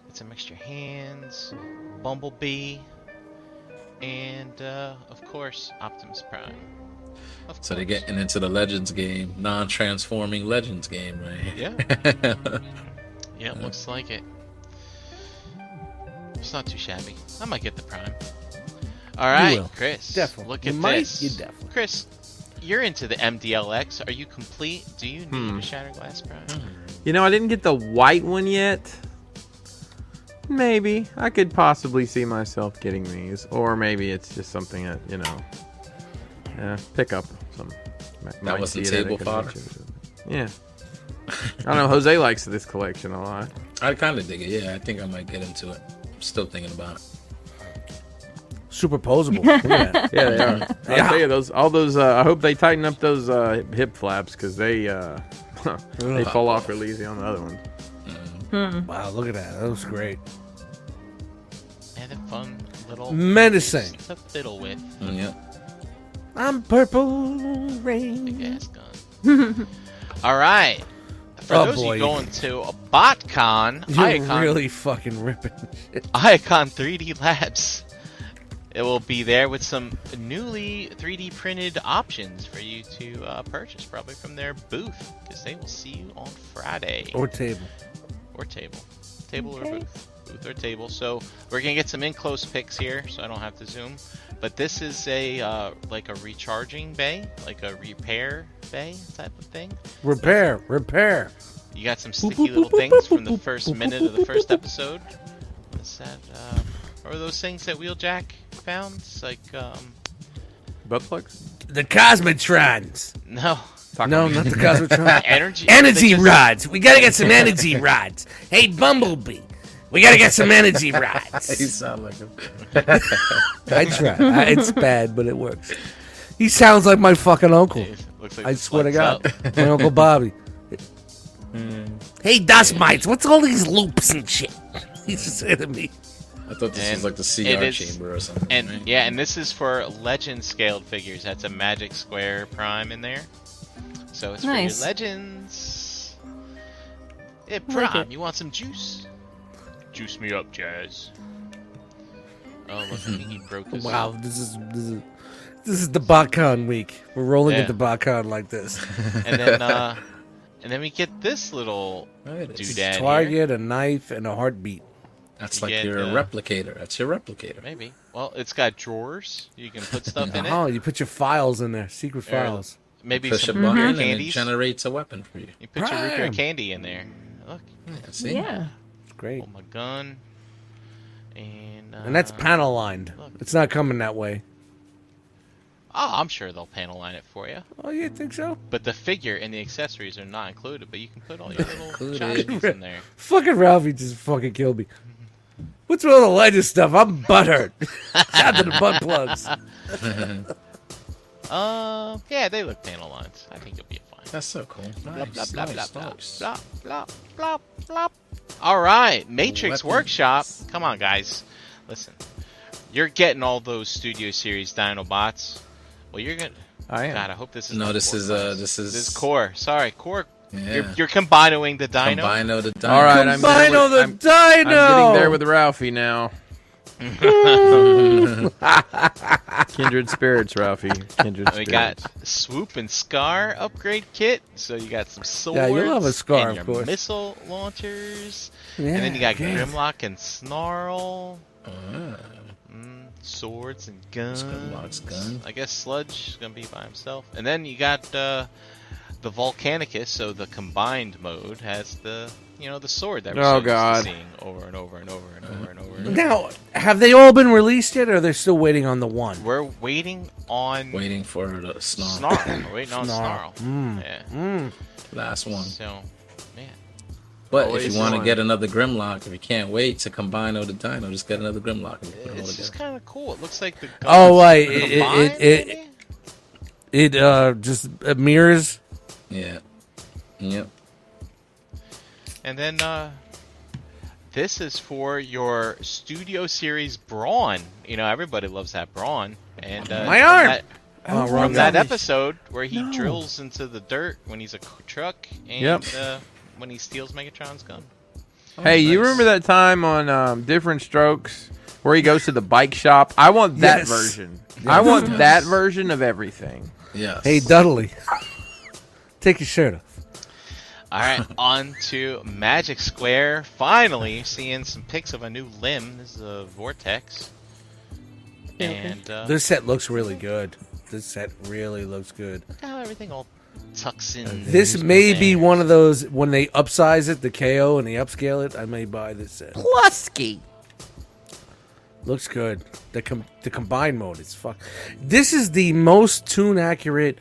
it's a mixture hands, Bumblebee, and uh, of course Optimus Prime. Of So they're course. getting into the Legends game, non-transforming Legends game, right? here. Yeah, it looks like it. It's not too shabby. I might get the prime. All right, will. Chris. Definitely. Look You at might, this. you definitely. Chris, you're into the MDLX. Are you complete? Do you need Hmm. a Shattered Glass Prime? You know, I didn't get the white one yet. Maybe I could possibly see myself getting these, or maybe it's just something that you know, uh, pick up. Some might, might was the see it at a table fodder. convention. Yeah, I don't know. Jose likes this collection a lot. I kind of dig it. Yeah, I think I might get into it. I'm still thinking about it. Superposable. Look at that. Yeah, they are. I'll tell you those. All those. Uh, I hope they tighten up those uh, hip- hip flaps because they uh, they fall off real easy on the other one. Wow, look at that. That was great. And a fun little Menacing. to fiddle with. Mm, yeah. I'm purple rain. Big ass gun. All right. For Oh, those of boy. you going to a BotCon, You're Icon really fucking ripping. Icon 3D Labs It will be there with some newly 3D printed options for you to uh, purchase, probably from their booth, because they will see you on Friday Or table. or table, table or booth, booth or table. So we're gonna get some in close pics here, so I don't have to zoom. But this is a uh, like a recharging bay, like a repair bay type of thing. Repair, repair. You got some sticky little things from the first minute of the first episode. What's that? Uh, what are those things that Wheeljack found? It's like um, Butt plugs? The Cosmotrons. no No, not the Cosmotron. energy. energy they just- rods. We gotta get some energy rods. Hey, Bumblebee. We gotta get some energy You rods. sound like him. I try. I- It's bad, but it works. He sounds like my fucking uncle. Looks like I it swear to plugs God, my uncle Bobby. Hmm. Hey, dust mites. What's all these loops and shit? He's just saying to me. I thought this And was like the it CR is- chamber or something. right? And yeah, and this is for legend scaled figures. That's a magic square prime in there. So it's Nice. for your legends. Yeah, I like prime. it. You want some juice? Juice me up, Jazz. Oh, look, I think he broke his. Wow, this is this is this is the Botcon week. We're rolling Yeah. at the Botcon like this. And then, uh, and then we get this little Oh, it is. doodad here. Target, a knife, and a heartbeat. That's You like get, your uh, replicator. That's your replicator. Maybe. Well, it's got drawers. You can put stuff in Oh, it. you put your files in there, secret There. files. Maybe Push a some button root beer and it candies. generates a weapon for you. you put your root beer Prime. candy in there. Look, See? Great. hold my gun. And uh, And that's panel lined. It's not coming that way. Oh, I'm sure they'll panel line it for you. Oh, you think so? But the figure and the accessories are not included, but you can put all your little Included. charges in there. Fucking Ralphie just fucking killed me. What's with all the legend stuff? I'm butthurt. After the butt plugs. Um, yeah, they look panel lines. I think you'll be fine. That's so cool. Blop, Nice, blop, blop, nice, blop, nice. blop, blop, blop, blop, blop. All right, Weapons. Matrix Workshop. Come on, guys. Listen, you're getting all those Studio Series Dinobots. Well, you're gonna. I am. God, I hope this is. No, not this core is, uh, class. this is- this is core. Sorry, core. You're, Yeah. you're combining the dino. Combino the dino. All right, I'm Combine getting- all the I'm- dino. I'm getting there with Ralphie now. Kindred spirits, Ralphie. Kindred We spirits. got swoop and scar upgrade kit. So you got some swords. Yeah, you'll have a scar, and of your course. Missile launchers, and then you got Grimlock and Snarl. Ah. Mm, swords and guns. Grimlock's gun. I guess Sludge is gonna be by himself. And then you got uh, the Volcanicus. So the combined mode has the you know the sword that we're Oh, so used to God. seeing over and over and over and Uh, over and over. And over. Now, have they all been released yet, or they're still waiting on the one? We're waiting on Waiting for the snarl. Snarl. We're waiting on Snarl. Snarl. Mm. Yeah. Last one. So, man. But if Always you want to one. get another Grimlock, if you can't wait to combine all the dino, just get another Grimlock and put them all It's just together. kind of cool. It looks like the guns Oh, wait, it- it- combined, it- it- maybe? It uh just uh, mirrors. Yeah. Yep. and then uh, this is for your Studio Series Brawn. You know, everybody loves that Brawn. And uh, My from arm! That, Oh, from wrong that guy. episode where he drills into the dirt when he's a c- truck, and Yep. uh, when he steals Megatron's gun. Hey, you remember that time on um, Different Strokes where he goes to the bike shop? I want that Yes. version. I want that version of everything. Yes. Hey, Dudley, take your shirt off. All right, on to Magic Square. Finally, seeing some pics of a new limb. This is a vortex. Yeah, okay. And uh, This set looks really good. This set really looks good. Look how everything all tucks in. This may be one of those when they upsize it, the KO, and they upscale it. I may buy this set. Plusky. Looks good. The com- the combined mode is fuck. This is the most tune accurate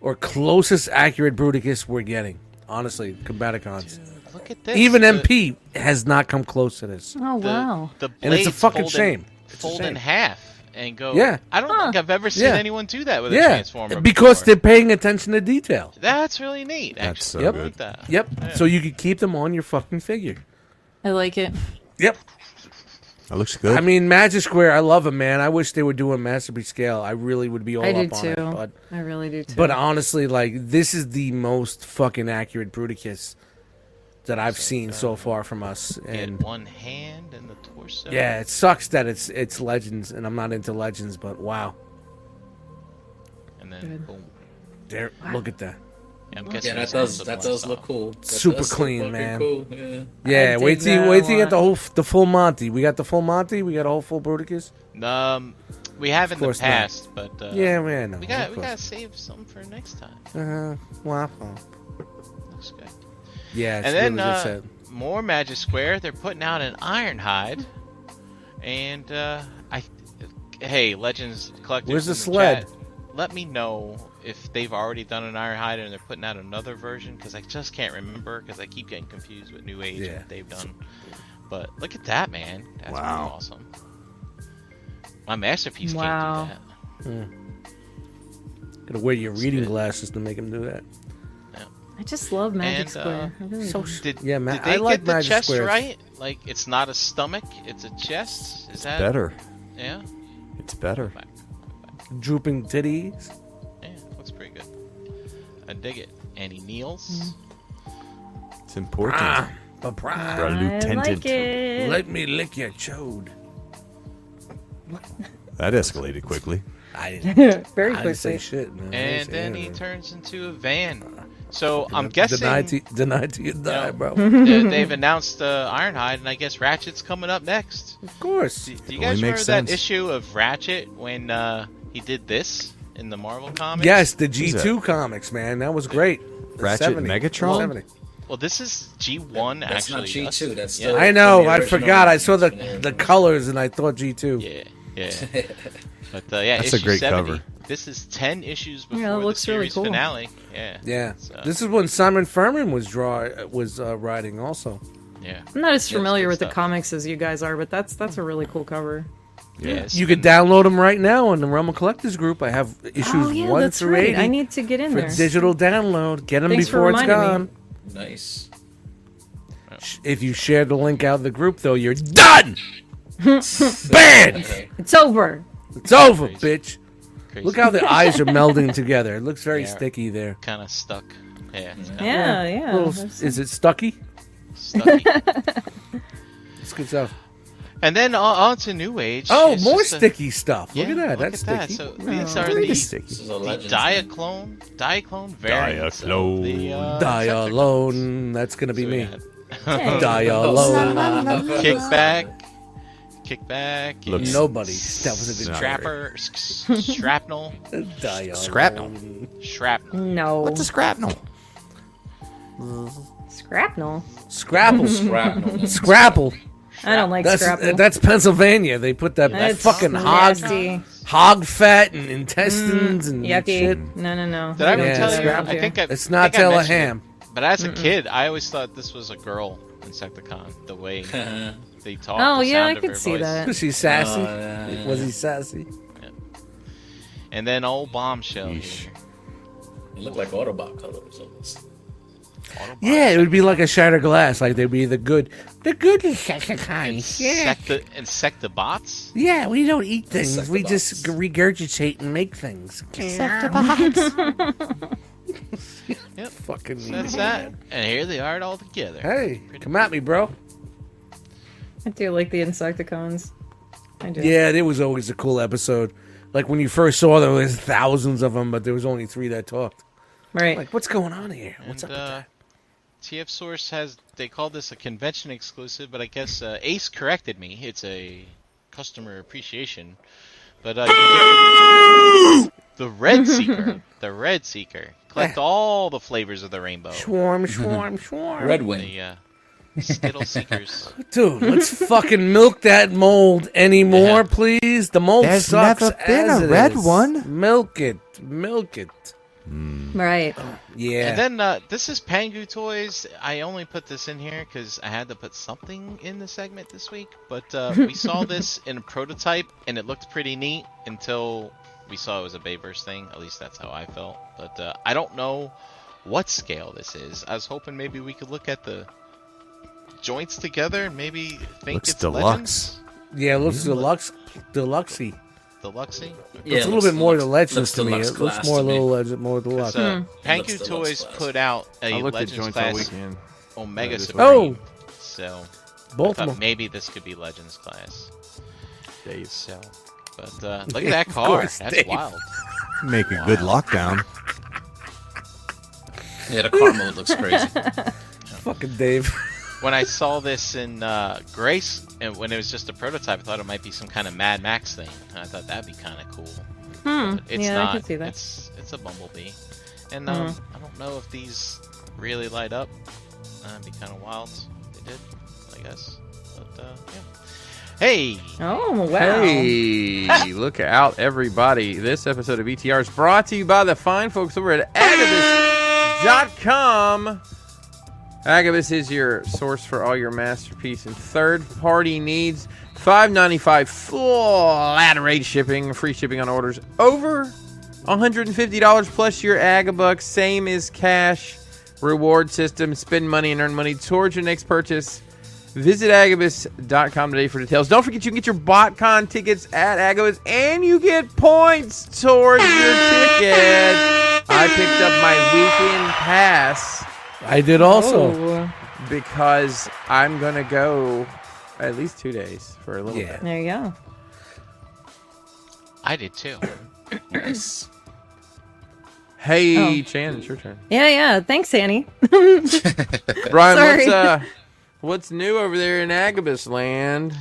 or closest accurate Bruticus we're getting. Honestly, Combaticons. Look at this. Even the- MP has not come close to this. Oh The, wow. The And it's a blades fucking fold in- shame. It's a Fold in shame. half and go. Yeah. I don't think I've ever seen Yeah. anyone do that with a Yeah, transformer. because before. they're paying attention to detail. That's really neat. Actually, That's so Yep. I good. like that. Yep. Yeah. So you could keep them on your fucking figure. I like it. Yep. That looks good. I mean, Magic Square. I love them, man. I wish they were doing masterpiece scale. I really would be all I up do on too. it. But I really do too. But honestly, like this is the most fucking accurate Bruticus that I've seen so far from us. In And one hand and the torso. yeah, it sucks that it's it's legends, and I'm not into legends, but wow, And then Good. boom. there, look at that. Yeah, I'm Yeah, guessing that it's does also that one does style. look cool. That Super does look clean, fucking man. Cool. Yeah. Yeah, dig wait till that you, a wait till you get the lot. whole f- the full Monty. We got the full Monty. We got a whole full Bruticus. Um, we have in the course not. past, but uh, yeah, man. No, we of got we course. gotta save some for next time. Uh, well, uh, Looks good. yeah, it's and really then good uh, set. more Magic Square. They're putting out an Ironhide, and uh, I, hey, Legends Collective. Where's the in sled? chat, let me know if they've already done an Ironhide and they're putting out another version because I just can't remember because I keep getting confused with New Age and Yeah. what they've done. But look at that, man! That's pretty Wow. awesome. My masterpiece Wow. can't do that. Gotta wear your reading good. glasses to make him do that. I just love Magic And, uh, Square. I really do. Did, Yeah, ma- did I they like get the Magic chest Squares. right? Like it's not a stomach, it's a chest. Is that Better. Yeah. It's better. Back. Drooping titties. Yeah, looks pretty good. I dig it. And he kneels. Mm-hmm. It's important. Ah, Bra- For a I lieutenant. like it. Ah, Let me lick your chode. That escalated quickly. I didn't, Very I didn't say quickly. shit, man. I didn't And say then he anything. turns into a van. So I'm Deny guessing to, deny to you die, No. bro. that they've announced uh, Ironhide, and I guess Ratchet's coming up next. of course. Do, do you only guys makes remember sense. that issue of Ratchet when uh, he did this in the Marvel comics? Yes, the G Who's two comics, man. That was great. The Ratchet 70. Megatron? 70. Well, this is G1 That's actually. not G us. two. That's yeah. still I know. from the I original- forgot. I saw the from original. the colors and I thought G two. Yeah, yeah. But uh, yeah, That's a issue great 70. cover. This is ten issues before it looks the really series cool. finale. Yeah, Yeah. So, This is when Simon Furman was draw was uh, writing also. yeah, I'm not as Yeah, familiar good with stuff. the comics as you guys are, but that's that's a really cool cover. yeah. it's You could been- download them right now on the Realm of Collectors group. I have issues Oh yeah, one that's through right. eighty I need to get in for there. digital download. Get them Thanks for before it's gone. reminding Nice. Sh- If you share the link out of the group, though, you're done. Banned. Okay. It's over. It's over, bitch. crazy. Look how the eyes are melding together. It looks very Yeah. sticky there. kind of stuck. Yeah, it's kinda Yeah, yeah. Little, is it stucky? stucky. It's good stuff. and then on, on to New Age. Oh, It's more just a- sticky stuff. yeah, look at that. That's at sticky. So these are It the, is the sticky. This is a legend. diaclone, diaclone variants. of The, uh, Die Decepticons. alone. That's gonna be So we me. got Die alone. Kickback, kickback. Looks- and Nobody. That was a good Strapper, s- s- shrapnel, Die alone. Scrapnel. shrapnel. No. What's a scrapnel? Scrapnel. Scrapple. Shrapnel. Scrapple. I don't like That's scrapple. uh, that's Pennsylvania. They put that That's fucking hog, nasty. hog fat and intestines and Mm, Yucky. shit. No, no, no. Did I ever Yeah, tell you? scrapple. I think I, It's I not think I mentioned Teleham. it, But as a kid, I always thought this was a girl Insecticon. The way they talk. Oh the yeah, sound I of could her see voice. that. Was he sassy? Oh, yeah, yeah, Was he sassy? And then old bombshell. Yeesh. here. It looked like Autobot colors almost. Yeah, it would be like a shattered glass. Like they'd be the good, the good insecticons. Yeah, Insecti- Insectibots. yeah. We don't eat things. We Insectibots. just regurgitate and make things. Yep. Fucking So Mm-hmm. that's that. And here they are all together. Hey, come at me, bro. I do like the Insecticons. I do. Yeah, it was always a cool episode. Like when you first saw them, there was thousands of them, but there was only three that talked. Right. Like, what's going on here? What's and up? with uh, that? TF Source has they call this a convention exclusive, but I guess uh, Ace corrected me. It's a customer appreciation. But uh, you get- the Red Seeker, the Red Seeker, collect all the flavors of the rainbow. Swarm, swarm, swarm. Red Wing. The Mm. uh, Skittle Seekers. Dude, let's fucking milk that mold anymore, Yeah. please. The mold There's sucks. never been as a it red is. one. Milk it, milk it. Right. oh, Yeah. And then uh, this is Pangu Toys. I only put this in here because I had to put something in the segment this week. But uh, we saw this in a prototype, and it looked pretty neat until we saw it was a Bayverse thing. At least that's how I felt. But uh, I don't know what scale this is. I was hoping maybe we could look at the joints together and maybe think Looks it's deluxe. Legends? yeah, it looks deluxe, deluxey. Deluxey? Yeah, it it's a little looks- bit more looks- the legends looks to me. deluxe It looks class more a to me. uh, little legend, more deluxe. So, Pangu Hmm. Looks deluxe Toys class. put out a I looked at Legends joints all class weekend. Omega this Supreme. Oh, So both uh, of them. maybe this could be Legends class. Dave. So, but uh, look at that car. That's wild. Make a good lockdown. Yeah, the car mode looks crazy. Fucking Dave. When I saw this in uh, Grace, and when it was just a prototype, I thought it might be some kind of Mad Max thing. And I thought that'd be kind of cool. Hmm. But it's yeah, not. I can see that. Mm-hmm. It's it's a bumblebee, and um, I don't know if these really light up. Uh, it'd be kind of wild. If they did, I guess. But uh, yeah. Hey, Oh wow. Hey, look out, everybody. This episode of ETR is brought to you by the fine folks over at Agabus.com. Agabus is your source for all your masterpiece and third party needs. $5.95 flat rate shipping, free shipping on orders over $150 plus your Agabucks, same as cash. Reward system, spend money and earn money towards your next purchase. Visit agabus.com today for details. Don't forget you can get your BotCon tickets at Agabus and you get points towards your ticket. I picked up my weekend pass I did also. Oh, because I'm going to go at least two days for a little Yeah. bit. there you go. I did too. Hey, Chan, it's your turn. Yeah, yeah. Thanks, Annie. Brian, what's, Sorry. uh, what's new over there in Agabus land?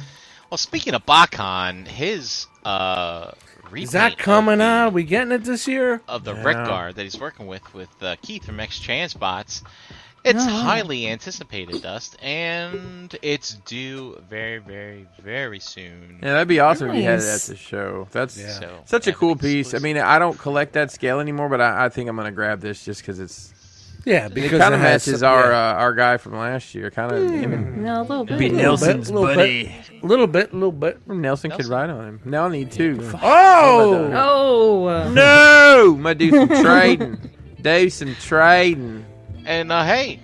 Well, speaking of Bakon, his uh, repaint Is that coming of the- out? We getting it this year? of the Yeah. Red Guard that he's working with with uh, Keith from X Transbots. It's highly anticipated, Dust, and it's due very, very, very soon. Yeah, that'd be awesome if you had it at Nice. the show. That's Yeah. So, such a yeah, cool it's piece. I exclusive. mean, I don't collect that scale anymore, but I, I think I'm going to grab this just because it's Yeah, it because kind of has- matches our yeah. uh, our guy from last year. Kind of him and No, a little bit. Be Nelson's little bit. buddy. little bit, little bit. Nelson, could Nelson. ride on him. Now I need two. Oh, Oh. uh, No, my do some trading. Do some trading. And uh, hey,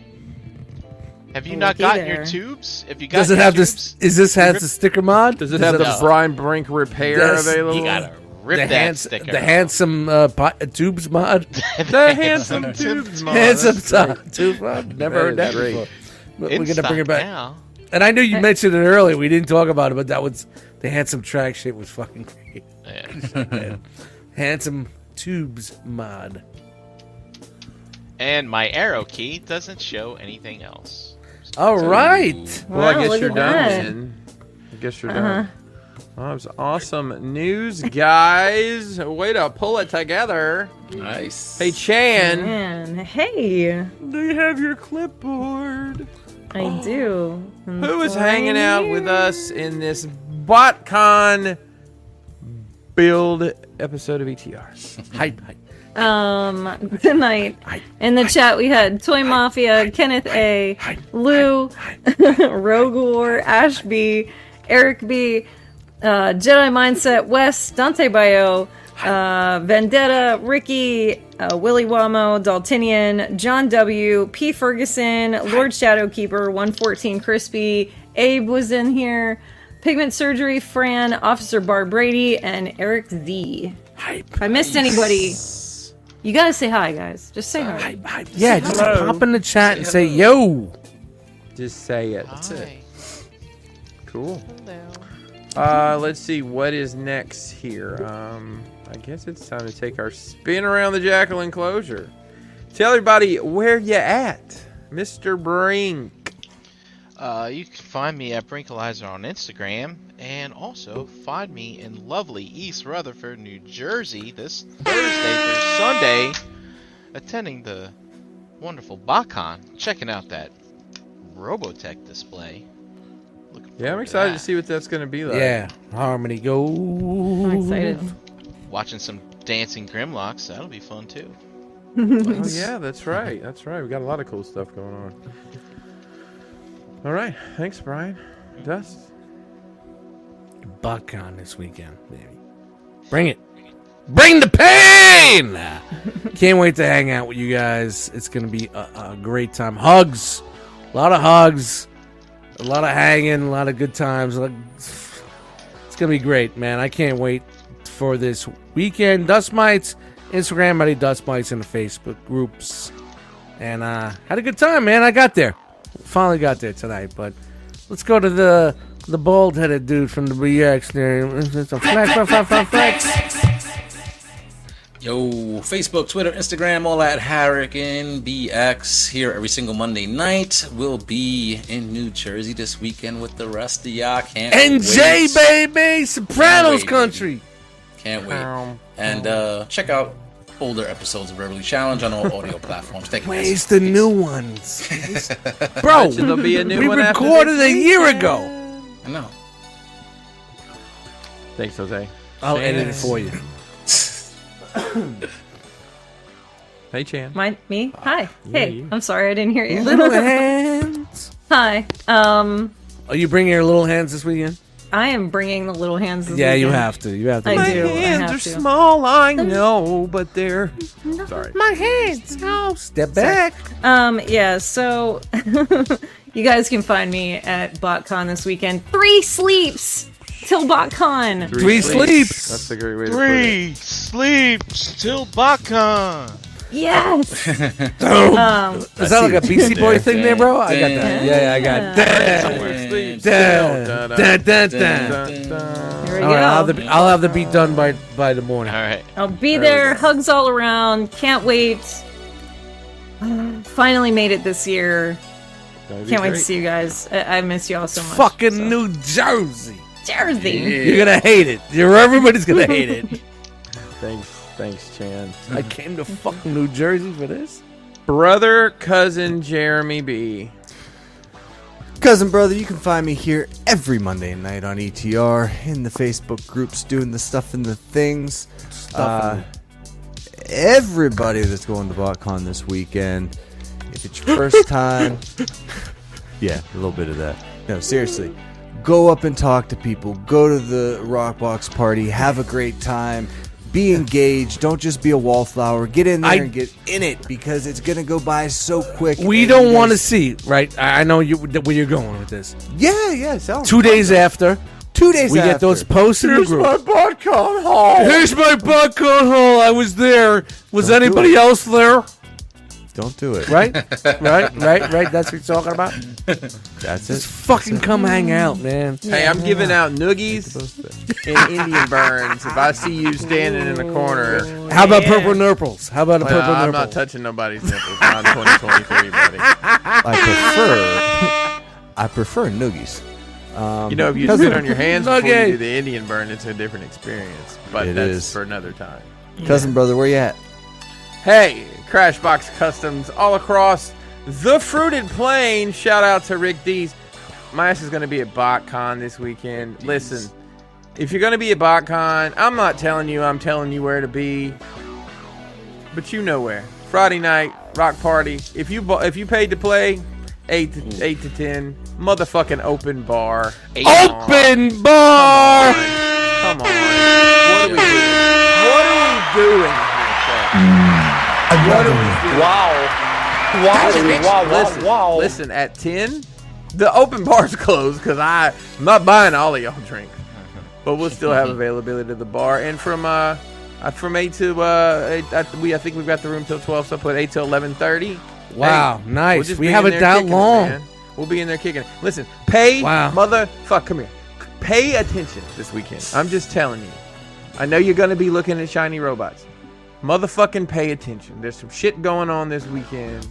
have you We'll not be gotten there. your tubes? If you got does it your have tubes, this? Is this has the sticker mod? Does it have the Brian Brink repair Yes, available? you gotta rip the, that hands- sticker. the handsome uh, pi- tubes mod? The handsome tubes. mod. handsome t- tube mod. That Never heard is that great. before. But In we're gonna bring stock it back. now. And I know you mentioned it earlier. We didn't talk about it, but that was the handsome track shape was fucking great. Yeah. Handsome tubes mod. and my arrow key doesn't show anything else. All right. Well, I Wow, guess look you're at done. that. Then. I guess you're done. Well, that was awesome news, guys. Way to pull it together. Nice. Hey, Chan. Man, hey, Do you have your clipboard? Oh, I do. Who is hanging out with us in this BotCon build episode E of ETR? Hi, hi. Um, tonight in the chat we had Toy Mafia, Kenneth A, Lou, Rogue War, Ash B, Eric B, uh, Jedi Mindset, Wes, Dante Bio, uh, Vendetta, Ricky, uh, Willy Wamo, Daltinian, John W, P Ferguson, Lord Shadowkeeper, 114 Crispy, Abe was in here. Pigment Surgery, Fran, Officer Barb Brady, and Eric Z. If I missed anybody, you gotta say hi, guys. Just say hi. Hi. Yeah, just pop in the chat and say yo. Just say it. Hi. Cool. Uh, let's see what is next here. Um, I guess it's time to take our spin around the jackal enclosure. Tell everybody where you at, Mr. Brink. Uh, you can find me at Brinkalizer on Instagram, and also find me in lovely East Rutherford, New Jersey, this Thursday through Sunday, attending the wonderful BotCon, checking out that Robotech display. Looking Yeah, I'm forward excited to that. see what that's gonna be like. Yeah, harmony go. I'm excited. Watching some dancing Grimlocks, that'll be fun too. Oh yeah, that's right. That's right. We got a lot of cool stuff going on. All right. Thanks, Brian. Dust. Buck on this weekend, baby. Bring it. Bring the pain. Can't wait to hang out with you guys. It's gonna be a, a great time. Hugs, a lot of hugs, a lot of hanging, a lot of good times. a lot- It's gonna be great, man. I can't wait for this weekend. Dust Mites, Instagram at Dust Mites, and the Facebook groups. And uh, had a good time, man. I got there. finally got there tonight. But let's go to the the bald headed dude from the BX there. It's it's a flex, flex, flex, flex, flex. Yo, Facebook, Twitter, Instagram, all at Harrigan BX. Here every single Monday night. We'll be in New Jersey this weekend with the rest of y'all. Can't NJ wait. baby, Sopranos Wait. country. Can't wait. And uh, check out older episodes of Beverly Challenge on all audio platforms. Thank you. guys. Where's the new ones, bro? There'll be a new we one after recorded this a year ago. I know. Thanks, Jose. I'll edit it for you. Hey, Chan. My me? Hi. Hey. you. I'm sorry I didn't hear you. Uh, Little hands. Hi. Um Are you bringing your little hands this weekend? I am bringing the little hands. This Yeah, you weekend. have to. You have to. I My do, I hands have are to. small, I know, but they're. Sorry. My hands. Oh, step back. Um, yeah, so you guys can find me at BotCon this weekend. Three sleeps till BotCon. Three sleeps. That's a great way to put it. Three sleeps till Bakan. Yes. Uh, um, Is that like a BC Boy thing there, bro? I got that. Damn. Yeah, yeah, I got that. Damn. Dun, dun, dun, Dun, dun. here we All right, I'll have, go. the, I'll have the beat done by by the morning. All right. I'll be there. Hugs all around. Can't wait. Uh, Finally made it this year. Can't wait to see you guys. I, I miss you all so much. Fucking so. New Jersey. Jersey. You're gonna hate it. You're, everybody's gonna hate it. Thanks, thanks, Chan. I came to fucking New Jersey for this. Brother, cousin Jeremy B. Cousin brother, you can find me here every Monday night on ETR in the Facebook groups doing the stuff and the things. Uh, everybody that's going to BotCon this weekend, if it's your first time, yeah, a little bit of that. No, seriously, go up and talk to people. Go to the Rockbox party. Have a great time. Be engaged. Don't just be a wallflower. Get in there I- and get in it because it's gonna go by so quick. We and you don't want to guys- see, right? I I know you where you're going with this. Yeah, yeah. Tell 'em. Two days after, Two days. we get after. those posts in the group. BotCon haul. Here's my buckle hole. I was there. Was Don't do anybody it. else there? Don't do it. Right? right? Right? Right? That's what you're talking about? That's Just fucking come hang out, man. Hey, I'm giving out noogies and Indian burns if I see you standing in a corner. How about purple nurples? How about a purple Well, I'm nurple? not touching nobody's nipples. Not in 2023, buddy. I prefer. I prefer noogies. Um, You know, if you cousin, sit on your hands before you Nugget. do the Indian burn, it's a different experience. But It that's is. for another time. cousin brother, where you at? Hey, Crashbox Customs all across the fruited plain. Shout out to Rick D's. My ass is going to be at BotCon this weekend. Listen, if you're going to be at BotCon, I'm not telling you, I'm telling you where to be. But you know where. Friday night, rock party. If you bu- if you paid to play, 8 to, 8 to 10, motherfucking open bar. Open bar! Come on. What are we doing? What are we doing? What are we doing? Wow, listen, listen, at 10, the open bar's closed because I'm not buying all of y'all drinks. But we'll still have availability to the bar. And from uh, uh, from 8 to, uh, eight, I, we, I think we've got the room till 12, so I put 8 till 11.30. Wow, We'll nice. just we be have in it there down kicking long. man. We'll be in there kicking it. Listen, pay Wow. motherfuck. Come here. Pay attention this weekend. I'm just telling you. I know you're gonna be looking at shiny robots. Motherfucking pay attention. There's some shit going on this weekend.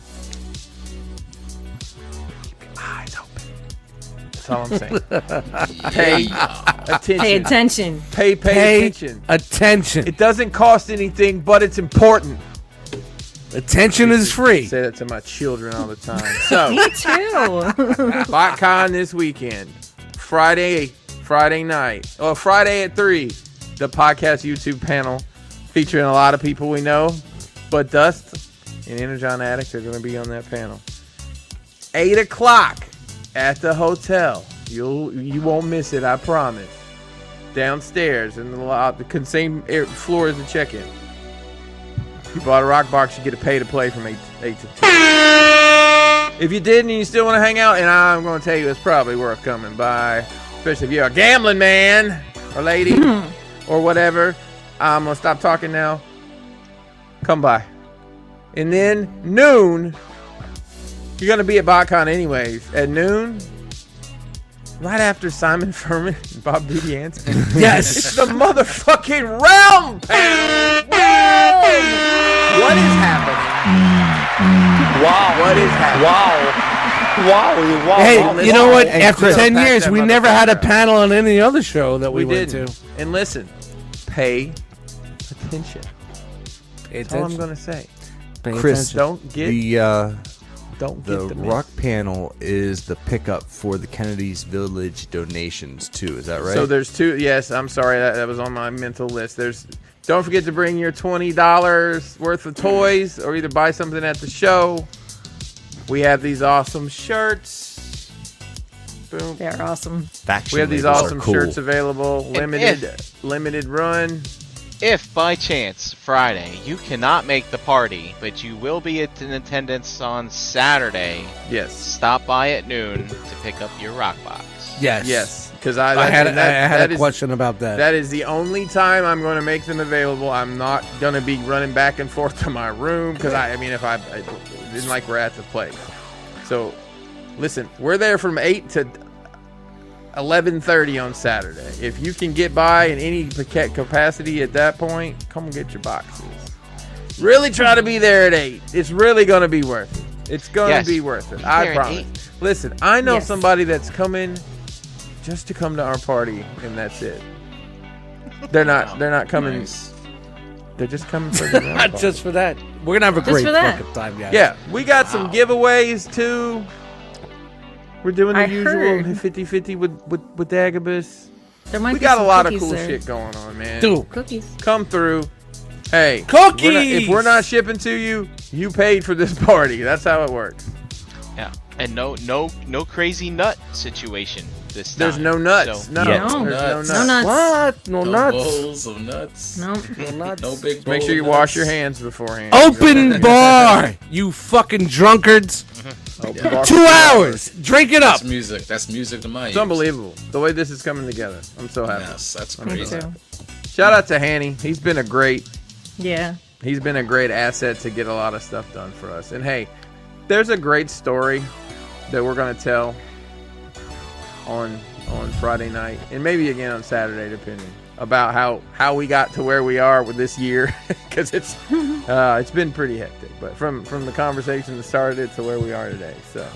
Keep your eyes open. That's all I'm saying. pay attention. Pay attention. Pay, pay Pay attention. attention. It doesn't cost anything, but it's important. attention is free. Say that to my children all the time. So. Me too. BotCon this weekend, Friday, Friday night, or Friday at three. The podcast YouTube panel featuring a lot of people we know, but Dust and Energon Addict are going to be on that panel. Eight o'clock at the hotel. You'll you won't miss it. I promise. Downstairs in the lobby, the same air, floor as the check-in. You bought a rock box, you get a pay to play from eight eight to two. If you didn't and you still want to hang out, and I'm going to tell you it's probably worth coming by, especially if you're a gambling man or lady or whatever. I'm going to stop talking now. Come by. And then noon, You're gonna be at BotCon anyways at noon. Right after Simon Furman and Bob Budiansky. Yes. it's the motherfucking realm. Pound! Realm! What is happening? Wow. What is happening? Wow. Wow. Wow. Hey, wow. you know what? and After Chris. ten Back years, that we never had a motherfucker. panel on any other show that we, We, went didn't. to. And listen, pay attention. That's all I'm gonna say. Chris, Don't get the uh, don't the get the rock panel is the pickup for the Kennedy's Village donations too. Is that right? So there's two. Yes, I'm sorry. That, that was on my mental list. There's. Don't forget to bring your twenty dollars worth of toys, or either buy something at the show. We have these awesome shirts. Boom. They're awesome. Faction We have these labels are awesome cool. shirts available. Limited, limited run. If by chance Friday you cannot make the party, but you will be at- in attendance on Saturday, Yes, stop by at noon to pick up your rock box. Yes. yes. Because I, I had, that, I had that a is- question about that. That is the only time I'm going to make them available. I'm not going to be running back and forth to my room because I, I mean, if I, I didn't like we're at the place. So, listen, we're there from eight to eleven thirty on Saturday. If you can get by in any paquet capacity at that point, come and get your boxes. Really try to be there at eight. It's really going to be worth it. It's going to Yes. be worth it. there I at promise. eight. Listen, I know Yes. somebody that's coming just to come to our party, and that's it. They're not. They're not coming. Nice. They're just coming for the round Not ball. just for that. We're gonna have a Just great for that. fucking time, guys. Yeah, we got some giveaways too. We're doing the I usual heard. 50-50 with with, with Dagobus. There might We be got a some lot of cookies cool there. shit going on, man. Dude, Cookies. come through. Hey, we're not- cookies. if we're not shipping to you, you paid for this party. That's how it works. Yeah. And no no no crazy nut situation this time. There's no nuts. So- no, Yeah. there's no No nuts. nuts. No nuts. what? No No nuts. bowls of nuts. No. No nuts. No big. Make bowl sure of you wash nuts. your hands beforehand. Open bar, you fucking drunkards. Open bar. Two hours. Drink it up. That's music. That's music to my ears. It's unbelievable the way this is coming together. I'm so happy. Yes, that's Me crazy. too. Shout out to Hanny. He's been a great Yeah. he's been a great asset to get a lot of stuff done for us. And hey, there's a great story that we're gonna tell on on Friday night and maybe again on Saturday, depending about how how we got to where we are with this year because it's uh, it's been pretty hectic. But from from the conversation that started it to where we are today, so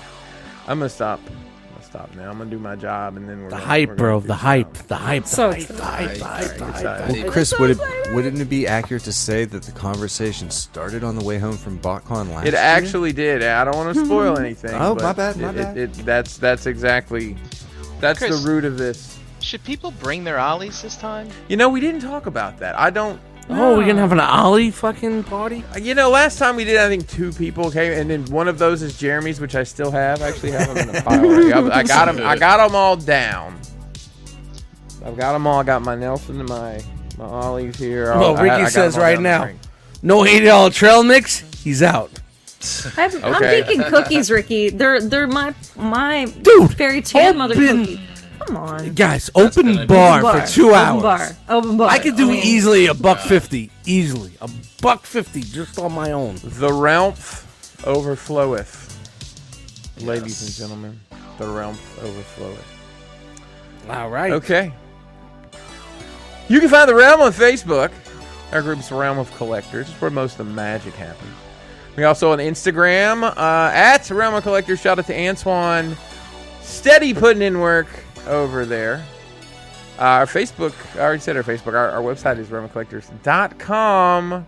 I'm gonna stop. I'm gonna stop now. I'm gonna do my job and then we're The gonna, hype, we're gonna bro. do The some- hype. The hype. The So hype. The hype. The hype. The hype. excited. Well, Chris, would it, wouldn't it be accurate to say that the conversation started on the way home from BotCon last It year? actually did. I don't want to spoil anything. Oh, but my bad, my it, bad. It, it- that's that's exactly that's Chris. the root of this. Should people bring their ollies this time? You know, we didn't talk about that. I don't. Oh, we're uh, gonna have an Ollie fucking party. You know, last time we did, I think two people came, and then one of those is Jeremy's, which I still have. I actually have them in a pile. already. I, I got them. I got them all down. I've got them all. I got my Nelson and my my Ollie's here. Well, I- I- Ricky I got 'em says all right down the now. sink. No eighty dollar trail mix. He's out. I'm, I'm Okay. thinking cookies, Ricky. They're they're my my Dude, fairy tale mother open- cookie. Come on. Guys, open gonna be- bar, Open bar. for two hours. Open bar. Open bar. I could do mean, easily a buck fifty. Easily a buck fifty just on my own. The realm overfloweth. Ladies and gentlemen, the realm overfloweth. All right. Okay. You can find the realm on Facebook. Our group's Realm of Collectors. It's where most of the magic happens. We also on Instagram uh, at Realm of Collectors. Shout out to Antoine. Steady putting in work over there. Uh, our Facebook, I already said our Facebook. Our, our website is realmofcollectors.com.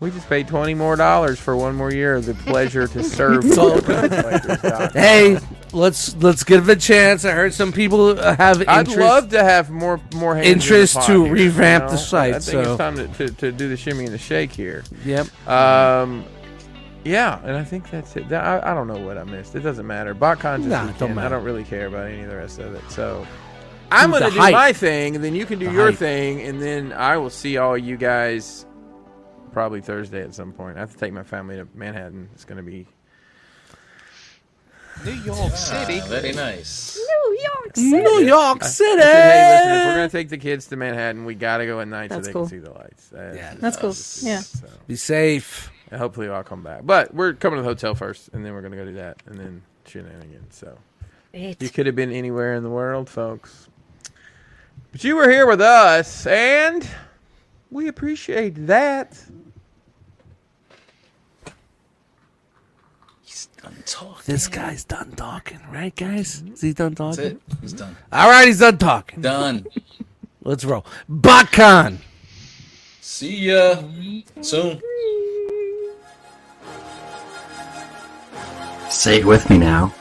We just paid 20 more dollars for one more year of the pleasure to serve. all realmofcollectors.com. Hey, let's let's give it a chance. I heard some people uh, have I'd interest. love to have more more hands in the interest pot to here, revamp the site, I think so- it's time to, to, to do the shimmy and the shake here. Yep. Um, yeah, and I think that's it. That- I, I don't know what I missed. It doesn't matter. BotCon's this Nah, it weekend. don't I matter. don't really care about any of the rest of it. So I'm Dude, gonna the do hype. my thing, then you can do The your hype. thing, and then I will see all you guys probably Thursday at some point. I have to take my family to Manhattan. It's gonna be New York City. Ah, very nice. New York City. New York I City. said, hey, listen, if we're gonna take the kids to Manhattan, we gotta go at night so That's they cool. can see the lights. Uh, Yeah. That's cool. Yeah. So. Be safe. And hopefully I'll come back. But we're coming to the hotel first, and then we're gonna go do that, and then shenanigans. So you could have been anywhere in the world, folks. But you were here with us, and we appreciate that. He's done talking. This guy's done talking, right, guys? Is he done That's it. talking? He's done. All right, he's done talking. Done. Let's roll. Botcon. See ya soon. Say it with me now.